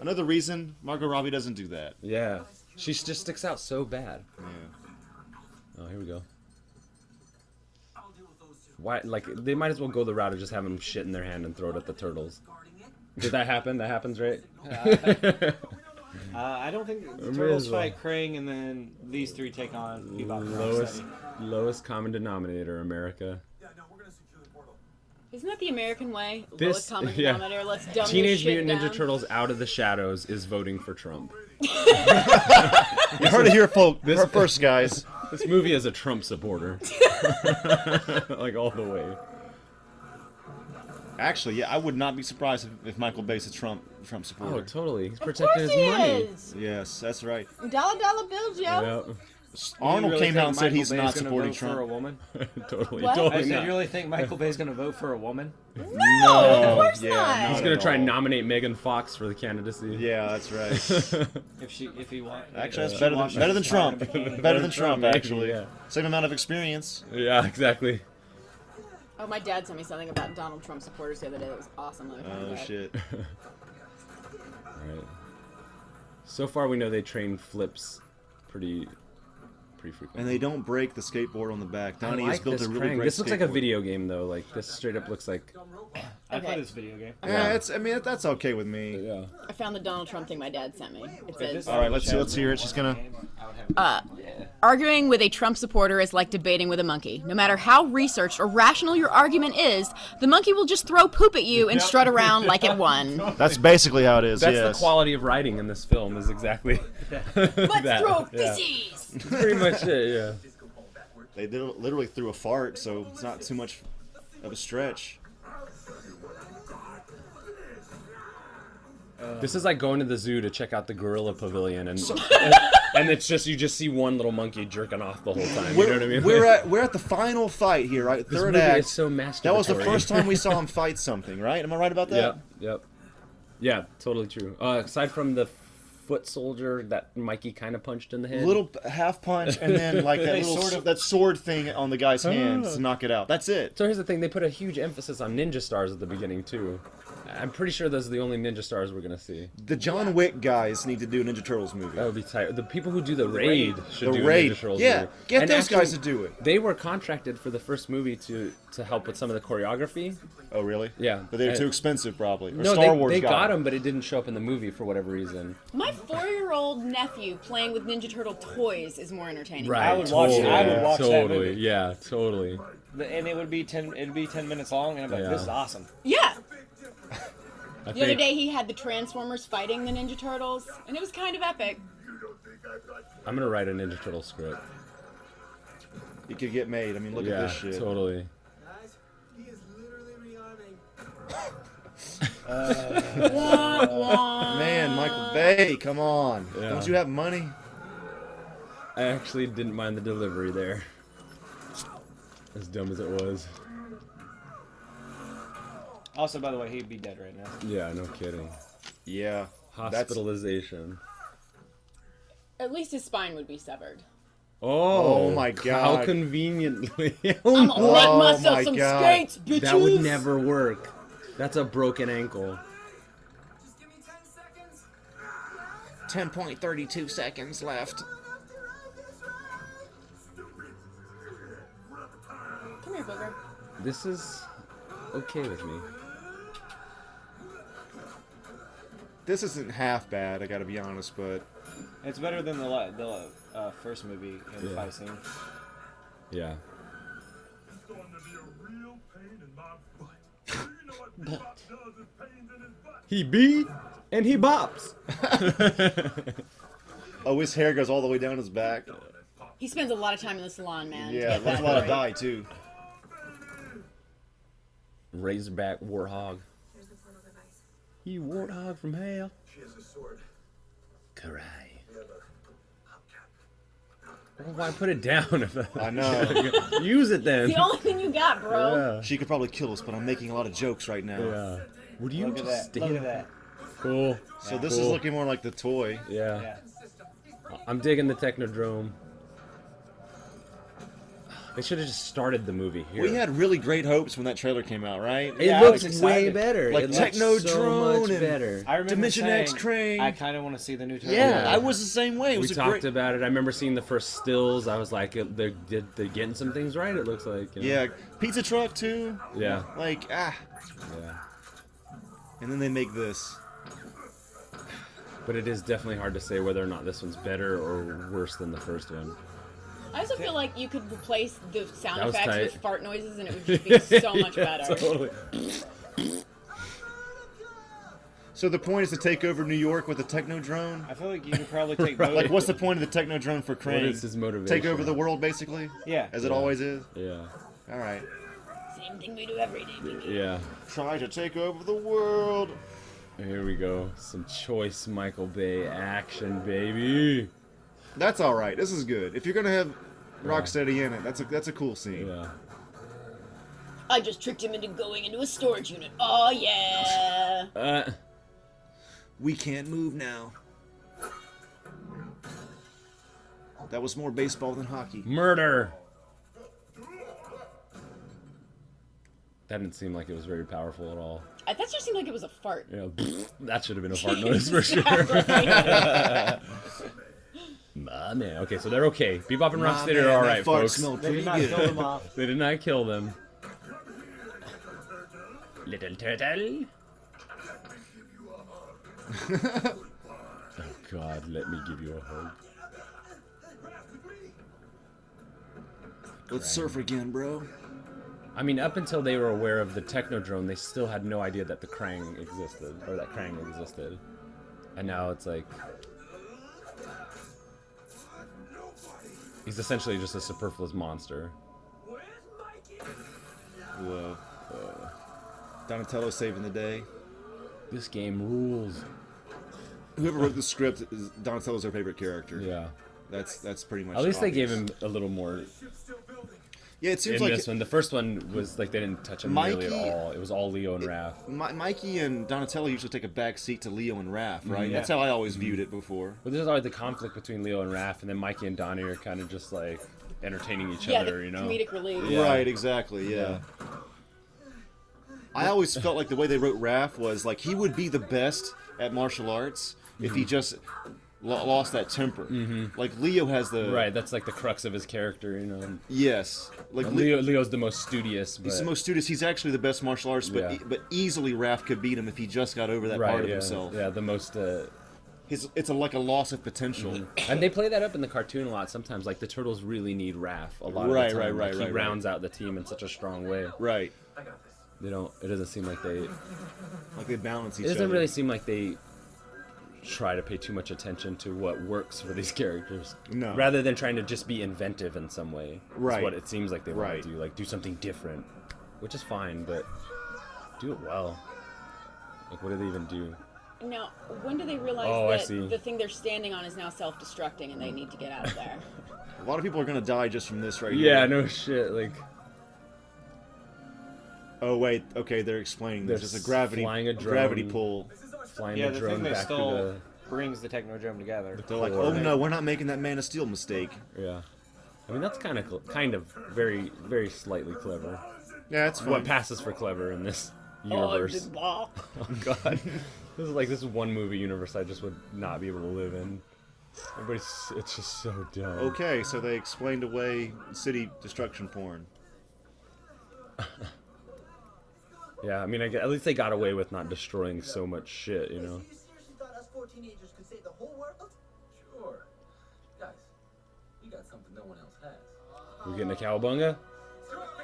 C: another reason Margot Robbie doesn't do that.
B: Yeah, she just sticks out so bad. Oh, here we go.
F: I'll deal with those two.
B: Why? Like they might as well go the route of just having them shit in their hand and throw it at the turtles.
F: Guarding it.
B: Did that happen? That happens, right?
D: Uh, I don't think the
B: may
D: turtles
B: as well.
D: fight Krang, and then these three take on Bebop. and
B: lowest,
D: Rocksteady.
B: lowest common denominator, America.
F: Yeah, no, we're gonna secure the portal.
E: Isn't that the American way?
B: This-
E: Lowest common
B: yeah.
E: denominator. Let's dumb this
B: Teenage
E: shit
B: Mutant Ninja
E: down.
B: Turtles out of the shadows is voting for Trump.
C: You heard it here, folk. This first, guys.
B: This movie is a Trump supporter, like all the way.
C: Actually, yeah, I would not be surprised if, if Michael Bay's a Trump Trump supporter.
B: Oh, totally. He's
E: Of
B: protecting his
E: course he
B: money.
E: is.
C: Yes, that's right.
E: Dollar dollar bill, Joe.
B: Yeah,
C: Arnold
D: You really
C: came out and
D: think
C: said
D: Michael
C: he's
D: Bay's
C: not
D: gonna
C: supporting
D: vote For a
C: Trump.
D: woman?
B: totally,
E: What?
B: totally
D: I said,
B: not.
D: you really think Michael Bay's gonna vote for a woman?
E: No, of course
C: yeah,
E: not.
C: no.
B: He's gonna try and nominate Megan Fox for the candidacy.
C: Yeah, that's right.
D: If she, if he wants.
C: Actually, that's
D: she
C: better than
D: wants
C: better than
D: to try
C: Trump.
D: to be-
C: Better than Trump,
B: maybe,
C: actually.
B: yeah.
C: Same amount of experience.
B: Yeah, exactly.
E: Oh, my dad sent me something about Donald Trump supporters the other day. That was awesome. Let me find
C: Oh
E: it.
C: shit.
B: All right. So far, we know they train flips pretty, pretty frequently.
C: And they don't break the skateboard on the back.
B: I
C: Donnie has
B: like
C: built
B: this
C: a really
B: crank.
C: great.
B: This looks like a
C: skateboard.
B: video game though. Like this straight up looks like
D: I play
E: Okay.
D: this video game.
C: Yeah, it's. I mean, that's okay with me.
B: yeah.
E: I found the Donald Trump thing my dad sent me. It says,
C: All right, let's let's hear it. She's gonna.
E: uh, arguing with a Trump supporter is like debating with a monkey. No matter how researched or rational your argument is, the monkey will just throw poop at you and strut around like it won.
C: That's basically how it is.
B: That's
C: yes.
B: the quality of writing in this film is exactly
E: Let's
B: that.
E: throw
B: Yeah.
E: feces.
B: Pretty much it. Yeah.
C: They did, literally threw a fart, so it's not too much of a stretch.
B: This is like going to the zoo to check out the gorilla pavilion, and and it's just you just see one little monkey jerking off the whole time. You know what I mean?
C: We're at we're at the final fight here, right?
B: this
C: Third
B: movie
C: act.
B: is so masturbatory.
C: that was the first time we saw him fight something, right? Am I right about that?
B: Yep. Yep. Yeah. Totally true. Uh, aside from the foot soldier that Mikey kind of punched in the head.
C: Little p- half punch and then like that
D: They
C: little
D: sort
C: s-
D: of- Oh.
C: that sword thing on the guy's hands to knock it out. That's it.
B: So here's the thing: they put a huge emphasis on ninja stars at the beginning too. I'm pretty sure those are the only ninja stars we're gonna see.
C: The John Wick guys need to do a Ninja Turtles movie.
B: That would be tight. The people who do the raid should
C: the
B: do a
C: raid.
B: Ninja Turtles
C: Yeah,
B: movie.
C: get
B: And
C: those
B: actually,
C: guys to do it.
B: They were contracted for the first movie to to help with some of the choreography.
C: Oh really?
B: Yeah.
C: But they're
B: Uh,
C: too expensive, probably. Or
B: no,
C: Star
B: they,
C: Wars
B: they got
C: 'em.
B: him, but it didn't show up in the movie for whatever reason.
E: My four-year-old nephew playing with Ninja Turtle toys is more entertaining.
B: Right.
D: I would watch- I
B: Totally.
D: would watch that
B: totally.
D: movie.
B: Yeah. Totally.
D: And it would be ten. It'd be ten minutes long, and I'm like,
B: Yeah.
D: this is awesome.
E: Yeah.
B: I
E: The other
B: think-
E: day he had the Transformers fighting the Ninja Turtles, and it was kind of epic.
B: I'm gonna write a Ninja Turtle script.
C: It could get made. I mean, look
B: yeah.
C: at this shit.
B: Totally.
F: Guys, he is literally rearming.
E: Wah, wah.
C: Man, Michael Bay, come on.
B: Yeah.
C: Don't you have money?
B: I actually didn't mind the delivery there. As dumb as it was.
D: Also, by the way, he'd be dead right now.
B: Yeah. No kidding.
C: Yeah. That's-
B: Hospitalization.
E: At least his spine would be severed.
B: Oh,
C: Oh my
B: How
C: God.
B: conveniently.
E: I'm gonna make
C: Oh
E: myself
C: my
E: some
C: God.
E: skates, bitches.
B: that would never work. That's a broken ankle.
F: Just give me 10 seconds.
D: 10.32 seconds left.
E: Come here, Booger.
B: This is okay with me.
C: This isn't half bad, I gotta be honest, but
K: It's better than the li- the uh, first movie in the
B: Yeah.
K: fight scene.
B: Yeah.
I: It's going to be a real pain in my butt. You know what Bebop does is pains in his butt.
B: He beat and he bops.
C: oh, his hair goes all the way down his back.
E: He spends a lot of time in the salon, man. to
C: Yeah,
E: get
C: that's
E: that
C: a lot of
E: right.
C: dye too.
B: Razorback warthog. You warthog from hell.
I: She has a sword.
B: Karai.
I: The other hubcap.
B: Well, why put it down? If
C: I know.
B: Use it then.
E: The only thing you got, bro.
B: yeah.
C: she could probably kill us, but I'm making a lot of jokes right now.
B: yeah. Would you
K: Look at that. Look at that.
B: Cool.
C: So this is
B: Cool.
C: looking more like the toy.
B: Yeah.
K: Yeah.
B: I'm digging the Technodrome. They should have just started the movie here.
C: We had really great hopes when that trailer came out, right?
B: it
K: Yeah, I was
B: looks way
K: excited.
B: better.
C: Like
B: it looks so
C: Technodrome
B: much
C: and-
B: better.
K: I remember
C: Dimension
K: saying,
C: X Crane.
K: I kind of want to see the new Turtles.
C: Yeah, I was the same way. It
B: we
C: was a
B: talked
C: great.
B: about it. I remember seeing the first stills. I was like, it- they're, did- they're getting some things right. It looks like. you know?
C: Yeah, pizza truck too.
B: Yeah.
C: Like ah,
B: Yeah.
C: and then they make this.
B: But it is definitely hard to say whether or not this one's better or worse than the first one.
E: I also feel like you could replace the sound
B: That was
E: effects
B: tight.
E: with fart noises, and it would just be so much better.
B: Totally.
C: So the point is to take over New York with a techno drone.
K: I feel like you could probably take both.
C: Like, what's the point of the techno drone for Crane?
B: is his motivation?
C: Take over the world, basically.
K: Yeah.
C: As it always is.
B: Yeah.
C: All right.
E: Same thing we do every day.
B: Yeah.
C: Try to take over the world.
B: Here we go. Some choice Michael Bay action, baby.
C: That's all right. This is good. If you're gonna have Rocksteady in it, that's a that's a cool scene.
B: Yeah.
E: I just tricked him into going into a storage unit. Oh yeah.
B: Uh,
C: We can't move now. That was more baseball than hockey.
B: murder. That didn't seem like it was very powerful at all.
E: I- That just seemed like it was a fart.
B: You know, that should have been a fart noise for sure. Ah, man. Okay, so they're okay. Bebop and
C: Nah,
B: Rocksteady
C: Ah, man,
B: are all
C: that
B: right,
C: fart
B: folks.
C: smelled
K: They
C: pretty
K: did not kill
C: good.
K: them off.
B: They did not kill them. Little turtle. oh God, let me give you a hug.
C: Let's surf again, bro.
B: I mean, up until they were aware of the Technodrome, they still had no idea that the Krang existed, or that Krang existed. And now it's like. He's essentially just a superfluous monster.
C: Whoa. Donatello saving the day.
B: This game rules.
C: Whoever wrote the script, is Donatello's our favorite character.
B: Yeah.
C: That's that's pretty much.
B: At least they gave
C: obvious.
B: him a little more
C: Yeah, it seems
B: in
C: like
B: this one. The first one was like they didn't touch him nearly
C: Mikey-
B: at all. It was all Leo and Raph.
C: Mi- Mikey and Donatello usually take a back seat to Leo and Raph, right?
B: Yeah.
C: That's how I always
B: Mm-hmm.
C: viewed it before.
B: But there's always the conflict between Leo and Raph, and then Mikey and Donnie are kind of just like entertaining each
E: yeah, the
B: other, you know?
E: comedic relief.
B: Yeah.
C: Right, exactly. Yeah. I always felt like the way they wrote Raph was like he would be the best at martial arts if
B: Mm-hmm.
C: he just lo- lost that temper. Like Leo has the
B: Right, that's like the crux of his character, you know.
C: Yes, like Le-
B: Leo, Leo's the most studious, but
C: He's the most studious. He's actually the best martial artist, but
B: Yeah.
C: e- but easily Raph could beat him if he just got over that
B: right,
C: part of
B: yeah,
C: himself.
B: yeah, the most. Uh,
C: His, it's a, like a loss of potential.
B: and they play that up in the cartoon a lot. Sometimes, like the turtles really need Raph a lot
C: Right,
B: of the time.
C: right, right,
B: like, he
C: right, right.
B: rounds out the team in such a strong way.
C: Right,
B: They don't. It doesn't seem like they
C: like they balance each
B: It
C: other.
B: doesn't really seem like they try to pay too much attention to what works for these characters.
C: No.
B: Rather than trying to just be inventive in some way. is
C: Right.
B: what it seems like they
C: Right.
B: want to do. Like, do something different. Which is fine, but do it well. Like, what do they even do?
E: Now, when do they realize
B: Oh, I
E: that
B: see.
E: the thing they're standing on is now self-destructing and they need to get out of there?
C: A lot of people are gonna die just from this right
B: Yeah,
C: here.
B: no shit. Like,
C: Oh wait, okay, they're explaining. There's
B: They're
C: just a gravity
B: flying a
C: a gravity
B: drone.
C: pull.
B: flying
K: Yeah,
B: the
K: the
B: drone
K: thing they
B: back
K: stole
B: to
K: brings the Technodrome together.
C: They're like,
B: Or-
C: oh no, we're not making that Man of Steel mistake.
B: the. Yeah. I mean, that's kind of, cl- kind of very, very slightly clever.
C: Yeah, that's
B: What
C: fine.
D: oh,
B: passes for clever in this universe?
E: Oh, the ball.
B: Oh, God. This is like this is one movie universe I just would not be able to live in. Everybody's it's just so dumb.
C: Okay, so they explained away city destruction porn.
B: Yeah, I mean, I, gu- at least they got away with not destroying so much shit, you know.
F: So you seriously thought us four teenagers could save the whole world? Sure. Guys, you got something no one else has.
B: We getting a cowabunga?
F: Garbage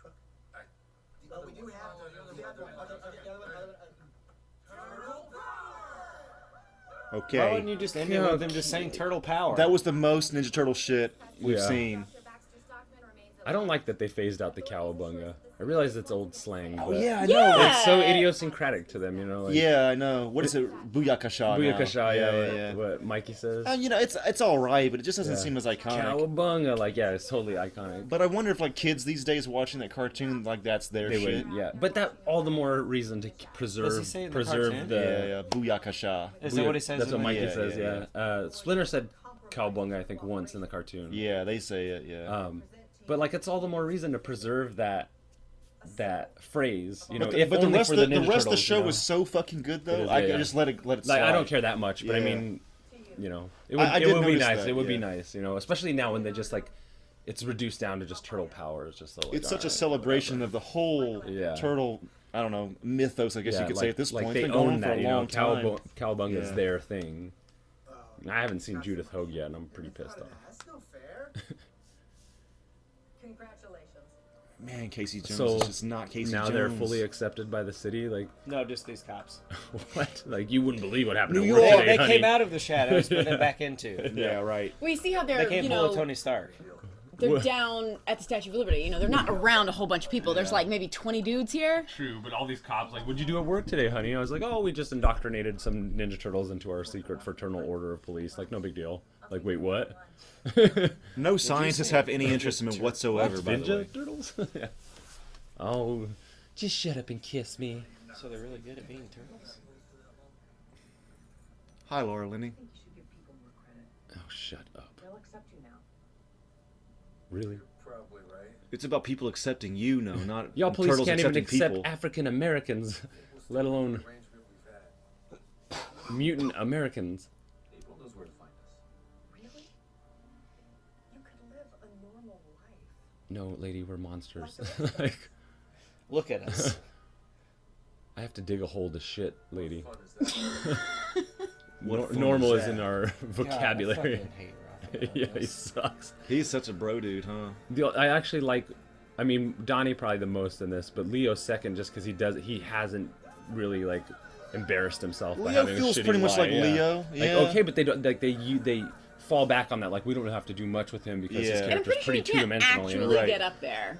F: truck. Well, we do have the other one. other- other- the other one, other one, other one.
D: Why
C: Okay,
D: wouldn't you just end it with them just saying turtle power?
C: that was the most Ninja Turtle shit we've
B: Yeah.
C: seen.
B: I don't like that they phased out the cowabunga. I realize it's old slang,
F: Oh,
B: but
C: I
E: Yeah.
B: it's so idiosyncratic to them, you know. Like,
C: Yeah, I know. What is it? Booyakasha. now.
B: Booyakasha, yeah,
C: yeah,
B: what-
C: yeah.
B: What, Mikey says.
C: Uh, you know, it's it's all right, but it just doesn't
B: Yeah.
C: seem as iconic.
B: Cowabunga, like yeah, it's totally iconic.
C: But I wonder if like kids these days watching that cartoon like that's their
B: They
C: shit.
B: would, yeah. But that all the more reason to k- preserve
D: say in the
B: preserve
D: cartoon?
B: the.
C: yeah, yeah, Booyakasha.
D: Is that what he says?
B: That's what
D: in the-
B: Mikey
C: Yeah,
B: says.
C: yeah,
B: Yeah. Uh, Splinter said cowabunga, I think, once in the cartoon.
C: Yeah, they say it. Yeah.
B: Um, but like, it's all the more reason to preserve that that phrase. You know,
C: but the,
B: if
C: but the
B: only
C: rest
B: for
C: of
B: the,
C: the,
B: Ninja
C: rest of the
B: Turtles,
C: show
B: you know?
C: was so fucking good though.
B: It is,
C: I
B: yeah,
C: could
B: yeah.
C: just let it let it
B: like
C: slide.
B: I don't care that much, but I
C: Yeah.
B: mean, you know, it
C: I-
B: would
C: I
B: it
C: did
B: would be
C: notice
B: nice.
C: that,
B: it would be
C: yeah.
B: nice, you know, especially now when they just like it's reduced down to just turtle power. It's just like,
C: It's such a
B: alright,
C: celebration of the whole
B: Yeah.
C: turtle. I don't know mythos. I guess
B: whatever.
C: you could
B: Yeah,
C: say
B: like-
C: at this
B: like
C: point.
B: they
C: it's been
B: own
C: going on
B: that,
C: for a
B: you know,
C: long time.
B: Cowabung- Cowabunga is
C: Yeah.
B: their thing. I haven't seen Judith Hogue yet, and I'm pretty pissed off.
F: That's no fair.
J: Congratulations.
C: Man, Casey Jones
B: So
C: is just not Casey
B: now
C: Jones.
B: they're fully accepted by the city. Like
D: No, just these cops.
B: what? Like you wouldn't believe what happened.
C: New
B: to
C: York,
B: World
D: They,
C: Hey,
D: they
B: honey.
D: came out of the shadows, but then back into. it.
C: Yeah, right.
E: We see how
D: They
E: they're,
D: can't
E: you
D: pull a
E: know,
D: Tony Stark.
E: they're down at the Statue of Liberty. You know, they're not around a whole bunch of people. There's like maybe 20 dudes here.
B: True, but all these cops like, "What'd you do at work today, honey?" And I was like, "Oh, we just indoctrinated some Ninja Turtles into our secret fraternal order of police. Like, no big deal. Like, wait, what?
C: No scientists have any interest in it whatsoever. By the way.
B: Ninja Turtles? yeah. Oh, just shut up and kiss me.
D: So they're really good at being turtles.
C: Hi, Laura Linney.
J: I think you should give people more credit.
B: Oh, shut up.
J: They'll accept you now.
B: Really?
F: Probably right.
C: It's about people accepting you, no, not
B: Y'all police
C: turtles
B: can't even
C: accepting
B: accept
C: people.
B: African Americans, let alone
F: Arrangement we've had.
B: mutant Americans.
F: April knows where to find us.
J: Really? You could live a normal life.
B: No, lady, we're monsters. like,
D: Look at us.
B: I have to dig a hole to shit, lady.
F: Fun is that?
B: Nor-
C: fun
B: normal
C: is
B: is in
C: that?
B: our
D: God, I
B: vocabulary.
D: fucking hate Raphael.
B: yeah, he sucks.
C: He's such a bro dude, huh?
B: The, I actually like, I mean, Donnie probably the most in this, but Leo second just because he does he hasn't really like embarrassed himself. by
C: Leo
B: having a
C: feels
B: shitty
C: pretty much
B: lie,
C: like
B: yeah.
C: Leo, yeah.
B: Like okay, but they don't like they you, they fall back on that like we don't have to do much with him because
C: Yeah.
B: his
C: And I'm
E: And I'm
B: character's
E: pretty
B: pretty,
E: sure you
B: two
E: can't
B: dimensional. You know?
E: actually
C: Right.
E: get up there.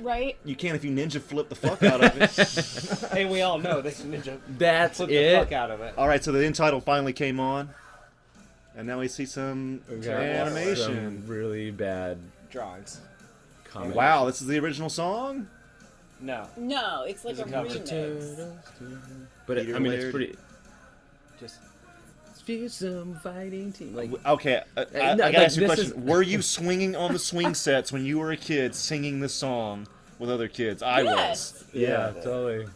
E: Right?
C: You can if you ninja flip the fuck out of it.
D: Hey, we all know they can ninja
B: That's
D: flip
B: it.
D: the fuck out of it.
C: All right, so the end title finally came on, and now we see some
B: We got
C: animation.
B: some really bad
D: Drawings.
B: comedy.
C: Wow, this is the original song.
D: No,
E: No, it's like
D: There's
E: a
D: a cover.
E: remix.
B: But it,
C: Peter
B: I mean, it's
C: Laird.
B: pretty.
D: just
B: Fearsome fighting team. Like
C: Okay, I, I, I
B: no,
C: gotta
B: like,
C: ask you a
B: this
C: question.
B: is-
C: Were you swinging on the swing sets when you were a kid, singing this song with other kids? I
E: Yes.
C: was.
B: Yeah, totally.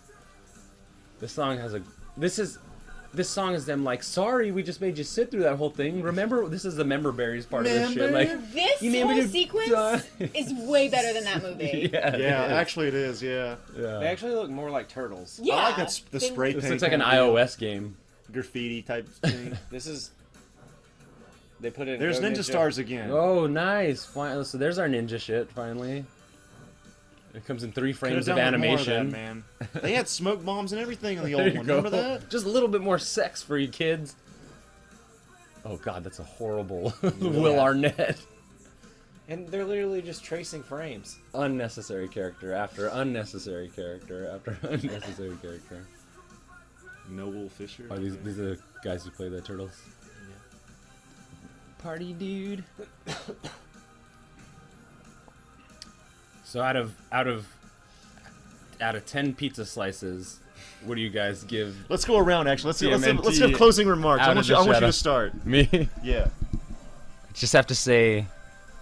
B: This song has a. This is. This song is them like, sorry, we just made you sit through that whole thing. Remember, this is the member berries part of this shit.
C: Member?
B: Like,
E: This
B: You mean we
E: whole
B: could-
E: sequence is way better than that movie.
B: yeah, it
C: Yeah,
B: is.
C: actually it is. Yeah,
D: they
B: yeah.
D: actually look more like turtles.
E: Yeah.
C: I like that. sp- The
E: They-
C: spray
B: This
C: paint.
B: looks like an
C: kinda deal.
B: iOS game.
C: graffiti type thing.
D: This is. They put it. In
C: There's
D: Go
C: ninja stars again.
B: Oh, nice! Finally, so there's our ninja shit. Finally, it comes in three
C: Could've
B: frames of
C: done with more
B: animation.
C: that, man. They had smoke bombs and everything in the
B: There
C: old
B: you
C: one.
B: go.
C: Remember that?
B: Just a little bit more sex for you kids. Oh God, that's a horrible Will Arnett.
D: And they're literally just tracing frames.
B: unnecessary character after unnecessary character after unnecessary character.
C: Noel Fisher.
B: Oh, these these are the guys who play the turtles. Party dude. so out of out of out of ten pizza slices, what do you guys give
C: Let's go around. Actually, let's see. Let's,
B: TMNT.
C: let's go closing remarks.
B: Out
C: I
B: of
C: want
B: the
C: you. I want you
B: shadow.
C: to start.
B: me?
C: Yeah.
B: just have to say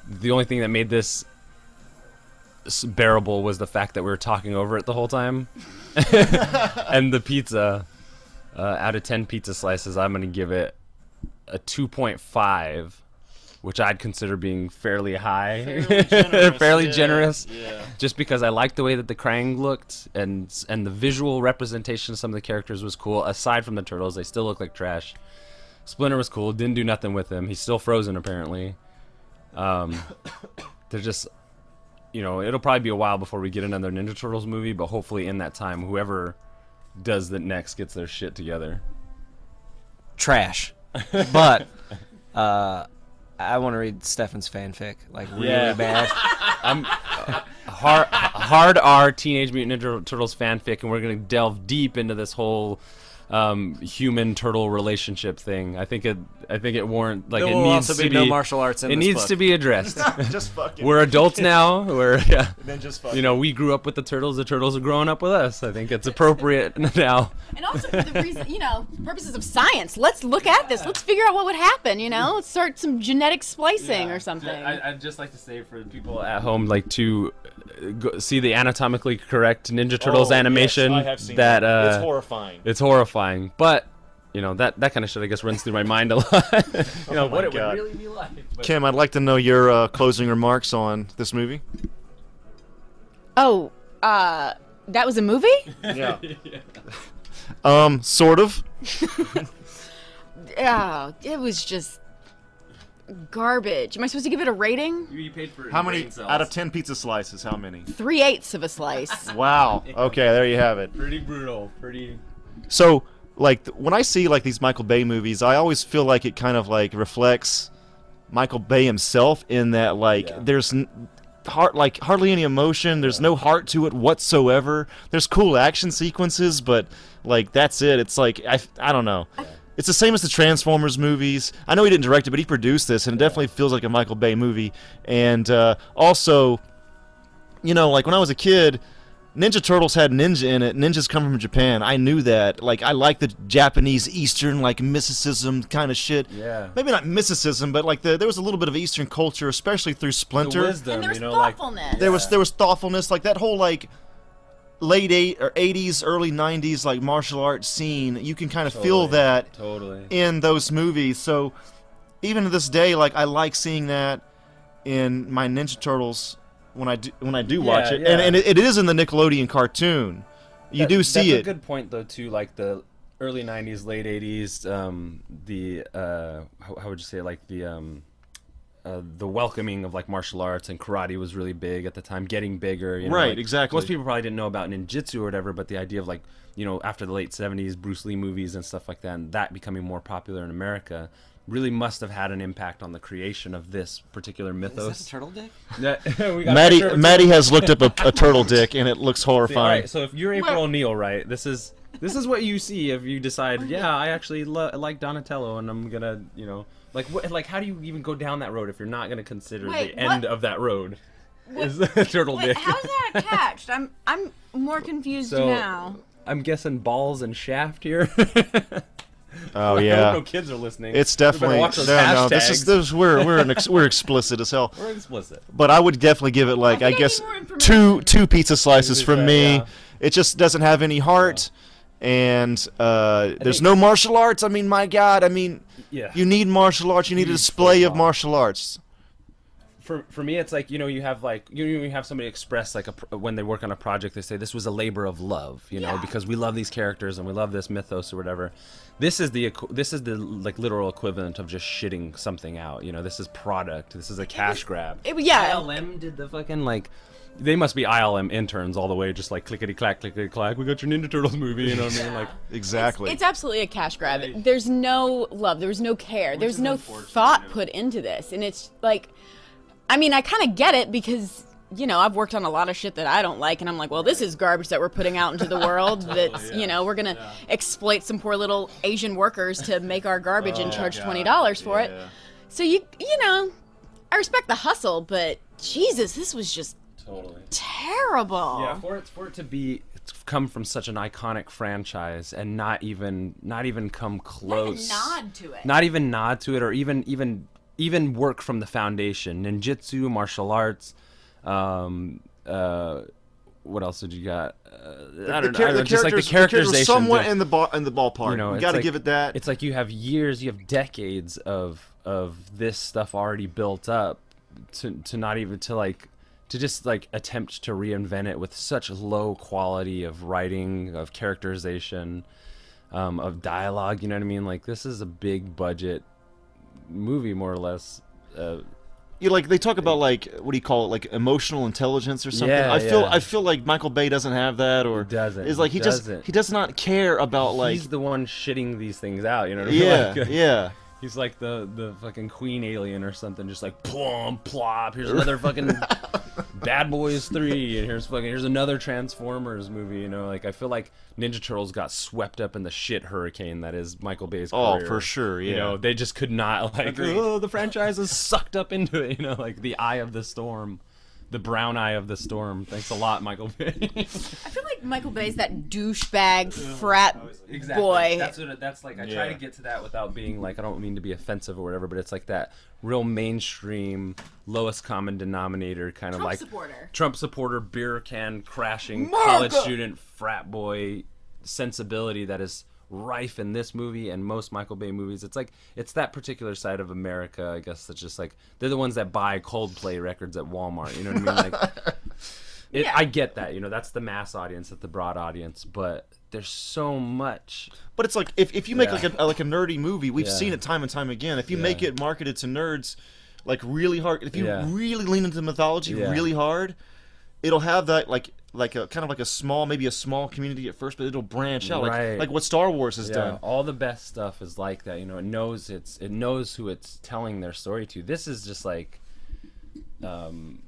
B: the only thing that made this s- bearable was the fact that we were talking over it the whole time. and the pizza, uh, out of 10 pizza slices, I'm going to give it a 2.5, which I'd consider being fairly high.
C: Fairly generous.
B: Fairly
C: yeah,
B: generous.
C: Yeah.
B: Just because I liked the way that the Krang looked and s- and the visual representation of some of the characters was cool. Aside from the turtles, they still look like trash. Splinter was cool. Didn't do nothing with him. He's still frozen apparently. Um, they're just, you know, it'll probably be a while before we get another Ninja Turtles movie, but hopefully in that time, whoever does the next gets their shit together.
L: trash. But uh, I want to read Stefan's fanfic like really
B: Yeah.
L: bad.
B: hard, hard R Teenage Mutant Ninja Turtles fanfic, and we're gonna delve deep into this whole um, human turtle relationship thing. I think it, I think it warrant like
L: There
B: it
L: will
B: needs
L: also
B: to
L: be no martial arts in
B: it
L: this
B: needs
L: book.
B: to be addressed.
C: Just fucking.
B: we're adults now. We're yeah.
C: then just fucking.
B: You know, we grew up with the turtles. The turtles are growing up with us. I think it's appropriate now.
E: And also for the reason, you know, purposes of science. Let's look at this. Let's figure out what would happen. You know, let's start some genetic splicing or something.
B: I, would just like to say for the people at home, like to uh, go, see the anatomically correct Ninja Turtles
C: Oh, yes,
B: animation
C: I have seen
B: that uh,
C: it's horrifying.
B: It's horrifying, but you know that that kind of shit I guess runs through my mind a lot. you know what it would
C: Oh God.
B: really be like. But
C: Kim, I'd like to know your uh, closing remarks on this movie.
E: oh, uh, that was a movie?
C: Yeah. um, sort of.
E: Yeah, Oh, it was just garbage. Am I supposed to give it a rating?
B: you paid for
C: How many out of ten pizza slices? How many?
E: Three eighths of a slice.
C: Wow. Okay, there you have it.
B: Pretty brutal. Pretty.
C: So, like th- when I see like these Michael Bay movies, I always feel like it kind of like reflects Michael Bay himself in that like
B: Yeah.
C: there's n- heart like hardly any emotion. There's no heart to it whatsoever. There's cool action sequences, but like that's it. It's like I f- I don't know. It's the same as the Transformers movies. I know he didn't direct it, but he produced this, and it definitely feels like a Michael Bay movie. And uh, also, you know, like when I was a kid, Ninja Turtles had ninja in it. Ninjas come from Japan. I knew that. Like I like the Japanese Eastern like mysticism kind of shit.
B: Yeah.
C: Maybe not mysticism, but like the, there was a little bit of Eastern culture, especially through
B: The
C: Splinter.
B: wisdom,
E: and there's
B: you know, like
E: thoughtfulness.
C: There was there was thoughtfulness, like that whole like late eight or eighties, early nineties like martial arts scene. You can kind of feel
B: Totally.
C: that
B: totally.
C: in those movies. So even to this day, like I like seeing that in my Ninja Turtles when I do when I do watch
B: Yeah,
C: it, and,
B: yeah.
C: and it, it is in the Nickelodeon cartoon. You do see
B: that's
C: it.
B: A good point though too, like the early '90s, late '80s, um, the uh, how, how would you say like the um, uh, the welcoming of like martial arts and karate was really big at the time, getting bigger. You know,
C: Right,
B: like,
C: exactly.
B: Most people probably didn't know about ninjutsu or whatever, but the idea of like you know after the late '70s, Bruce Lee movies and stuff like that, and that becoming more popular in America. Really must have had an impact on the creation of this particular
D: Is that a
B: mythos.
D: turtle dick?
B: Yeah, we got a
C: Maddie
B: picture of a
C: Maddie has looked up a, a turtle dick, and it looks
B: See, All
C: horrifying.
B: right, so if you're April O'Neil, right, this is this is what you see if you decide, yeah, I actually lo- like Donatello, and I'm gonna, you know, like what, like how do you even go down that road if you're not gonna consider
E: Wait,
B: the end
E: what-
B: of that road?
E: What-
B: Is the turtle
E: Wait,
B: dick?
E: how's that attached? I'm I'm more confused
B: So-
E: now.
B: I'm guessing balls and shaft here.
C: oh
B: I hope no
C: yeah,
B: kids are listening.
C: it's
B: We better
C: definitely
B: watch those
C: no, no. This is
B: hashtags.
C: this we're we're an ex, we're explicit as hell.
B: We're explicit.
C: But I would definitely give it like
E: I
C: I,
E: think I
C: guess
E: need more information.
C: two two pizza slices from
B: yeah,
C: me.
B: yeah.
C: It just doesn't have any heart, and uh, there's
B: think-
C: no martial arts. I mean, my God, I mean,
B: Yeah.
C: you need martial arts. You need a
B: Huge
C: display of
B: profile.
C: martial arts.
B: for for me, it's like you know you have like you know, you have somebody express like a, pr- when they work on a project they say this was a labor of love you know
E: Yeah.
B: because we love these characters and we love this mythos or whatever. This is the equ- this is the like literal equivalent of just shitting something out. You know this is product. This is a cash grab.
E: It, yeah.
B: ILM did the fucking like. They must be ILM interns all the way, just like clickety clack, clickety clack. We got your Ninja Turtles movie, you know what I mean? Like,
C: Exactly.
E: It's absolutely a cash grab. There's no love. There's no care. there's no thought put into this. And it's like, I mean, I kind of get it because, you know, I've worked on a lot of shit that I don't like. And I'm like, well, this is garbage that we're putting out into the world. That's, you know, we're going to exploit some poor little Asian workers to make our garbage
B: Oh,
E: and charge $20 for it. So you, you know, I respect the hustle, but Jesus, this was just
B: totally.
E: terrible.
B: Yeah, for it for it to be it's come from such an iconic franchise and not even not even come close.
E: nod to it.
B: Not even nod to it, or even even even work from the foundation, ninjutsu, martial arts, um, uh, what else did you got? Uh, I don't
C: the
B: know.
C: char-
B: I don't know,
C: the
B: just like the
C: characters- the characters
B: characterization.
C: somewhat in the ba- in the ballpark. You
B: it's
C: gotta
B: like-
C: give it that.
B: It's like you have years, you have decades of of this stuff already built up to to not even to like to just like attempt to reinvent it with such low quality of writing, of characterization, um, of dialogue. You know what I mean? Like this is a big budget movie, more or less. Uh,
C: you like they talk about like what do you call it like emotional intelligence or something.
B: Yeah,
C: I feel
B: yeah.
C: I feel like Michael Bay doesn't have that or
B: doesn't.
C: Is like he,
B: He
C: just
B: doesn't.
C: he does not care about like
B: he's the one shitting these things out. You know what I mean?
C: yeah
B: Like-
C: yeah.
B: He's like the the fucking queen alien or something, just like plum plop. Here's another fucking Bad Boys Three, and here's fucking here's another Transformers movie. You know, like I feel like Ninja Turtles got swept up in the shit hurricane that is Michael Bay's.
C: Oh,
B: career.
C: for sure,
B: You know,
C: yeah.
B: they just could not like.
C: Agreed.
B: Oh, the franchise is sucked up into it. You know, like the eye of the storm, the brown eye of the storm. Thanks a lot, Michael Bay.
E: I feel like Michael Bay's that douchebag frat boy.
B: That's what. it- That's like I try
C: Yeah.
B: to get to that without being like I don't mean to be offensive or whatever, but it's like that real mainstream, lowest common denominator kind of
E: Trump
B: like
E: supporter.
B: Trump supporter, beer can crashing,
E: America!
B: college student, frat boy sensibility that is rife in this movie and most Michael Bay movies. It's like it's that particular side of America, I guess. That's just like they're the ones that buy Coldplay records at Walmart. You know what I mean? Like it, I get that. You know, that's the mass audience, that's the broad audience, but there's so much.
C: But it's like if, if you make
B: Yeah.
C: like a like a nerdy movie, we've
B: Yeah.
C: seen it time and time again. If you make it marketed to nerds, like really hard, if you
B: Yeah.
C: really lean into mythology
B: Yeah.
C: really hard, it'll have that like like a kind of like a small maybe a small community at first, but it'll branch out like
B: Right.
C: like what Star Wars has
B: Yeah,
C: done.
B: all the best stuff is like that. You know, it knows it's it knows who it's telling their story to. This is just like um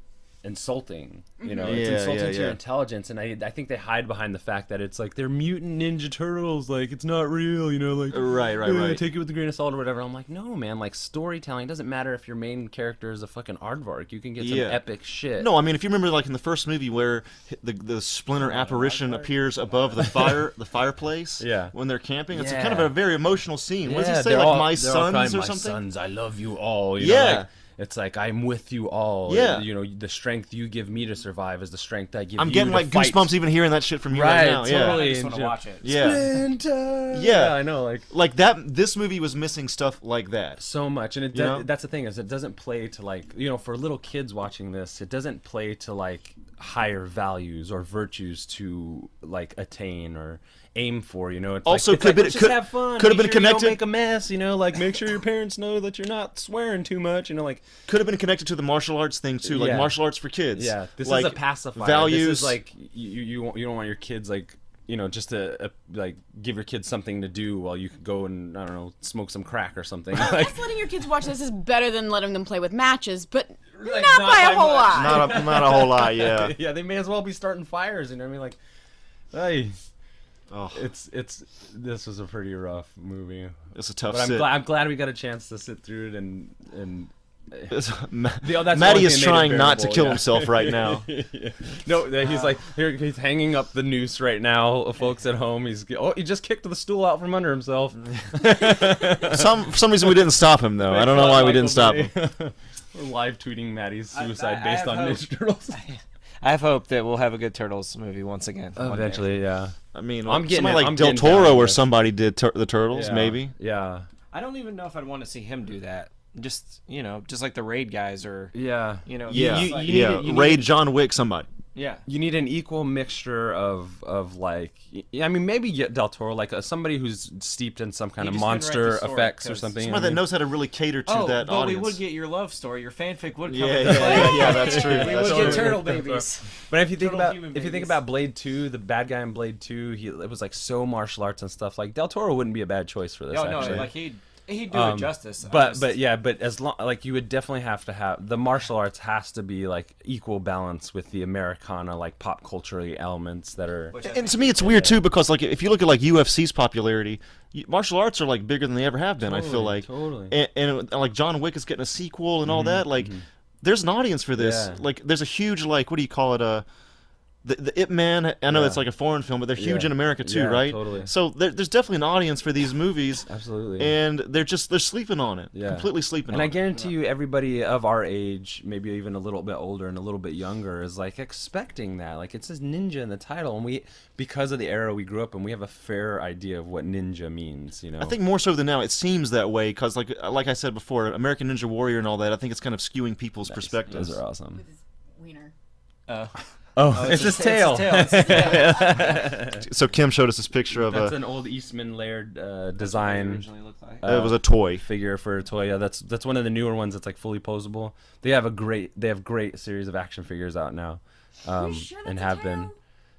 B: insulting. You know, it's
C: Mm-hmm. Yeah,
B: insulting
C: yeah,
B: to your
C: yeah.
B: intelligence and I I think they hide behind the fact that it's like they're mutant ninja turtles, like it's not real, you know, like
C: Right, right,
B: "Yeah,
C: right.
B: Take it with a grain of salt or whatever. I'm like, no man, like storytelling it doesn't matter if your main character is a fucking aardvark. You can get some
C: Yeah.
B: epic shit.
C: No, I mean if you remember like in the first movie where the the splinter apparition appears above the fire the fireplace.
B: Yeah.
C: When they're camping, it's a kind of
B: Yeah.
C: a very emotional scene. what does
B: Yeah,
C: he say?
B: they're
C: Like
B: all-
C: my
B: they're all
C: sons
B: crying,
C: or
B: "My
C: something.
B: sons, I love you all. You
C: Yeah.
B: Know, like, it's like I'm with you all.
C: Yeah.
B: You know, the strength you give me to survive is the strength I give
C: I'm
B: you
C: getting
B: to
C: like
B: fight.
C: goosebumps even hearing that shit from you
B: Right,
C: right, now. Yeah.
B: totally.
D: I just want
B: Angel.
D: to watch it.
C: Yeah.
B: Splinter.
C: Yeah.
B: I know. Like
C: Like that this movie was missing stuff like that.
B: so much, and it
C: You
B: does,
C: know?
B: that's the thing is it doesn't play to like you know for little kids watching this, it doesn't play to like higher values or virtues to like attain or aim for. You know, it's
C: Also,
B: like, it's
C: could
B: like,
C: have been-
B: just
C: could-
B: have fun.
C: could have
B: Make
C: been
B: sure you don't
C: connected-
B: Make a mess. You know, like make sure your parents know that you're not swearing too much. You know, like
C: Could have been connected to the martial arts thing too, like
B: Yeah.
C: martial arts for kids.
B: Yeah, this
C: like,
B: is a pacifier.
C: Values
B: This is like you you want- you don't want your kids like you know just to uh, like give your kids something to do while you could go and I don't know smoke some crack or something. like
E: Just letting your kids watch this is better than letting them play with matches, but
B: Like,
E: not,
B: not
E: by a
B: by
E: whole
B: much.
E: lot.
C: not a not a whole lot, yeah.
B: yeah, they may as well be starting fires. You know what I mean? Like, hey,
C: Oh,
B: it's it's this was a pretty rough movie,
C: it's a tough
B: but I'm
C: sit.
B: glad I'm glad we got a chance to sit through it and and.
C: It's- Ma-
B: The- oh, that's the
C: Matty
B: only
C: is
B: thing that made it
C: trying not to
B: bearable,
C: kill
B: yeah.
C: himself right now.
B: No, that he's like here. He's hanging up the noose right now, folks at home. He's oh, he just kicked the stool out from under himself.
C: Some for some reason we didn't stop him though. I don't know why we didn't stop him.
B: We're live tweeting Maddie's
D: I-
B: suicide
D: I- I
B: based
D: have
B: on
D: hope.
B: Ninja Turtles.
L: I have hope that we'll have a good Turtles movie once again. one day.
B: yeah.
C: I mean,
B: I'm
C: like,
B: getting
C: somebody
B: it,
C: like
B: I'm
C: Del
B: getting down
C: Toro
B: with
C: or
B: this.
C: somebody did tur- the Turtles, maybe.
B: Yeah.
D: I don't even know if I'd want to see him do that. Just you know, just like the raid guys or
B: Yeah.
D: you know,
C: Yeah,
D: you- you- you
C: yeah.
D: need to- you need
C: Raid
D: to-
C: John Wick, somebody.
D: yeah.
B: You need an equal mixture of of like y- I mean maybe get Del Toro like uh, somebody who's steeped in some kind of
D: He just couldn't write the
B: monster
D: story
B: effects or
D: 'cause-
B: something. you know
C: Somebody that
B: what
C: knows how to really cater to
D: Oh,
C: that
D: but
C: audience.
D: we would get your love story. Your fanfic would come.
C: yeah,
D: into
C: yeah,
D: play.
C: yeah, yeah, that's true.
D: We
C: that's
D: would
C: true.
D: get turtle babies.
B: I mean? But if you think
D: Total
B: about
D: human
B: if you think
D: babies.
B: about Blade Two, the bad guy in Blade Two, he it was like so martial arts and stuff. Like Del Toro wouldn't be a bad choice for this.
D: Oh no,
B: actually.
D: like he'd he'd do
B: Um,
D: it justice. I
B: But
D: just-
B: but yeah, but as long like you would definitely have to have the martial arts has to be like equal balance with the Americana like pop culture elements that are
D: Which I
C: And to me, it's weird too because like if you look at like UFC's popularity, y- martial arts are like bigger than they ever have been. I feel
B: Totally,
C: like
B: totally. Mm-hmm,
C: and, and, and, like John Wick is getting a sequel and all that. Like, there's an audience for this.
B: Yeah.
C: Like, there's a huge like what do you call it? A uh, the, the Ip Man. I know
B: Yeah.
C: it's like a foreign film, but they're huge
B: Yeah.
C: in America too,
B: Yeah,
C: right?
B: totally.
C: So there, there's definitely an audience for these movies.
B: Absolutely.
C: And they're just they're sleeping on it.
B: Yeah.
C: Completely sleeping
B: And
C: on
B: I
C: it.
B: guarantee you, everybody of our age, maybe even a little bit older and a little bit younger, is like expecting that. Like it says ninja in the title, and we, because of the era we grew up in, we have a fair idea of what ninja means. You know.
C: I think more so than now, it seems that way because, like, like I said before, American Ninja Warrior and all that. I think it's kind of skewing people's perspectives.
B: Those are awesome.
E: Wiener.
L: Oh.
B: Oh, it's his tail.
L: It's his tail.
C: so Kim showed us this picture of
B: That's
C: a.
B: an old Eastman Laird uh, design.
L: originally looked like.
C: It
B: uh,
C: was a toy.
B: figure for a toy. Yeah, that's that's one of the newer ones that's like fully posable. They have a great they have great series of action figures out now, um,
E: sure
B: and
E: that's a
B: have been.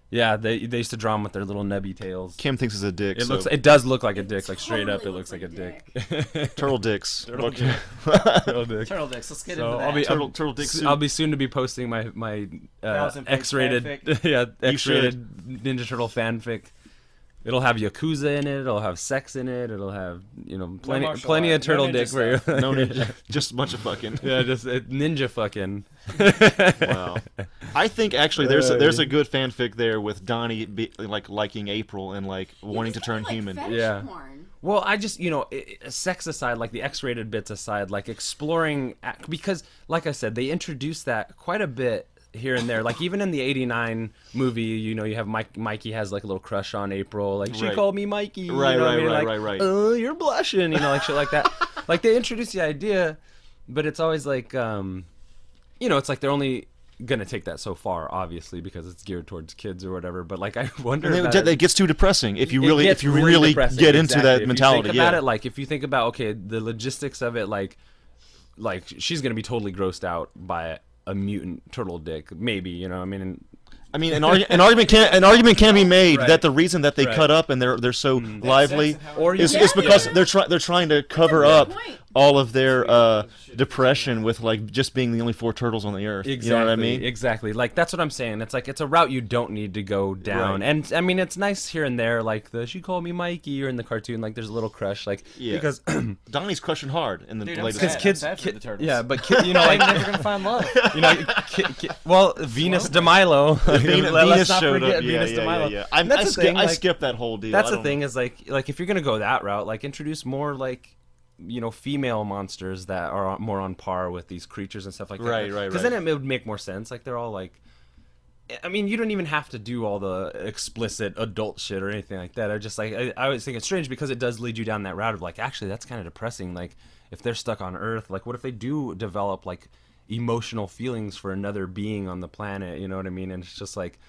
B: Yeah, they they used to draw them with their little nubby tails.
C: Kim thinks it's a dick.
B: It
C: so-
B: looks it does look like a dick, like straight up, it looks like a dick.
C: turtle dicks.
B: Turtle
C: Okay.
B: Turtle dick.
L: Turtle dicks. Let's get
B: So
L: into that.
B: Oh, I'll be
C: Turtle-
B: I'm-
C: turtle dick
B: s-
C: suit.
B: I'll be soon to be posting my my uh,
D: Thousand page
B: X-rated
D: fanfic.
B: yeah X-rated
C: should.
B: Ninja Turtle fanfic. It'll have yakuza in it. It'll have sex in it. It'll have you know plenty
D: martial
B: plenty
D: art,
B: of
D: no
B: turtle
D: ninja
B: dick for you.
C: no, ninja, just a bunch of fucking.
B: Yeah, just uh, ninja fucking.
C: Wow. I think actually there's a,
B: Uh,
C: there's a good fanfic there with Donnie be, like liking April and like wanting to turn human.
B: Yeah.
E: yeah.
B: Well, I just you know, i i- sex aside, like the X-rated bits aside, like exploring ac- because, like I said, they introduced that quite a bit here and there. Like even in the '89 movie, you know, you have Mike. Mikey has like a little crush on April. Like she
C: Right.
B: called me Mikey.
C: Right,
B: you know what I
C: right,
B: mean?
C: right,
B: Like,
C: right, right.
B: Oh, you're blushing. You know, like shit like that. like they introduce the idea, but it's always like, um, you know, it's like they're only gonna take that so far, obviously, because it's geared towards kids or whatever. But like, I wonder.
C: And
B: about
C: it, it gets too depressing if you
B: it
C: really
B: gets
C: if you really
B: depressing,
C: get into
B: exactly.
C: that
B: If
C: mentality.
B: You think about
C: yeah.
B: it like if you think about okay, the logistics of it, like like she's gonna be totally grossed out by a mutant turtle dick, maybe you know. what I mean, and
C: I mean, an, argu- an argument can an argument can be made
B: Right.
C: that the reason that they
B: Right. Mm.
C: cut up and they're they're so lively
D: That's how it
B: or you
C: is,
E: Yeah,
C: is because
E: yeah.
C: they're trying they're trying to cover
E: good
C: up
E: point.
C: all of their uh, depression with like just being the only four turtles on the earth.
B: Exactly.
C: You know what I mean?
B: Exactly. Like that's what I'm saying. It's like it's a route you don't need to go down.
C: Right.
B: And I mean, it's nice here and there. Like the she called me Mikey, or in the cartoon, like there's a little crush, like
C: Yeah.
B: because
C: Donnie's crushing hard in the
D: Dude, I'm
C: latest.
D: sad.
B: because kids,
D: bad for
B: kid-
D: the turtles.
B: yeah, but kid, you know, like
L: never gonna find love.
B: you know, ki- ki- well, Venus de Milo.
C: Venus,
B: Let-
C: Venus
B: let's not
C: showed
B: forget
C: up. Yeah,
B: Venus de
C: yeah, yeah,
B: Milo.
C: yeah. I'm,
B: That's
C: I,
B: the
C: skip,
B: thing,
C: I
B: like-
C: skipped that whole deal.
B: That's
C: I
B: the
C: don't-
B: thing is like like if you're gonna go that route, like introduce more like you know female monsters that are on- more on par with these creatures and stuff like that.
C: Right, right,
B: Because
C: right.
B: then it would make more sense. Like they're all like. I mean, you don't even have to do all the explicit adult shit or anything like that. I just like I, I always think it's strange because it does lead you down that route of like, actually, that's kind of depressing. Like, if they're stuck on Earth, like, what if they do develop like emotional feelings for another being on the planet? You know what I mean? And it's just like,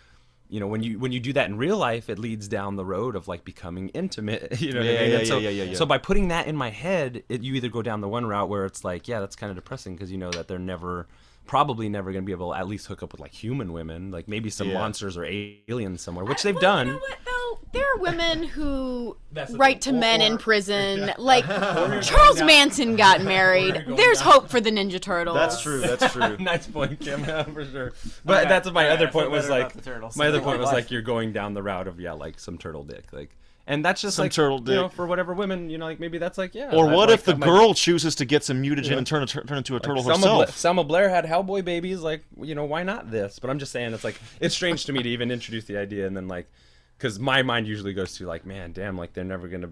B: you know, when you when you do that in real life, it leads down the road of like becoming intimate. You know what
C: Yeah,
B: I mean?
C: yeah,
B: And so,
C: yeah, yeah, yeah, yeah.
B: so by putting that in my head, it, you either go down the one route where it's like, yeah, that's kind of depressing because you know that they're never, probably never going to be able to at least hook up with like human women, like maybe some
C: Yeah.
B: monsters or a- aliens somewhere, which they've
E: Well,
B: done.
E: You know what though? There are women who write to men in prison. Like Charles Manson got married. There's hope for the Ninja Turtles.
C: That's true. That's true.
B: nice point, Kim, for sure. But that's my other
D: I feel
B: point was
D: better about
B: like
D: the turtles.
B: my other point was
D: Life.
B: like you're going down the route of yeah, like some turtle dick, like, and that's just
C: Some
B: like
C: turtle
B: you know,
C: dick.
B: for whatever women, you know, like maybe that's like yeah.
C: Or
B: I'd
C: what
B: like
C: if the
B: that might-
C: girl chooses to get some mutagen and turn, a, tur- turn into a turtle
B: Selma,
C: herself?
B: Bla- Selma Blair had Hellboy babies. Like, you know, why not this? But I'm just saying, it's like it's strange to me to even introduce the idea and then like, because my mind usually goes to like, man, damn, like they're never gonna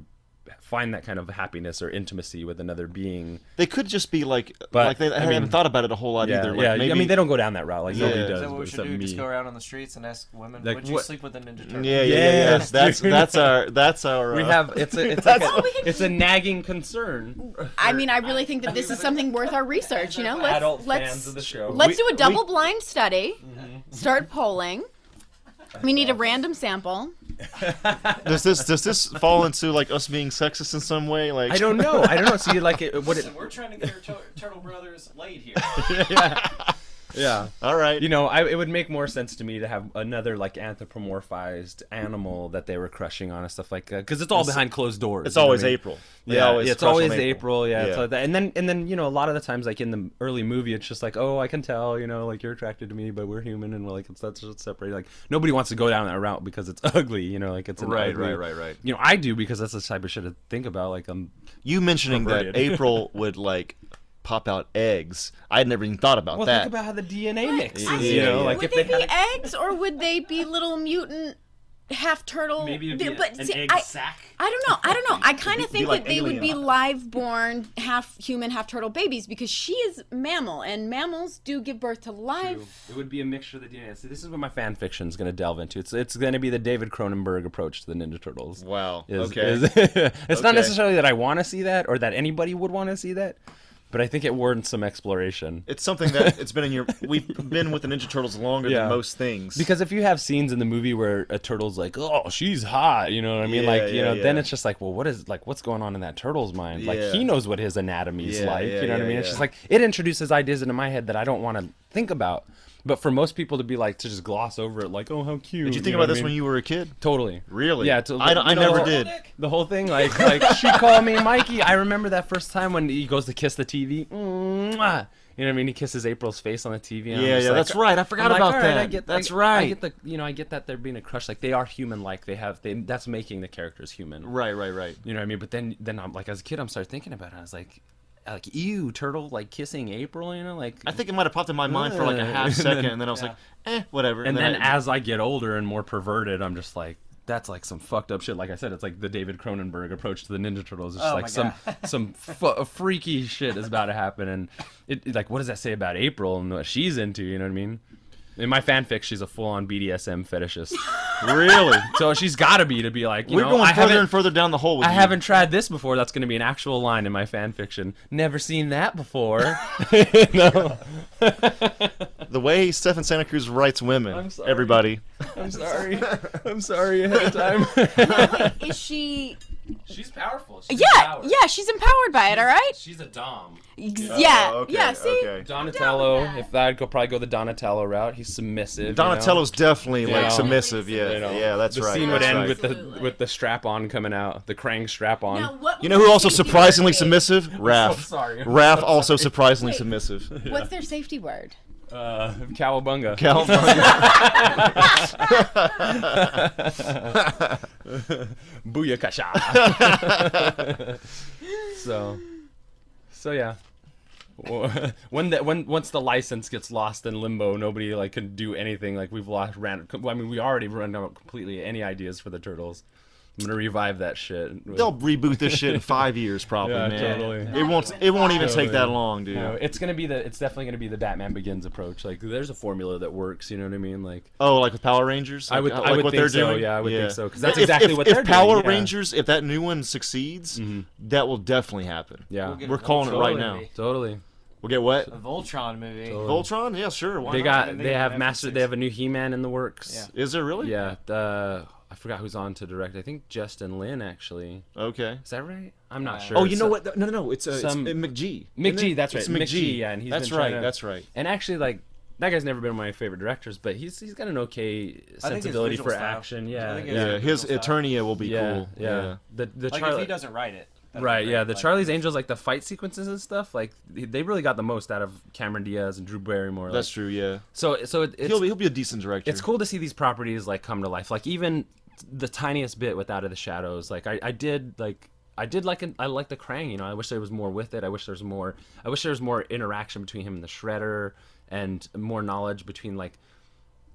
B: find that kind of happiness or intimacy with another being.
C: they could just be like,
B: But,
C: like they
B: I
C: haven't
B: mean-
C: thought about it a whole lot
B: Yeah,
C: either. Like
B: yeah.
C: maybe,
B: I mean, they don't go down that route. Like
C: Yeah.
B: nobody
C: Is that
B: does.
D: Is that what we
B: but
D: should
B: except
D: do?
B: me.
D: Just go around on the streets and ask women,
B: Like,
D: would you
B: what-
D: sleep with a ninja turtle?
C: Yeah, yeah, yeah. yeah.
B: Yes,
C: That's
B: dude.
C: that's our that's our. Uh,
B: We have it's a it's like a, it's a nagging concern.
E: I mean, I really think that this is something worth our research. You know, let's
B: Adult
E: let's
B: fans of the show.
E: let's
C: We-
E: do a double blind study. Start polling. We need a random sample.
C: does this does this fall into like us being sexist in some way? Like
B: I don't know. I don't know. See, like it, what it,
D: Listen, we're trying to get our tur- turtle brothers laid here.
B: yeah.
C: All right.
B: You know, I, it would make more sense to me to have another like anthropomorphized animal that they were crushing on and stuff like that because it's all behind closed doors.
C: it's
B: you know what
C: always
B: I mean?
C: April. They
B: Yeah,
C: always
B: it's
C: crush on
B: always April. yeah, it's
C: Yeah.
B: like that. and then and then you know a lot of the times like in the early movie, it's just like oh I can tell you know like you're attracted to me, but we're human and we're like it's that's just separated. Like nobody wants to go down that route because it's ugly. You know, like it's an
C: Right,
B: ugly-
C: right, right, right.
B: You know, I do because that's the type of shit to think about. Like um, I'm
C: You mentioning that
B: Perverted.
C: April would like pop out eggs. I had never even thought about
B: Well,
C: that.
B: think about how the DNA mixes.
C: I
B: you
C: mean,
B: know, like
E: would
B: if
E: they,
B: they,
E: be
B: had a,
E: eggs or would they be little mutant half turtle?
D: Maybe it'd be
E: Th-
D: a- an egg
E: I,
D: sack.
E: I don't know. I don't know. I kind of think
C: like
E: that they would be
C: alien.
E: live born half human, half turtle babies because she is mammal and mammals do give birth to live.
B: it would be a mixture of the DNA. So this is what my fan fiction is going to delve into. It's it's going to be the David Cronenberg approach to the Ninja Turtles.
C: Wow.
B: Is-
C: okay.
B: is- it's not
C: Okay.
B: necessarily that I want to see that or that anybody would want to see that, but I think it warrants some exploration.
C: It's something that it's been in your. We've been with the Ninja Turtles longer
B: Yeah.
C: than most things.
B: Because if you have scenes in the movie where a turtle's like, "Oh, she's hot," you know what I mean?
C: Yeah,
B: like, you
C: yeah,
B: know, then
C: yeah.
B: it's just like, well, what is like, what's going on in that turtle's mind? Like,
C: Yeah.
B: he knows what his anatomy is
C: Yeah,
B: like.
C: yeah,
B: you know what I
C: yeah,
B: mean? It's
C: yeah.
B: just like it introduces ideas into my head that I don't want to think about. But for most people to be like to just gloss over it, like, "Oh, how cute."
C: did you think
B: know
C: about
B: what I
C: this
B: mean?
C: when you were a kid?
B: Totally.
C: Really?
B: Yeah. To,
C: I don't- I
B: you know,
C: never
B: the-
C: did.
B: The whole thing, like, like she called me Mikey. I remember that first time when he goes to kiss the TV. Mwah. You know what I mean? He kisses April's face on the TV. And I'm
C: Yeah,
B: just
C: yeah,
B: like-
C: that's right. I forgot
B: I'm like,
C: about
B: "All
C: that.
B: I get,
C: That's
B: I,
C: right.
B: I get the, you know, I get that they're being a crush. Like they are human-like. They have, they, that's making the characters human.
C: Right, right, right.
B: You know what I mean? But then, then I'm like, as a kid, I'm started thinking about it. I was like, like, ew, turtle, like kissing April. You know, like
C: I think it might have popped in my mind for like a half second, and then I was like, eh, whatever.
B: and then,
C: I,
B: as I get older and more perverted, I'm just like, that's like some fucked up shit. Like I said, it's like the David Cronenberg approach to the Ninja Turtles. It's just
C: Oh
B: like some some fu- freaky shit is about to happen, and it, it- like what does that say about April and what she's into? You know what I mean? In my fanfic, she's a full-on BDSM fetishist,
C: really,
B: so she's got to be to be like, you
C: we're
B: know,
C: going
B: I
C: further
B: haven't-
C: and further down the hole. With
B: I
C: you.
B: haven't tried this before. That's going to be an actual line in my fan fiction. Never seen that before. no,
C: The way Stefan Santa Cruz writes women,
B: I'm sorry.
C: everybody.
B: I'm sorry. I'm sorry ahead of time.
E: Wait, is she?
B: She's powerful. She's
E: Yeah, yeah. She's empowered by it. All right.
B: She's a dom.
E: Ex- Yeah,
C: Oh, okay,
E: yeah. See,
C: okay.
B: Donatello. If that'd go, probably go the Donatello route. He's submissive. you know?
C: Donatello's definitely
B: Yeah.
C: like submissive. Yeah,
B: You know,
C: yeah, that's
B: the
C: right.
B: scene would
C: that's
B: end
C: right.
B: with the
E: Absolutely.
B: with the strap on coming out, the Krang strap on.
E: now what?
C: You know who
E: was
C: also
E: their safety
C: surprisingly
E: word?
C: submissive? Raph.
B: Oh, sorry. I'm
C: Raph also surprisingly
E: Wait.
C: submissive.
E: What's their safety word?
B: Uh, cowabunga.
C: Cal-
B: Booyakasha. so, so yeah. Wha- When that when once the license gets lost in limbo, nobody like can do anything. Like we've lost ran. I mean, we already run out completely any ideas for the turtles. I'm gonna revive that shit. with-
C: They'll reboot this shit in five years, probably,
B: Yeah,
C: man.
B: totally.
C: It won't. It won't even
B: Totally.
C: take that long, dude.
B: you know, it's gonna be the. It's definitely gonna be the Batman Begins approach. Like, there's a formula that works. You know what I mean? Like,
C: Oh, like with Power Rangers?
B: I
C: Like,
B: would-
C: uh,
B: I
C: Like
B: would
C: what
B: think
C: they're
B: so,
C: doing?
B: yeah, I would think so, 'cause that's
C: If-
B: exactly
C: if,
B: what
C: if
B: they're doing,
C: Power
B: yeah. Mm-hmm.
C: Rangers, if that new one succeeds, that will definitely happen.
B: yeah,
D: We'll get
C: We're
D: a
C: calling it right
D: Voltron
C: now.
D: movie.
B: totally.
C: We'll get what?
D: A Voltron movie.
C: Voltron? Yeah, sure. Why
B: They
C: not?
B: got.
D: And they
B: They
D: got
B: have
D: Batman
B: master.
D: six.
B: They have a new He-Man in the works.
D: Yeah.
C: Is there really?
B: Yeah, uh, I forgot who's on to direct. I think Justin Lin actually.
C: Okay.
B: Is that right? I'm not
D: Uh,
B: sure.
C: oh, you
B: It's
C: know
B: a-
C: what? No, no, no. It's, uh, it's
B: some-
C: uh, McG.
B: Mick
C: isn't
B: G.
C: it?
B: That's right.
C: It's
B: Mick G. Yeah, and he's
C: that's
B: been
C: right.
B: trying to-
C: That's right.
B: And actually, like that guy's never been one of my favorite directors, but he's he's got an okay sensibility
D: visual
B: for
D: style-
B: action.
D: I
B: Yeah,
D: think
B: yeah,
D: it's-
C: Yeah,
D: Yeah.
C: his
D: Yeah.
C: Eternia will be
B: yeah,
C: cool.
B: yeah. The the
D: Like if
B: Charlie.
D: he doesn't write it. that'd be
B: Right,
D: great.
B: yeah, the
D: Like,
B: Charlie's Angels, like the fight sequences and stuff, like they really got the most out of Cameron Diaz and Drew Barrymore.
C: That's
B: like-
C: true. Yeah.
B: So, so it, it's
C: He'll be, he'll be a decent director.
B: it's cool to see these properties like come to life like even the tiniest bit with out of the shadows like i, I did like i did like an, i like the krang you know i wish there was more with it i wish there was more i wish there was more interaction between him and the shredder and more knowledge between like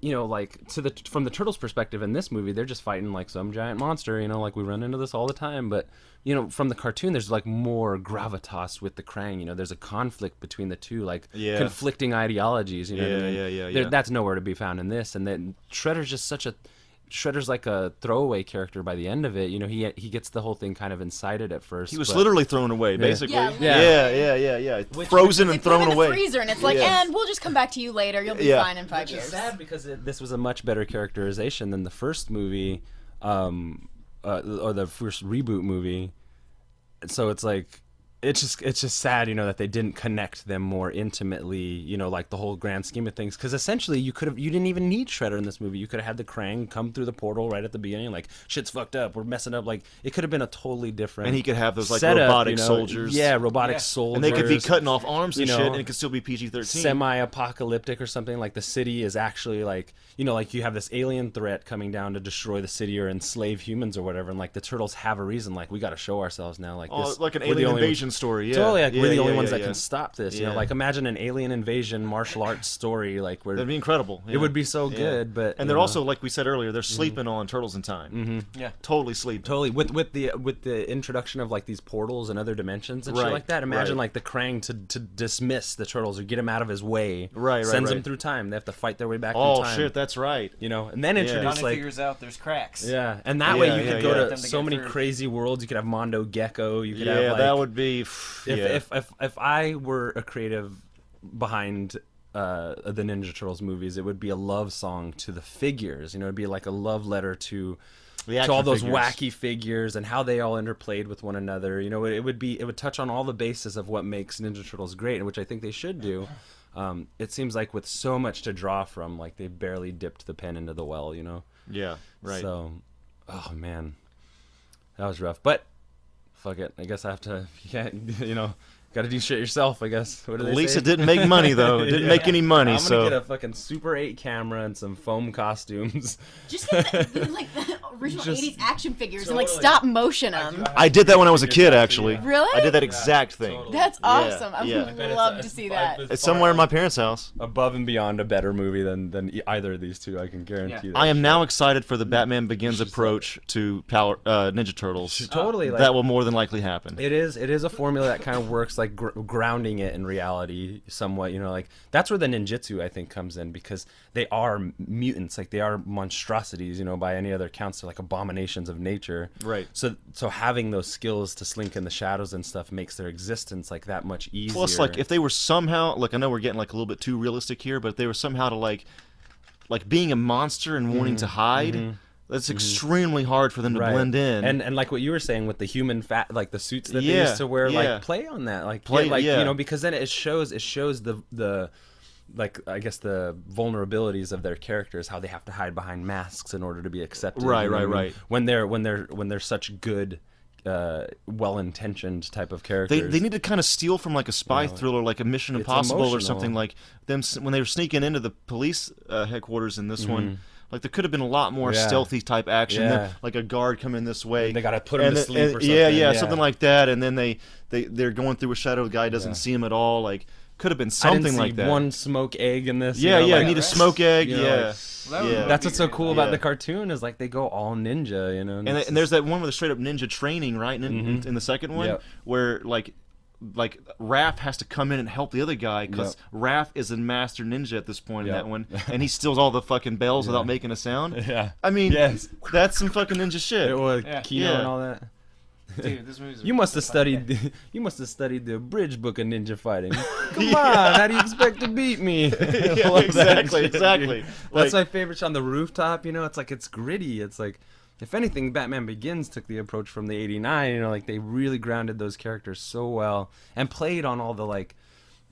B: you know like to the from the turtles perspective in this movie they're just fighting like some giant monster you know like we run into this all the time but you know from the cartoon there's like more gravitas with the krang you know there's a conflict between the two like
C: Yeah.
B: conflicting ideologies you know what I
C: Yeah,
B: mean?
C: yeah, yeah,
B: There-
C: yeah.
B: that's nowhere to be found in this. And then Shredder's just such a Shredder's like a throwaway character by the end of it. You know, he he gets the whole thing kind of incited at first.
C: He was
B: but-
C: literally thrown away, basically.
E: Yeah,
C: yeah, yeah, yeah, yeah. Frozen
E: They
C: and
E: put them
C: thrown
E: in
C: away.
E: The freezer, and it's like,
C: Yeah.
E: and we'll just come back to you later. You'll be
C: Yeah.
E: fine in five
B: which is
E: years.
B: sad because it, this was a much better characterization than the first movie, um, uh, or the first reboot movie. So it's like. It's just it's just sad, you know, that they didn't connect them more intimately, you know, like the whole grand scheme of things. Because essentially, you could have you didn't even need Shredder in this movie. You could have had the Krang come through the portal right at the beginning, like shit's fucked up, we're messing up. Like it could have been a totally different.
C: And he could have those, like,
B: setup,
C: robotic
B: you know?
C: soldiers.
B: yeah, robotic
D: Yeah.
B: soldiers,
C: and they could be cutting off arms and
B: You know,
C: shit, and it could still be PG thirteen.
B: semi-apocalyptic or something like the city is actually like you know like you have this alien threat coming down to destroy the city or enslave humans or whatever and like the turtles have a reason like we got to show ourselves now like
C: Oh,
B: this
C: like an
B: we're the
C: alien
B: only ones-
C: invasion story. Yeah,
B: Totally, like
C: yeah,
B: we're the
C: yeah,
B: only
C: yeah,
B: ones that
C: yeah.
B: can stop this. You know,
C: Yeah.
B: like imagine an alien invasion martial arts story, like where
C: That'd be incredible. yeah.
B: It would be so
C: Yeah.
B: good, but
C: and
B: you
C: they're
B: know. Mm-hmm.
C: also like we said earlier, they're sleeping on Turtles in Time. Mm-hmm.
L: Yeah.
C: totally sleeping.
B: Totally, with with the with the introduction of like these portals and other dimensions and
C: Right,
B: shit like that. Imagine
C: right.
B: like the Krang to, to dismiss the turtles or get them out of his way.
C: Right, right,
B: Sends them
C: right.
B: through time. They have to fight their way back.
C: Oh
B: through time,
C: shit, that's right.
B: you know, and then
C: Yeah.
B: introduce
D: Donnie
B: like
D: figures out there's cracks.
B: yeah, and that
C: Yeah,
B: way you
C: yeah,
B: could
C: yeah.
B: go
D: Them
B: to
D: to
B: so
D: get
B: many
D: through.
B: crazy worlds. You could have Mondo Gecko. You could
C: Yeah,
B: have like,
C: that would be.
B: if,
C: yeah.
B: if if if I were a creative behind uh, the Ninja Turtles movies, it would be a love song to the figures. You know, it'd be like a love letter to
C: The
B: to
C: action
B: all those
C: figures.
B: wacky figures and how they all interplayed with one another. You know, it, it would be it would touch on all the bases of what makes Ninja Turtles great, which I think they should do. Um, it seems like with so much to draw from, like they barely dipped the pen into the well. You know.
C: yeah, right.
B: So, oh man, that was rough. But fuck it. I guess I have to. You can't. You know, got to do shit yourself. I guess. What do
C: At
B: they
C: least
B: say?
C: it didn't make money though. It didn't make any
B: I'm
C: money.
B: gonna
C: so
B: get a fucking Super 8 camera and some foam costumes.
E: Just get the, like the original
B: Just-
E: 80s action figures and like
B: Totally.
E: stop motion them.
C: I did that when I was a kid, actually.
E: Really?
C: I did that exact thing.
B: totally.
E: That's
C: Yeah,
E: awesome. I
C: yeah. I
E: would
B: bet it's
E: love
B: a-
E: to see
B: I-
E: that.
B: it's-
C: It's somewhere in my parents' house.
B: Above and beyond a better movie than than e- either of these two. I can guarantee that.
C: I am now excited for the Batman Begins approach to Power uh, Ninja Turtles.
B: Totally, like-
C: that will more than likely happen.
B: It is. It is a formula that kind of works, like gr- grounding it in reality somewhat. You know, like that's where the ninjutsu I think comes in because they are m- mutants, like they are monstrosities. You know, by any other counts, they're like abominations of nature.
C: Right.
B: So, so having those skills to slink in the shadows and stuff makes their existence like that much easier.
C: Plus, like, if they were somehow, like, I know we're getting like a little bit too realistic here, but if they were somehow to like, like being a monster and wanting to hide, that's extremely hard for them to
B: Mm-hmm. Right.
C: blend in.
B: and and like what you were saying with the human fat, like the suits that they
C: Yeah,
B: used to wear,
C: yeah.
B: like play on that, like play,
C: Play-
B: like
C: yeah.
B: you know, because then it shows it shows the the like I guess the vulnerabilities of their characters, how they have to hide behind masks in order to be accepted.
C: Right,
B: you know
C: right,
B: what I mean?
C: right.
B: When they're when they're when they're such good, uh, well-intentioned type of characters.
C: they, they need to kind of steal from like a spy thriller, like a Mission Impossible or something
B: emotional.
C: like them s- when they were sneaking into the police uh, headquarters in this one. Like there could have been a lot more
B: Mm-hmm. Yeah.
C: stealthy type action, than,
B: Yeah.
C: like a guard coming this way.
B: They gotta put 'em
C: and
B: to
C: then-
B: sleep
C: and-
B: or
C: Yeah,
B: something,
C: yeah,
B: yeah.
C: something like that. And then they they they're going through a shadow. The guy doesn't see him at all. Like could have been
B: I
C: something
B: didn't see
C: like that.
B: One smoke egg in this. you
C: yeah,
B: know,
C: yeah.
B: like-
C: I need a smoke egg.
B: you know,
C: yeah,
B: like-
D: That would
C: yeah.
B: That's what's so cool
C: Yeah.
B: about the cartoon is like they go all ninja, you know.
C: and,
B: it's
C: and there's that one with the straight up ninja training, right? In, in, in the second one,
B: Mm-hmm. Yep.
C: where like like Raph has to come in and help the other guy because Raph is a master ninja at this point in
B: Yep.
C: that one, and he steals all the fucking bells without making a sound.
B: Yeah.
C: I mean,
B: Yes.
C: that's some fucking ninja shit.
B: It was
D: Yeah.
B: Kino
C: Yeah.
B: and all that.
D: Dude, this movie's
B: You must have studied. The, you must have studied the bridge book of ninja fighting. Come on, how do you expect to beat me?
C: Yeah,
B: Love that
C: exactly,
B: shit, dude.
C: exactly.
B: That's
C: Like-
B: my favorite shot on the rooftop. You know, it's like it's gritty. It's like, if anything, Batman Begins took the approach from the '89. You know, like they really grounded those characters so well and played on all the like.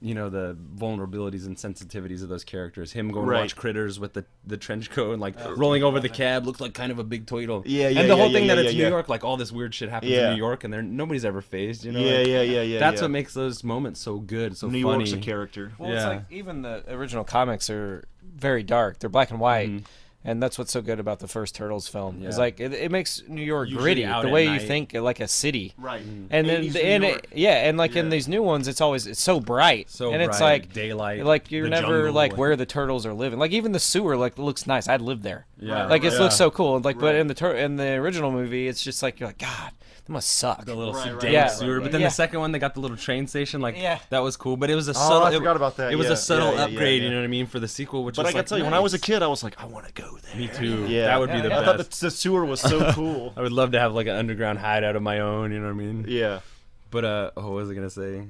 B: You know the vulnerabilities and sensitivities of those characters. Him going
C: Right.
B: to watch critters with the, the trench coat and like rolling over the cab looks like kind of a big toidle.
C: Yeah, yeah,
B: And the
C: yeah,
B: whole
C: yeah,
B: thing that
C: yeah,
B: it's
C: yeah.
B: New York, like all this weird shit happens
C: Yeah.
B: in New York, and they're nobody's ever phased. You know,
C: yeah,
B: like,
C: yeah, yeah, yeah.
B: that's
C: yeah.
B: what makes those moments so good, so
C: New
B: funny.
C: York's a character.
L: Well,
B: Yeah.
L: it's like even the original comics are very dark. They're black and white. And that's what's so good about the first Turtles film. It's
B: Mm-hmm. Yeah.
L: like it, it makes New York
B: Usually
L: gritty,
B: out
L: the
B: at
L: way
B: night.
L: you think uh, like a city.
C: Right.
B: Mm.
L: And then
C: 80s
L: the,
C: New
L: and
C: York.
L: it, yeah, and like in
C: Yeah.
L: these new ones, it's always it's so bright.
B: So
L: and it's
B: bright,
L: like
B: daylight,
L: Like you're
B: the
L: never
B: jungle,
L: like
B: like-
L: where the turtles are living. Like even the sewer like looks nice. I'd live there.
B: Yeah,
L: Like it
B: right.
L: looks
B: Yeah.
L: so cool. Like but in the tur- in the original movie, it's just like you're like God, that must suck.
B: the little
C: Right,
B: sedan
C: right,
L: right,
B: sewer.
C: right,
B: But then
L: right.
B: the second one, they got the little train station. Like
L: Yeah.
B: that was cool. But it was a
C: Oh, I
B: subtle. it-
C: forgot about that,
B: It was
C: yeah.
B: a subtle
C: Yeah, yeah, yeah,
B: upgrade.
C: yeah.
B: You know what I mean for the sequel, which
C: But
B: was
C: I gotta
B: like,
C: tell you, when I was a
B: nice.
C: kid, I was like, I want to go there.
B: me too.
C: Yeah,
B: that would be the
C: I
B: best.
C: thought the, the sewer was so cool.
B: I would love to have like an underground hideout of my own. You know what I mean?
C: yeah.
B: But uh, oh, what was I gonna say?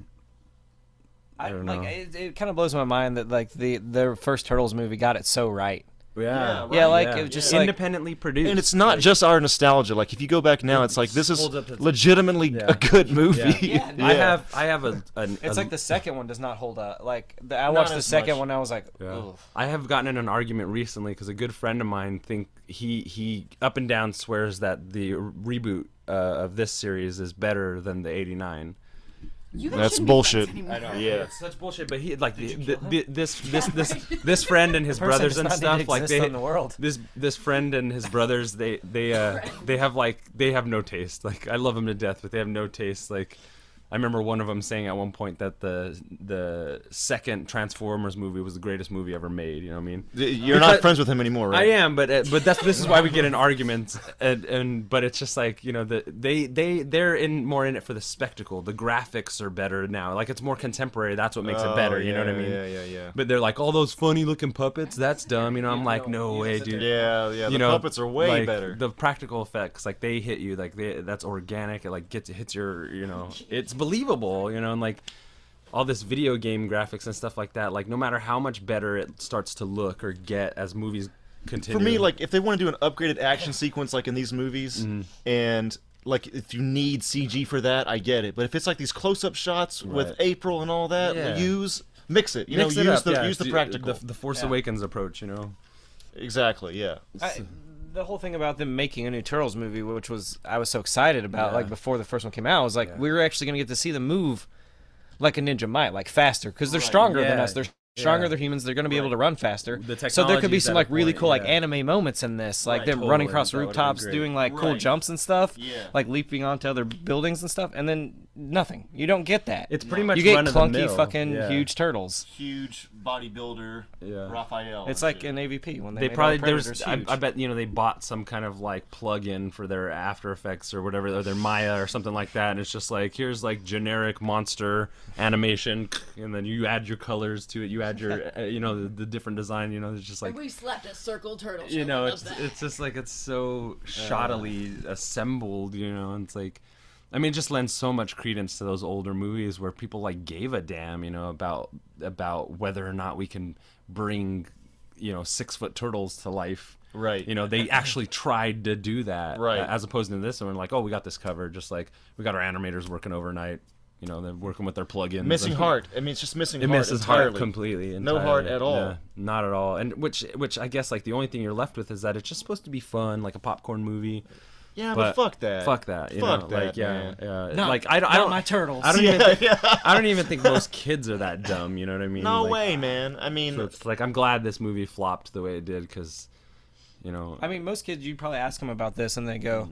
L: I,
B: don't know.
L: Like it, it kind of blows my mind that like the their first Turtles movie got it so right.
B: Yeah.
C: right.
L: Yeah, like it was just like
B: independently produced.
C: And it's not just our nostalgia. Like if you go back now, it's like this is
B: holds up its-
C: legitimately a good movie.
B: Yeah.
L: Yeah,
B: I have I have a an,
L: It's
B: a-
L: like the second one does not hold up. Like the, I watched the
C: as
L: second
C: much.
L: one, I was like,
B: Yeah.
L: "Ugh."
B: I have gotten in an argument recently because a good friend of mine think he he up and down swears that the reboot uh, of this series is better than the '89.
E: You guys
C: That's
E: shouldn't be friends
C: bullshit.
E: anymore.
C: Yeah.
B: It's such bullshit. But he like the, the, the, this this this this friend and his
L: Person
B: brothers
L: does
B: and
L: not need to
B: stuff like
L: exist
B: they
L: in the world.
B: this this friend and his brothers they they uh they have like they have no taste. Like I love them to death, but they have no taste. Like I remember one of them saying at one point that the the second Transformers movie was the greatest movie ever made. You know what I mean?
C: You're not
B: Because-
C: friends with him anymore, right?
B: I am, but uh, but that's this is why we get in arguments, and, and but it's just like you know the they they they're in more in it for the spectacle. The graphics are better now, like it's more contemporary. That's what makes
C: Oh,
B: it better. You know what I
C: yeah,
B: mean?
C: yeah, yeah, yeah.
B: But they're like all those funny looking puppets. That's dumb. You know, I'm like, no way, dude.
C: Yeah, yeah. The
B: You know,
C: puppets are way
B: like,
C: better.
B: The practical effects, like they hit you, like they that's organic. It like gets hits your, you know, it's believable. You know, and like all this video game graphics and stuff like that. Like no matter how much better it starts to look or get as movies continue.
C: For me, like if they want to do an upgraded action sequence like in these movies, and like if you need CG for that, I get it. But if it's like these close-up shots with
B: Right.
C: April and all that,
B: Yeah.
C: use mix it. You
B: Mix
C: know,
B: it
C: use
B: up,
C: the
B: yeah,
C: use the
B: do-
C: practical.
B: the, the Force Awakens approach. You know,
C: exactly. Yeah.
L: I, the whole thing about them making a new Turtles movie, which was I was so excited about,
B: Yeah.
L: like before the first one came out, was like we were actually gonna get to see them move like a ninja might, like faster, because they're stronger than
B: yeah,
L: us. They're stronger.
B: yeah.
L: They're humans. They're gonna be able to run faster.
B: The
L: so there could be
B: technology's
L: some
B: at
L: like
B: a
L: really
B: point,
L: cool like
B: yeah.
L: anime moments in this, like
B: Right,
L: them running
B: totally,
L: across
B: that would've been
L: rooftops,
B: great.
L: doing like cool
C: Right.
L: jumps and stuff,
C: Yeah.
L: like leaping onto other buildings and stuff, and then nothing. You don't get that.
B: it's pretty much
L: you get
B: run of the
L: clunky
B: mill.
L: fucking
B: Yeah.
L: huge turtles.
C: Huge bodybuilder
B: Yeah.
C: Raphael.
L: It's like an AVP when they,
B: They
L: made all
B: probably
L: the
B: there's
L: Predators
B: I,
L: huge.
B: I bet you know they bought some kind of like plug-in for their After Effects or whatever or their Maya or something like that, and it's just like here's like generic monster animation, and then you add your colors to it, you add your uh, you know the, the different design, you know it's just like
E: we slept at Circle Turtle.
B: you know it's it's just like it's so
C: Uh.
B: shoddily assembled, you know, and it's like. I mean, it just lends so much credence to those older movies where people like gave a damn, you know, about about whether or not we can bring, you know, six foot turtles to life.
C: Right.
B: You know, they actually tried to do that.
C: Right.
B: uh, As opposed to this one, like, oh, we got this covered. Just like we got our animators working overnight. You know, they're working with their plugins.
C: missing
B: and-
C: heart. I mean, it's just missing.
B: It
C: heart
B: misses
C: entirely.
B: heart completely.
C: No heart
B: entirely.
C: at all.
B: Yeah, not at all. And which, which I guess, like the only thing you're left with is that it's just supposed to be fun, like a popcorn movie.
C: Yeah, but, fuck that.
B: Fuck that. You
C: Fuck
B: know?
C: that,
B: Like, yeah,
C: man.
B: yeah.
L: Not-
B: like, I, don't- I
L: not
B: don't.
L: my turtles.
B: I don't even.
C: Yeah,
B: think,
C: yeah.
B: I don't even think most kids are that dumb. You know what I mean?
C: No
B: Like, uh,
C: way, man. I mean,
B: So it's like I'm glad this movie flopped the way it did because, you know.
L: I mean, most kids, you probably ask them about this and they
B: Mm-hmm.
L: go,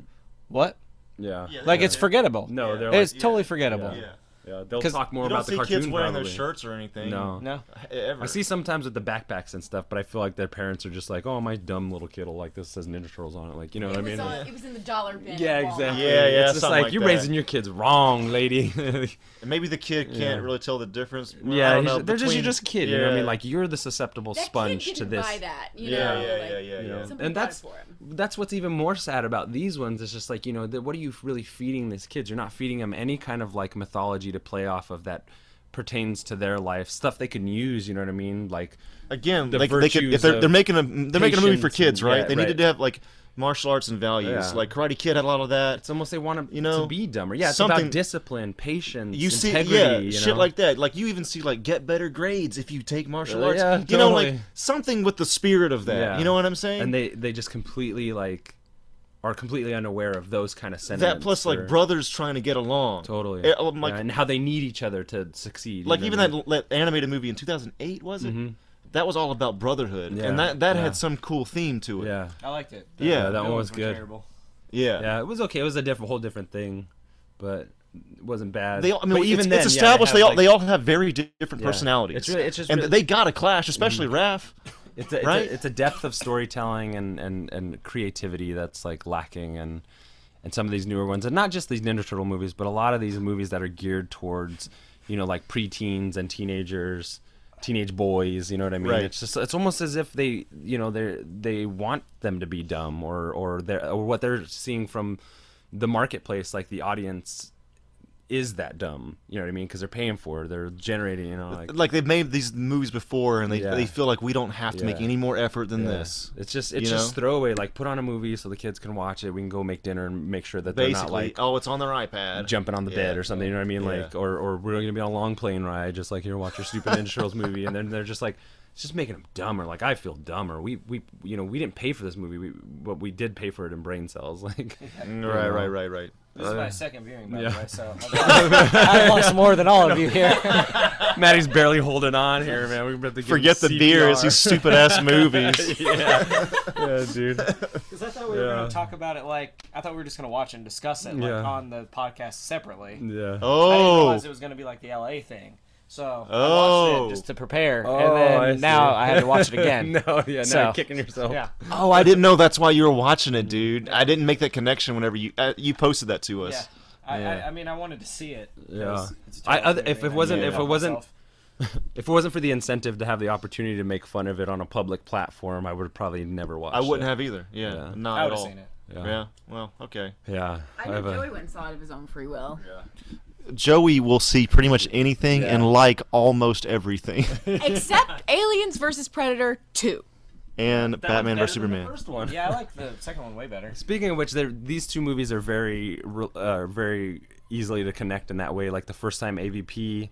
L: "What?"
B: yeah.
C: Yeah,
L: Like
C: Yeah.
L: it's forgettable.
B: No, oh, they're
L: it's
C: like-
L: totally
C: yeah.
L: forgettable.
C: yeah.
B: Yeah, they'll
L: 'Cause
B: talk more
C: You
B: about
C: don't
B: the
C: see
B: cartoon.
C: kids wearing
B: probably.
C: those shirts or anything.
B: No.
L: No,
C: Ever.
B: I see sometimes with the backpacks and stuff, but I feel like their parents are just like, "Oh, my dumb little kid will like this says Ninja Turtles on it." Like, you know what I mean?
E: it was in the dollar bin.
B: Yeah,
E: at Walmart.
B: exactly.
C: Yeah, yeah,
B: It's just
C: something
B: like,
C: like
B: you're
C: that.
B: raising your kids wrong, lady.
C: And maybe the kid can't
B: Yeah.
C: really tell the difference. Well, I
B: yeah,
C: don't
B: he's-
C: know,
B: they're just you're
C: between-
B: just a kid. You know what I
C: Yeah.
B: mean? Like you're the susceptible
E: That kid
B: sponge to
E: didn't
B: this.
E: buy that, you
C: Yeah,
E: know,
C: yeah,
E: like,
C: yeah, yeah,
B: you
C: yeah.
B: know?
E: Somebody
B: And
E: bought it
B: that's
E: for him.
B: that's what's even more sad about these ones. It's just like you know, that what are you really feeding these kids? You're not feeding them any kind of like mythology to play off of that pertains to their life stuff they can use. You know what I mean? Like
C: Again,
B: the
C: like they could, if
B: virtues
C: they're,
B: of
C: they're making a they're making a movie for
B: patience and-
C: kids, right?
B: yeah,
C: they
B: right.
C: needed to have like martial arts and values.
B: Yeah.
C: Like Karate Kid had a lot of that.
B: it's almost they want to
C: You know,
B: to be dumber. Yeah, it's
C: something-
B: about discipline, patience,
C: you see,
B: integrity.
C: yeah,
B: you know?
C: shit like that. Like you even see like get better grades if you take martial
B: Uh,
C: arts.
B: yeah,
C: you know, like
B: totally.
C: something with the spirit of that.
B: Yeah.
C: You know what I'm saying?
B: and they they just completely like are completely unaware of those kind of sentiments.
C: that plus like
B: or-
C: brothers trying to get along.
B: totally,
C: Eh, oh, my-
B: Yeah, and how they need each other to succeed. you
C: like
B: know
C: even
B: what I
C: that, that animated movie in 2008 was it? That was all about brotherhood,
B: Mm-hmm. Yeah,
C: and that that
B: yeah.
C: had some cool theme to
B: mean?
C: it.
B: yeah,
L: I liked it.
C: Yeah,
B: that one was
L: were
B: good.
L: terrible.
C: yeah.
B: yeah, it was okay. It was a different, whole different thing, but it wasn't bad.
C: They all, I mean,
B: but
C: it's,
B: even then,
C: it's
B: yeah,
C: established
B: have,
C: they all
B: like-
C: they all have very di- different
B: Yeah.
C: personalities.
B: It's really- it's just
C: and
B: really- Mm-hmm.
C: they gotta clash, especially Raph.
B: It's a,
C: Right?
B: it's, a, it's a depth of storytelling and, and, and creativity that's like lacking and and some of these newer ones and not just these Ninja Turtle movies, but a lot of these movies that are geared towards you know like preteens and teenagers, teenage boys. You know what I mean?
C: Right.
B: It's just it's almost as if they you know they they want them to be dumb or or they or what they're seeing from the marketplace, like the audience. Is that dumb? You know what I mean? Because they're paying for it. They're generating, you know, like
C: Like they've made these movies before, and they
B: Yeah.
C: they feel like we don't have to make
B: Yeah.
C: any more effort than
B: Yeah.
C: this.
B: It's just it's
C: you
B: just
C: know?
B: throwaway. Like put on a movie so the kids can watch it. We can go make dinner and make sure that they're not
C: Basically,
B: like
C: oh, it's on their iPad.
B: jumping on the bed
C: Yeah.
B: or something. You know what I mean?
C: Yeah.
B: Like or or we're gonna be on a long plane ride. Just like here, watch your stupid Ninja Turtles movie, and then they're just like. it's just making them dumber. Like I feel dumber. We we you know we didn't pay for this movie. We but we did pay for it in brain cells. Like
C: Mm, Right, right, right, right.
D: This is my
B: Uh,
D: second viewing, by the
B: yeah.
D: way, so I've lost, I've lost more than all of you here.
B: Maddie's barely holding on here, man. We're about to give
C: Forget
B: him
C: the beer. It's
B: CPR.
C: these stupid ass movies.
B: yeah, yeah, dude.
D: Because I thought we were going
B: Yeah.
D: to talk about it like I thought we were just going to watch and discuss it like
B: Yeah.
D: on the podcast separately.
B: Yeah.
D: I didn't
C: Oh,
D: realize it was going to be like the LA thing. So I watched
C: Oh.
D: it just to prepare,
B: Oh,
D: and then
B: I see.
D: now I had to watch it again.
B: no, yeah, now
D: So,
B: you're kicking yourself.
D: Yeah,
C: oh, I didn't know that's why you were watching it, dude. I didn't make that connection whenever you uh, you posted that to
D: yeah.
C: us.
D: I,
B: Yeah.
D: I, I mean, I wanted to see it.
B: Yeah.
D: It's a
B: I-
D: terrible
B: I- if
D: movie,
B: it
D: and I
B: wasn't-
D: made
B: if it
D: up
B: wasn't-
D: myself.
B: If it wasn't for the incentive to have the opportunity to make fun of it on a public platform, I would have probably never watched.
C: I wouldn't
B: it.
C: have either. Yeah,
B: Oh, Yeah.
C: not
D: I
C: at
D: would have
C: all.
D: seen it.
B: Yeah.
C: Yeah. Well, okay.
B: Yeah.
E: I know Joey went and saw it of his own free will.
C: Joey will see pretty much anything
B: Yeah.
C: and like almost everything,
E: Except Aliens versus Predator 2.
C: and Batman
B: better
C: vs
B: than the
C: Superman.
B: first one.
D: Yeah, I like the second one way better.
B: Speaking of which, they're- these two movies are very, re- uh, very easily to connect in that way. Like the first time AVP,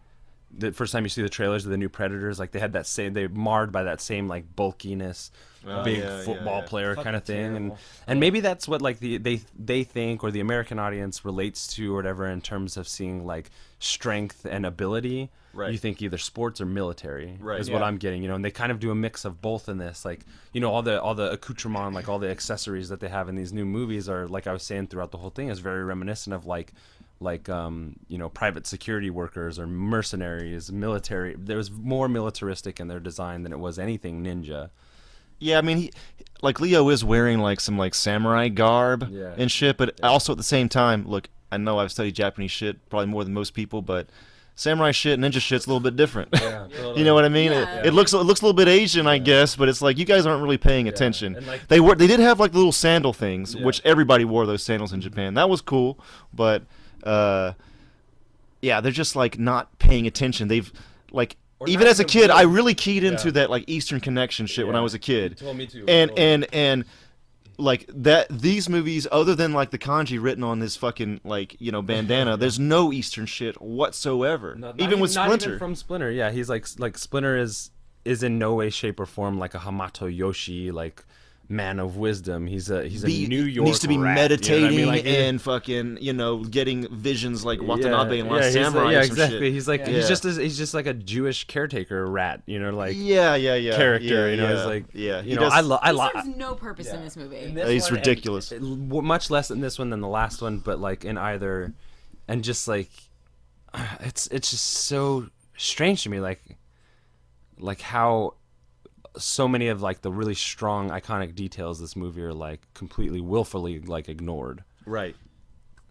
B: the first time you see the trailers of the new Predators, like they had that same, they marred by that same like bulkiness,
C: Oh,
B: big
C: yeah, yeah,
B: football
C: yeah.
B: player kind of
D: Fucking
B: thing, and
D: terrible.
B: and maybe that's what like the they they think or the American audience relates to or whatever in terms of seeing like strength and ability.
C: Right.
B: You think either sports or military
C: Right.
B: is what
C: Yeah.
B: I'm getting, you know, and they kind of do a mix of both in this. Like, you know, all the all the accoutrement, like all the accessories that they have in these new movies are like I was saying throughout the whole thing is very reminiscent of like like um, you know, private security workers or mercenaries, military. There was more militaristic in their design than it was anything ninja.
C: Yeah, I mean, he, like Leo is wearing like some like samurai garb
B: Yeah.
C: and shit, but also at the same time, look, I know I've studied Japanese shit probably more than most people, but samurai shit, ninja shit's a little bit different. you know what I mean?
E: Yeah.
C: It, it looks it looks a little bit Asian, I guess, but it's like you guys aren't really paying attention.
B: and, like-
C: they were they did have like little sandal things,
B: Yeah.
C: which everybody wore those sandals in Japan. That was cool, but uh, yeah, they're just like not paying attention. They've like.
B: Or
C: Even
B: not
C: as a
B: even
C: kid, I
B: really-
C: really keyed into
B: Yeah.
C: that like Eastern connection shit when I
B: Yeah.
C: was a kid
B: Well, me too.
C: and and and like that these movies other than like the kanji written on his fucking like you know bandana there's no eastern shit whatsoever
B: Not- not
C: even with
B: not
C: splinter
B: even from Splinter, yeah, he's like like Splinter is is in no way, shape, or form like a Hamato Yoshi, like man of wisdom. He's a he's a
C: Be-
B: New York
C: needs to be
B: rat,
C: meditating
B: you know what I mean? Like, he-
C: and fucking you know getting visions like
B: yeah,
C: watanabe and last
B: yeah, he's- uh,
C: samurai
B: yeah,
C: or some
B: exactly.
C: shit
B: He's like
C: Yeah.
B: he's just a, he's just like a Jewish caretaker rat, you know, like
C: yeah yeah yeah
B: character.
C: yeah,
B: you know,
C: yeah,
B: he's like
C: yeah he
B: you know,
C: does-
B: I love I
E: He
B: love.
E: serves no purpose in this movie.
B: this
C: he's
B: one and-
C: ridiculous
B: it- w- much less in this one than the last one, but like in either, and just like, it's it's just so strange to me, like, like how so many of like the really strong iconic details of this movie are like completely willfully like ignored.
C: right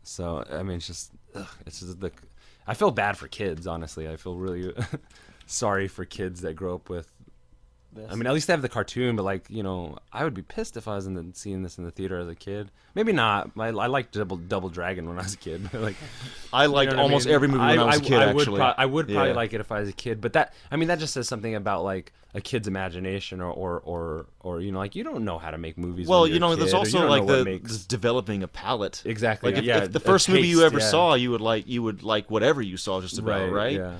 B: So I mean, it's just ugh, it's just the. I feel bad for kids, honestly. I feel really sorry for kids that grow up with. I mean, at least they have the cartoon, but like you know, I would be pissed if I was in the, seeing this in the theater as a kid. Maybe not. I, I liked Double Double Dragon when I was a kid. but, like
C: i liked
B: you know what I
C: almost
B: mean?
C: every movie when i, was a kid
B: I
C: actually
B: Would pro- I would probably
C: Yeah.
B: like it if I was a kid, but that I mean that just says something about like a kid's imagination or or or, or you know like you don't know how to make movies.
C: Well,
B: when you're
C: you know,
B: a
C: there's
B: kid, or you
C: also
B: don't know
C: like
B: what
C: the
B: makes-
C: just developing a palette.
B: Exactly,
C: Like if,
B: yeah,
C: if the
B: a
C: first movie you
B: taste,
C: ever
B: yeah.
C: saw, you would like you would like whatever you saw just about, right?
B: Yeah.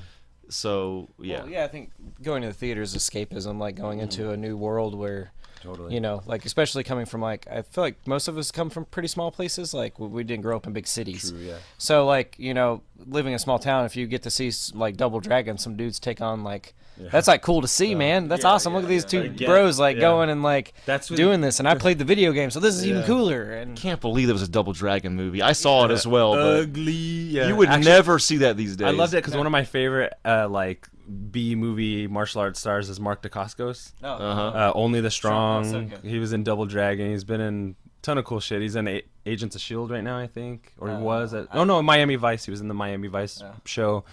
C: So yeah.
D: Well, yeah, I think going to the theater is escapism, like
B: Mm-hmm.
D: going into a new world where,
B: Totally.
D: you know, like especially coming from like I feel like most of us come from pretty small places. Like we, we didn't grow up in big cities.
B: True, yeah.
D: So like you know, living in a small town, if you get to see s- like Double Dragon, some dudes take on like. That's like cool to see, man. That's awesome. Look at these two
B: Like, Uh, yeah,
D: bros like
B: yeah.
D: going and like
B: That's what-
D: doing this, and I played the video game, so this is even
B: Yeah.
D: cooler. And
C: Can't believe it was a Double Dragon movie. I saw it as well, but
B: Ugly. Yeah.
C: you would
B: Actually,
C: never see that these days.
B: I loved it because one of my favorite uh, like B movie martial arts stars is Mark Dacascos.
D: no, Uh-huh.
B: Uh, Only the strong.
D: Strong, so good.
B: he was in Double Dragon. He's been in a ton of cool shit. He's in a- Agents of Shield right now, I think, or he was.
D: Uh,
B: At, oh no, Miami Vice. He was in the Miami Vice show.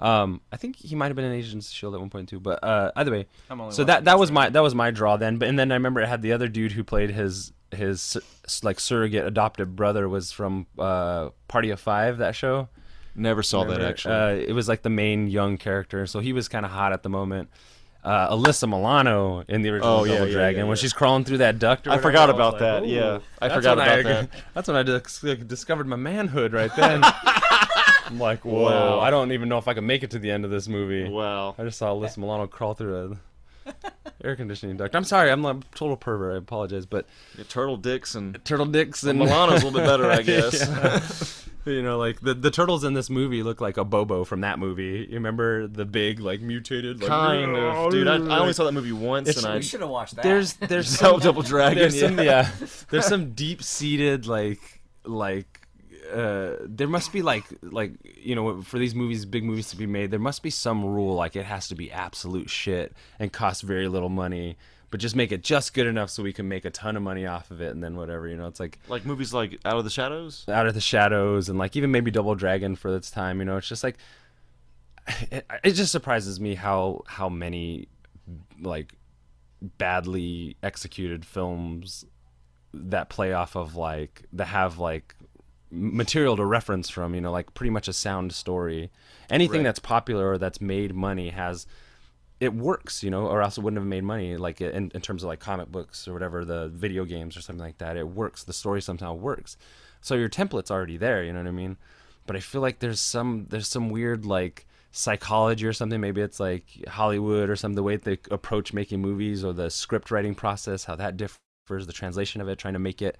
B: Um, I think he might have been in Agents of Shield E at one point too. But uh, either way,
D: I'm only
B: so
D: watching
B: that that was my that was my draw then. But and then I remember it had the other dude who played his his sur- like surrogate adopted brother was from uh, Party of Five that show.
C: Never saw that
B: Remember,
C: actually.
B: Uh, it was like the main young character, so he was kind of hot at the moment. Uh, Alyssa Milano in the original
C: Oh, yeah,
B: Double
C: yeah,
B: Dragon
C: yeah,
B: when
C: yeah.
B: she's crawling through that duct. or
C: I
B: whatever,
C: forgot
B: was
C: about
B: like,
C: that,
B: "Ooh."
C: yeah. I
B: That's
C: forgot
B: when I-
C: about that.
B: That's when I dis- like, discovered my manhood right then. I'm like, whoa!
C: Wow.
B: I don't even know if I can make it to the end of this movie.
C: wow.
B: I just saw Alyssa Milano crawl through a air conditioning duct. I'm sorry, I'm a total pervert. I apologize, but
C: turtle dicks and
B: turtle dicks and
C: Milana's a little bit better, I guess.
B: Yeah. You know, like the, the turtles in this movie look like a Bobo from that movie. You remember the big, like mutated, like,
C: kind of Oh, dude. I, I only saw that movie once, and I
L: We should have watched that.
B: There's there's
C: saw
B: some,
C: Double Dragon.
B: there's
C: yeah.
B: some uh, yeah there's some deep seated like like uh there must be like like you know for these movies big movies to be made there must be some rule like it has to be absolute shit and cost very little money but just make it just good enough so we can make a ton of money off of it and then whatever you know it's like
C: like movies like Out of the Shadows.
B: out of the shadows and like even maybe double dragon for its time you know it's just like it, it just surprises me how how many like badly executed films that play off of like that have like m- material to reference from you know like pretty much a sound story anything
C: Right.
B: that's popular or that's made money has it works, you know, or else it wouldn't have made money. Like in, in terms of like comic books or whatever, the video games or something like that, it works. The story somehow works. So your template's already there. You know what I mean? But I feel like there's some there's some weird like psychology or something. Maybe it's like Hollywood or some the way they approach making movies or the script writing process, how that differs, the translation of it, trying to make it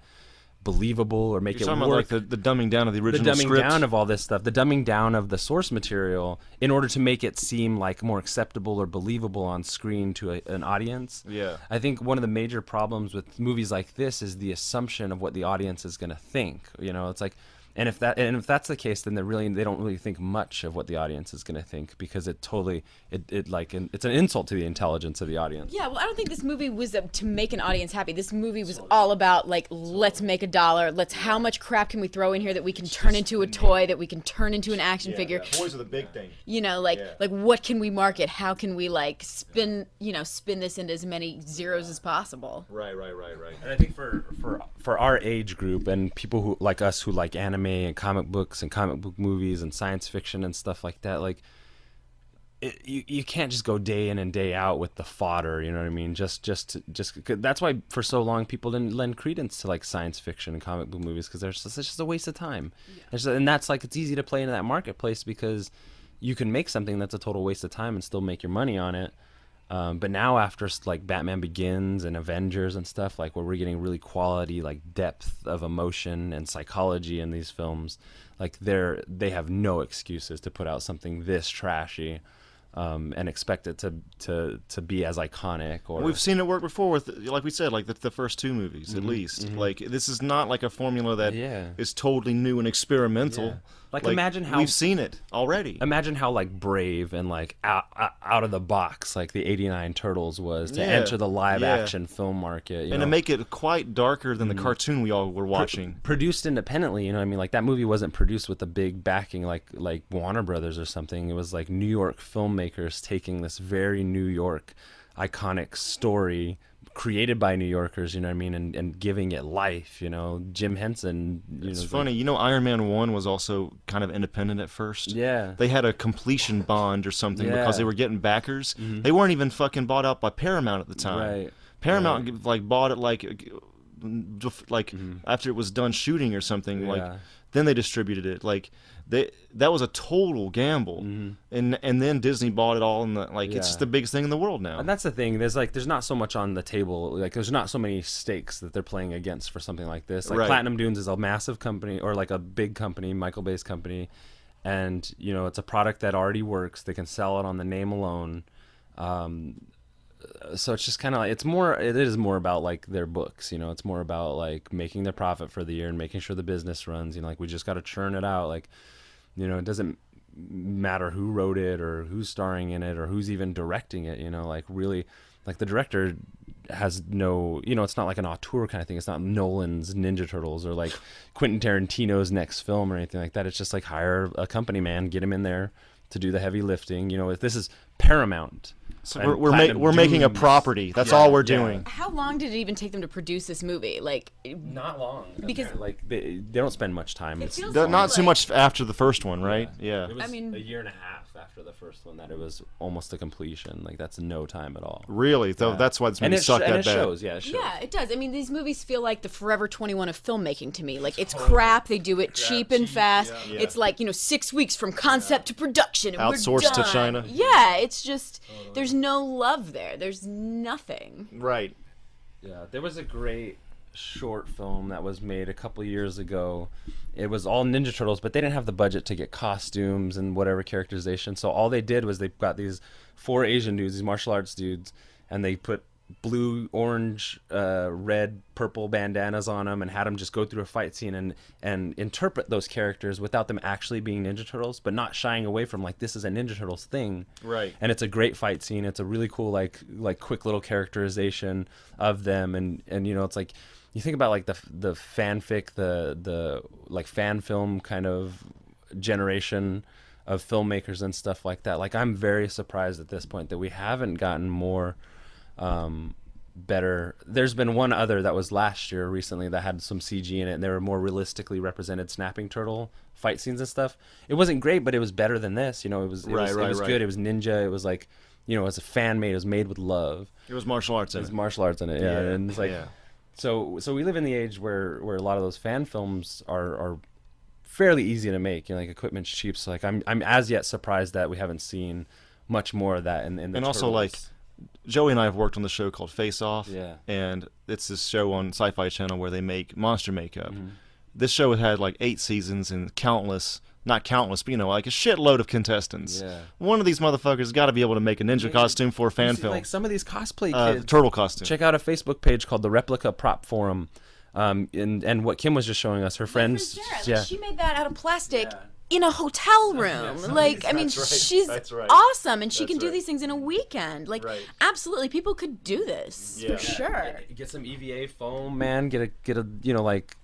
B: believable or make
C: You're
B: it
C: talking
B: work.
C: about like the, the dumbing down of the
B: the
C: original
B: dumbing
C: script.
B: down of all this stuff, the dumbing down of the source material in order to make it seem like more acceptable or believable on screen to a, an audience.
C: Yeah.
B: I think one of the major problems with movies like this is the assumption of what the audience is going to think. You know, it's like, and if that and if that's the case, then they really they don't really think much of what the audience is going to think because it totally it, it like an, it's an insult to the intelligence of the audience.
E: Yeah, well, I don't think this movie was uh, to make an audience happy. This movie was all about like, let's make a dollar. Let's how much crap can we throw in here that we can turn into a toy, that we can turn into an action figure.
C: Toys are the big thing.
E: You know, like like what can we market? How can we like spin you know spin this into as many zeros as possible?
C: Right, right, right, right.
B: And I think for for for our age group and people who like us who like anime and comic books and comic book movies and science fiction and stuff like that, like it, you you can't just go day in and day out with the fodder. You know what I mean? Just just just 'cause that's why for so long people didn't lend credence to like science fiction and comic book movies because they're just, it's just a waste of time. And, so, and that's like it's easy to play into that marketplace because you can make something that's a total waste of time and still make your money on it. Um, but now after s- like Batman Begins and Avengers and stuff, like where we're getting really quality, like depth of emotion and psychology in these films, like they're they have no excuses to put out something this trashy, um, and expect it to to to be as iconic or
C: We've seen it work before with, like we said, like the, the first two movies at least. Like this is not like a formula that is
B: Mm-hmm, Yeah.
C: totally new and experimental.
B: Yeah. Like, imagine how-
C: we've seen it already.
B: imagine how like brave and like out, out- out of the box like the 89 turtles was to
C: Yeah.
B: enter the live
C: Yeah.
B: action film market you know?
C: and to make it quite darker than
B: Mm-hmm.
C: the cartoon we all were watching.
B: produced independently. You know, what I mean, like that movie wasn't produced with a big backing, like like Warner Brothers or something. It was like New York filmmakers taking this very New York iconic story created by New Yorkers. You know what I mean, and and giving it life. You know, Jim Henson. You
C: It's
B: know,
C: funny, you know. Iron Man One was also kind of independent at first.
B: Yeah.
C: they had a completion bond or something
B: Yeah. Mm-hmm.
C: because they were getting backers. They weren't even fucking bought out by Paramount at the time.
B: Right.
C: Paramount g- like bought it like uh, g- bef- like after it was done shooting or something
B: Mm-hmm. Yeah.
C: like then they distributed it like they that was a total gamble and and then Disney bought it all and the, like it's just
B: Mm-hmm. Yeah.
C: the biggest thing in the world now.
B: And that's the thing. There's like there's not so much on the table. Like there's not so many stakes that they're playing against for something like this. Like
C: Right.
B: Platinum Dunes is a massive company or like a big company, Michael Bay's company, and you know it's a product that already works. They can sell it on the name alone. Um, so it's just kind of like it's more. It is more about like their books. You know, it's more about like making their profit for the year and making sure the business runs. You know, like we just got to churn it out. Like you know it doesn't matter who wrote it or who's starring in it or who's even directing it you know like really like the director has no you know it's not like an auteur kind of thing it's not nolan's ninja turtles or like quentin tarantino's next film or anything like that it's just like hire a company man get him in there to do the heavy lifting you know if this is paramount
C: so
B: and
C: we're we're, ma-
B: Platinum
C: we're making a
B: Dunes.
C: property. That's
B: Yeah,
C: all we're
B: yeah.
C: doing.
E: How long did it even take them to produce this movie? Like, it-
B: not long
E: Because-
B: like they, they don't spend much time
E: it
B: It's-
E: feels
C: Th-
E: to me
C: Not so
E: like-
C: much after the first one, right? Yeah.
E: I mean- a
B: year and a half half after the first one that it was almost a completion. Like that's no time at all.
C: Really? So that's why this
B: and
C: movie
B: it
C: sucked
B: and
C: that
B: it
C: bad.
B: Shows, yeah, it shows.
E: Yeah, it does. I mean, these movies feel like the Forever 21 of filmmaking to me. Like, it's crap. They do it cheap and fast.
C: yeah.
E: It's like, you know, six weeks from concept to production. And
C: Outsourced to
E: we're done.
C: China.
E: Yeah, it's just, there's no love there. There's nothing.
C: Right.
B: Yeah, there was a great short film that was made a couple years ago. It was all Ninja Turtles, but they didn't have the budget to get costumes and whatever characterization. So all they did was they got these four Asian dudes, these martial arts dudes, and they put blue, orange, uh, red, purple bandanas on them and had them just go through a fight scene and and interpret those characters without them actually being Ninja Turtles, but not shying away from like this is a Ninja Turtles thing
C: Right.
B: and it's a great fight scene. It's a really cool like like quick little characterization of them, and and you know it's like you think about like the the fanfic, the the like fan film kind of generation of filmmakers and stuff like that. Like I'm very surprised at this point that we haven't gotten more um, better. There's been one other that was last year recently that had some CG in it, and they were more realistically represented snapping turtle fight scenes and stuff. It wasn't great, but it was better than this. You know, it was it
C: Right,
B: was,
C: right,
B: it was
C: right.
B: good. It was ninja. It was like, you know, it was a fan made. It was made with love.
C: It was martial arts in
B: There's
C: it.
B: martial arts in it, yeah.
C: Yeah,
B: And it's like,
C: yeah.
B: so so we live in the age where where a lot of those fan films are are fairly easy to make. You know, like equipment's cheap. So like, I'm I'm as yet surprised that we haven't seen much more of that in, in the
C: and also like
B: Turtles.
C: Joey and I have worked on the show called Face Off.
B: Yeah.
C: And it's this show on Sci-Fi Channel where they make monster makeup.
B: Mm-hmm.
C: This show has had like eight seasons and countless. Not countless, but you know, like a shitload of contestants.
B: Yeah.
C: One of these motherfuckers has got to be able to make a ninja costume for a fan
B: See,
C: film.
B: Like some of these cosplay
C: uh,
B: kids.
C: turtle costume.
B: Check out a Facebook page called the Replica Prop Forum, um, and and what Kim was just showing us, her friends. yeah.
E: She made that out of plastic. In a hotel room, like I mean, she's
C: That's right.
E: awesome, and she
C: That's
E: can do
C: right.
E: these things in a weekend. Like,
C: Right.
E: absolutely, people could do this
C: Yeah.
E: for sure.
B: Get some EVA foam, man. Get a get a you know like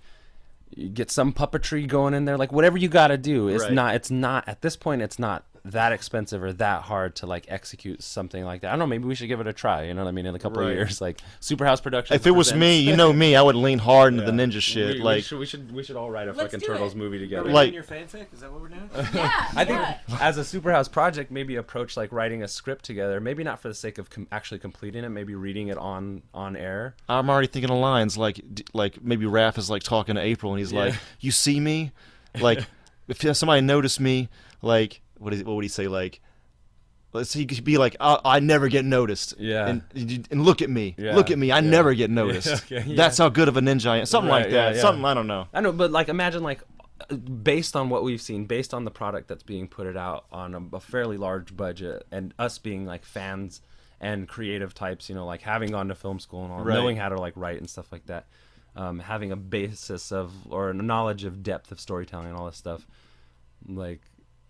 B: get some puppetry going in there. Like whatever you got to do. It's
C: Right.
B: not. It's not at this point. It's not that expensive or that hard to like execute something like that. I don't know. Maybe we should give it a try. You know what I mean? In a couple of
C: Right.
B: years, like Superhouse Productions.
C: If it was me, you know me, I would lean hard into the ninja
B: we,
C: shit.
B: we
C: like,
B: should, we should we should all write a
E: Let's
B: fucking
E: do
B: Turtles
E: it.
B: movie
D: Are
B: together.
D: we
C: Like-
D: doing your fanfic? Is that what we're doing?
E: Yeah,
B: I think
E: yeah.
B: as a superhouse project, maybe approach like writing a script together. Maybe not for the sake of com- actually completing it. Maybe reading it on on air.
C: I'm already thinking of lines like d- like maybe Raph is like talking to April and he's like, "You see me, like if somebody noticed me, like what is what would he say like." Let's he could be like, I, I never get noticed.
B: Yeah.
C: And, you- and look at me.
B: Yeah,
C: Look at me. I
B: yeah.
C: never get
B: Yeah,
C: noticed.
B: okay, yeah.
C: That's how good of a ninja I am. Something
B: Right,
C: like
B: yeah,
C: that.
B: yeah.
C: Something, I don't know.
B: I know, but like imagine like uh, based on what we've seen, based on the product that's being put it out on a, a fairly large budget, and us being like fans and creative types, you know, like having gone to film school and all,
C: Right.
B: knowing how to like write and stuff like that, um, having a basis of or a knowledge of depth of storytelling and all this stuff, like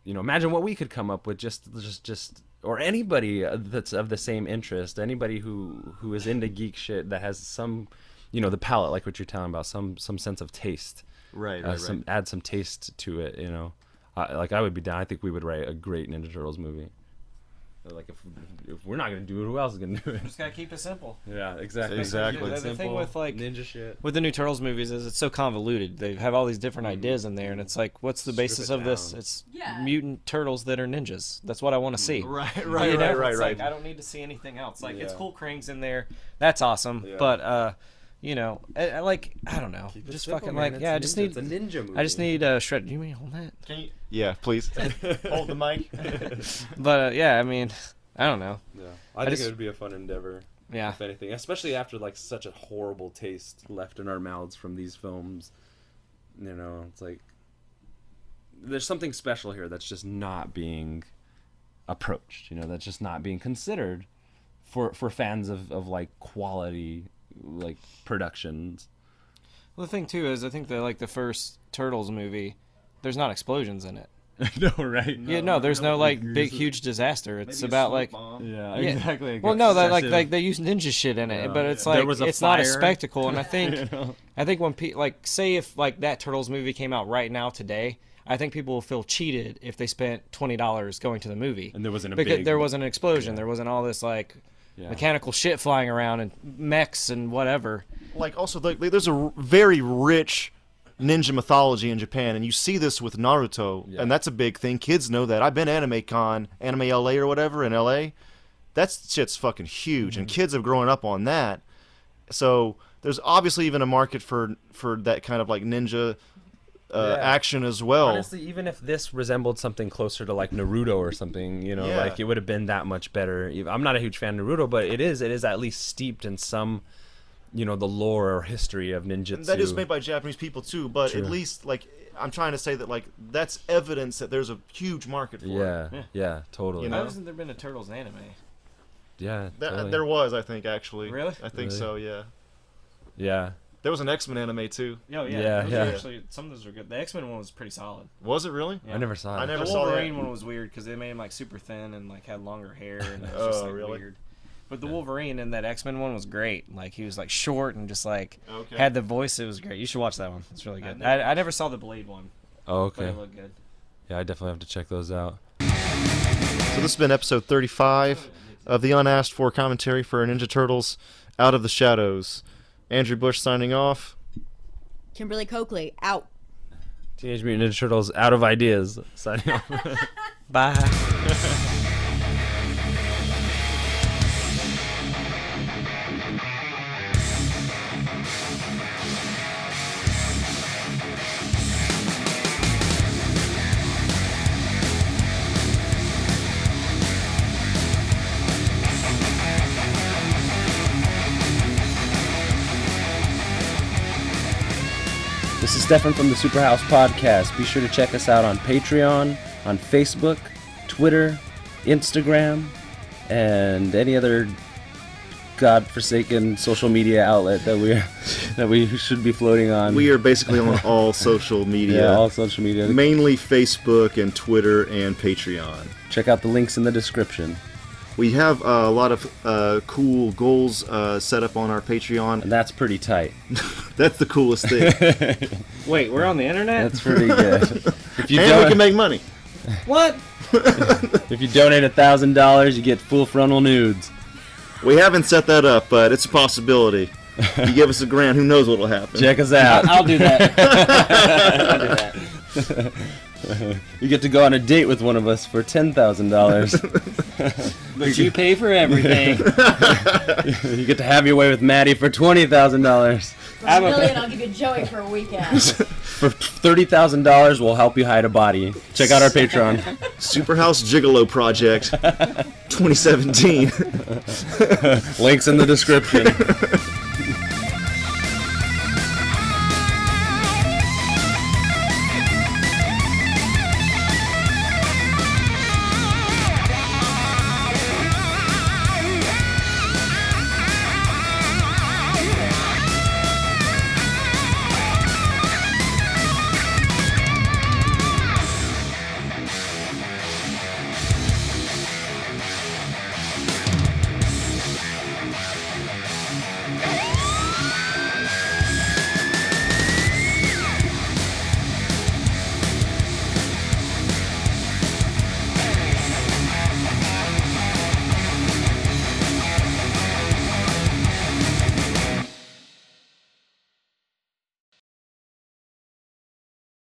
B: you know, imagine what we could come up with just just just or anybody uh, that's of the same interest, anybody who who is into geek shit that has some you know the palate like what you're telling about some some sense of taste
C: Right,
B: uh, some add some taste to it. You know, I, like I would be down. I think we would write a great Ninja Turtles movie. But, Like if, if we're not gonna do it, who else is gonna do it?
D: Just gotta keep it simple.
B: yeah, exactly.
C: Exactly.
D: The thing with like
B: ninja shit.
D: with the new Turtles movies is it's so convoluted. They have all these different ideas in there, and it's like, what's the basis
B: Mm-hmm. it
D: of this?
B: down.
D: It's
E: Yeah.
D: mutant turtles that are ninjas. That's what I want to
B: Mm,
D: see.
C: Right,
D: You
C: right, right,
D: know?
C: right,
D: It's
C: right.
D: Like, I don't need to see anything else. Like it's
B: Yeah.
D: cool, Krang's in there. That's awesome. But uh, you know, I, I like I don't know, just fucking like yeah. I just need
B: ninja movie.
D: I just need uh, shred. You mean hold that?
C: Can you, yeah, please. Hold the mic.
D: But uh, yeah, I mean, I don't know.
B: Yeah, I, think
D: just-
B: it would be a fun endeavor.
D: Yeah.
B: If anything, especially after like such a horrible taste left in our mouths from these films, you know, it's like there's something special here that's just not being approached. You know, that's just not being considered for for fans of of like quality like productions.
D: Well, the thing too is, I think that like the first Turtles movie, there's not explosions in it.
B: no, right?
D: yeah, no, there's no like big huge disaster. It's about like
B: Yeah,
D: Yeah.
B: exactly.
D: Well, no, that like
B: Excessive.
D: like they use ninja shit in it, but it's
B: There
D: like
B: was a
D: it's not a
B: fire.
D: spectacle. And I think
B: You know?
D: I think when pe- like say if like that Turtles movie came out right now today, I think people will feel cheated if they spent twenty dollars going to the movie
B: and there wasn't a
D: because
B: big
D: there wasn't an explosion, there wasn't all this like
B: Yeah.
D: mechanical shit flying around and mechs and whatever.
C: like also like there's a r- very rich ninja mythology in Japan, and you see this with Naruto, and that's a big thing. Kids know that. I've been Anime Con, Anime LA or whatever in LA. That shit's fucking huge,
B: Mm-hmm.
C: and kids have grown up on that. So there's obviously even a market for for that kind of like ninja uh,
B: Yeah.
C: action as well.
B: Honestly, even if this resembled something closer to like Naruto or something, you know,
C: Yeah.
B: like it would have been that much better. Ev- I'm not a huge fan of Naruto, but it is it is at least steeped in some, you know, the lore or history of ninjutsu.
C: And that is made by Japanese people too, but
B: True.
C: at least like I'm trying to say that like that's evidence that there's a huge market for
B: yeah,
C: it.
B: yeah, totally.
C: You
D: Why
C: know?
D: hasn't there been a Turtles anime?
B: Yeah,
C: That, uh,
B: totally.
C: There was, I think, actually.
D: Really?
C: I think
B: Really?
C: so. Yeah.
B: yeah.
C: There was an X Men anime too.
D: Oh yeah,
B: Yeah,
D: those
B: yeah.
D: Are actually, some of those were good. The X Men one was pretty solid.
C: Was it really?
D: Yeah.
B: I never saw it.
C: I never
D: the
C: saw that.
D: Wolverine one was weird because they made him like super thin and like had longer hair and it was just
C: Oh,
D: like
C: really?
D: weird. But the Wolverine in that X Men one was great. Like he was like short and just like
C: Okay.
D: had the voice. It was great. You should watch that one. It's really good. I never, I, never saw the Blade one,
B: Oh,
D: but
B: okay.
D: it looked good.
B: Yeah, I definitely have to check those out.
C: So this has been episode 35 of the unasked for commentary for Ninja Turtles Out of the Shadows. Andrew Bush signing off.
E: Kimberly Coakley out.
B: Teenage Mutant Ninja Turtles out of ideas. Signing off.
L: Bye.
K: This is Stefan from the Superhouse Podcast. Be sure to check us out on Patreon, on Facebook, Twitter, Instagram, and any other godforsaken social media outlet that we that we should be floating on.
C: We are basically on all social
K: yeah,
C: media,
K: all social media.
C: mainly Facebook and Twitter and Patreon.
K: Check out the links in the description.
C: We have uh, a lot of uh, cool goals uh, set up on our Patreon.
K: And that's pretty tight.
C: That's the coolest thing. and
D: Wait, we're on the internet.
K: That's pretty good. if you
C: we
K: don't,
C: can make money.
D: what?
K: if you donate a thousand dollars, you get full frontal nudes.
C: We haven't set that up, but it's a possibility. You give us a grand, who knows what'll happen?
K: Check us out.
D: I'll do that. I'll do that.
K: You get to go on a date with one of us for ten thousand dollars.
D: But you pay for everything.
K: you get to have your way with Maddie for twenty thousand dollars.
E: For
D: I'm a-
E: million, I'll give you Joey for a weekend.
K: For thirty thousand dollars, we'll help you hide a body. Check out our Patreon.
C: Superhouse Gigolo Project 2017.
K: Links in the description.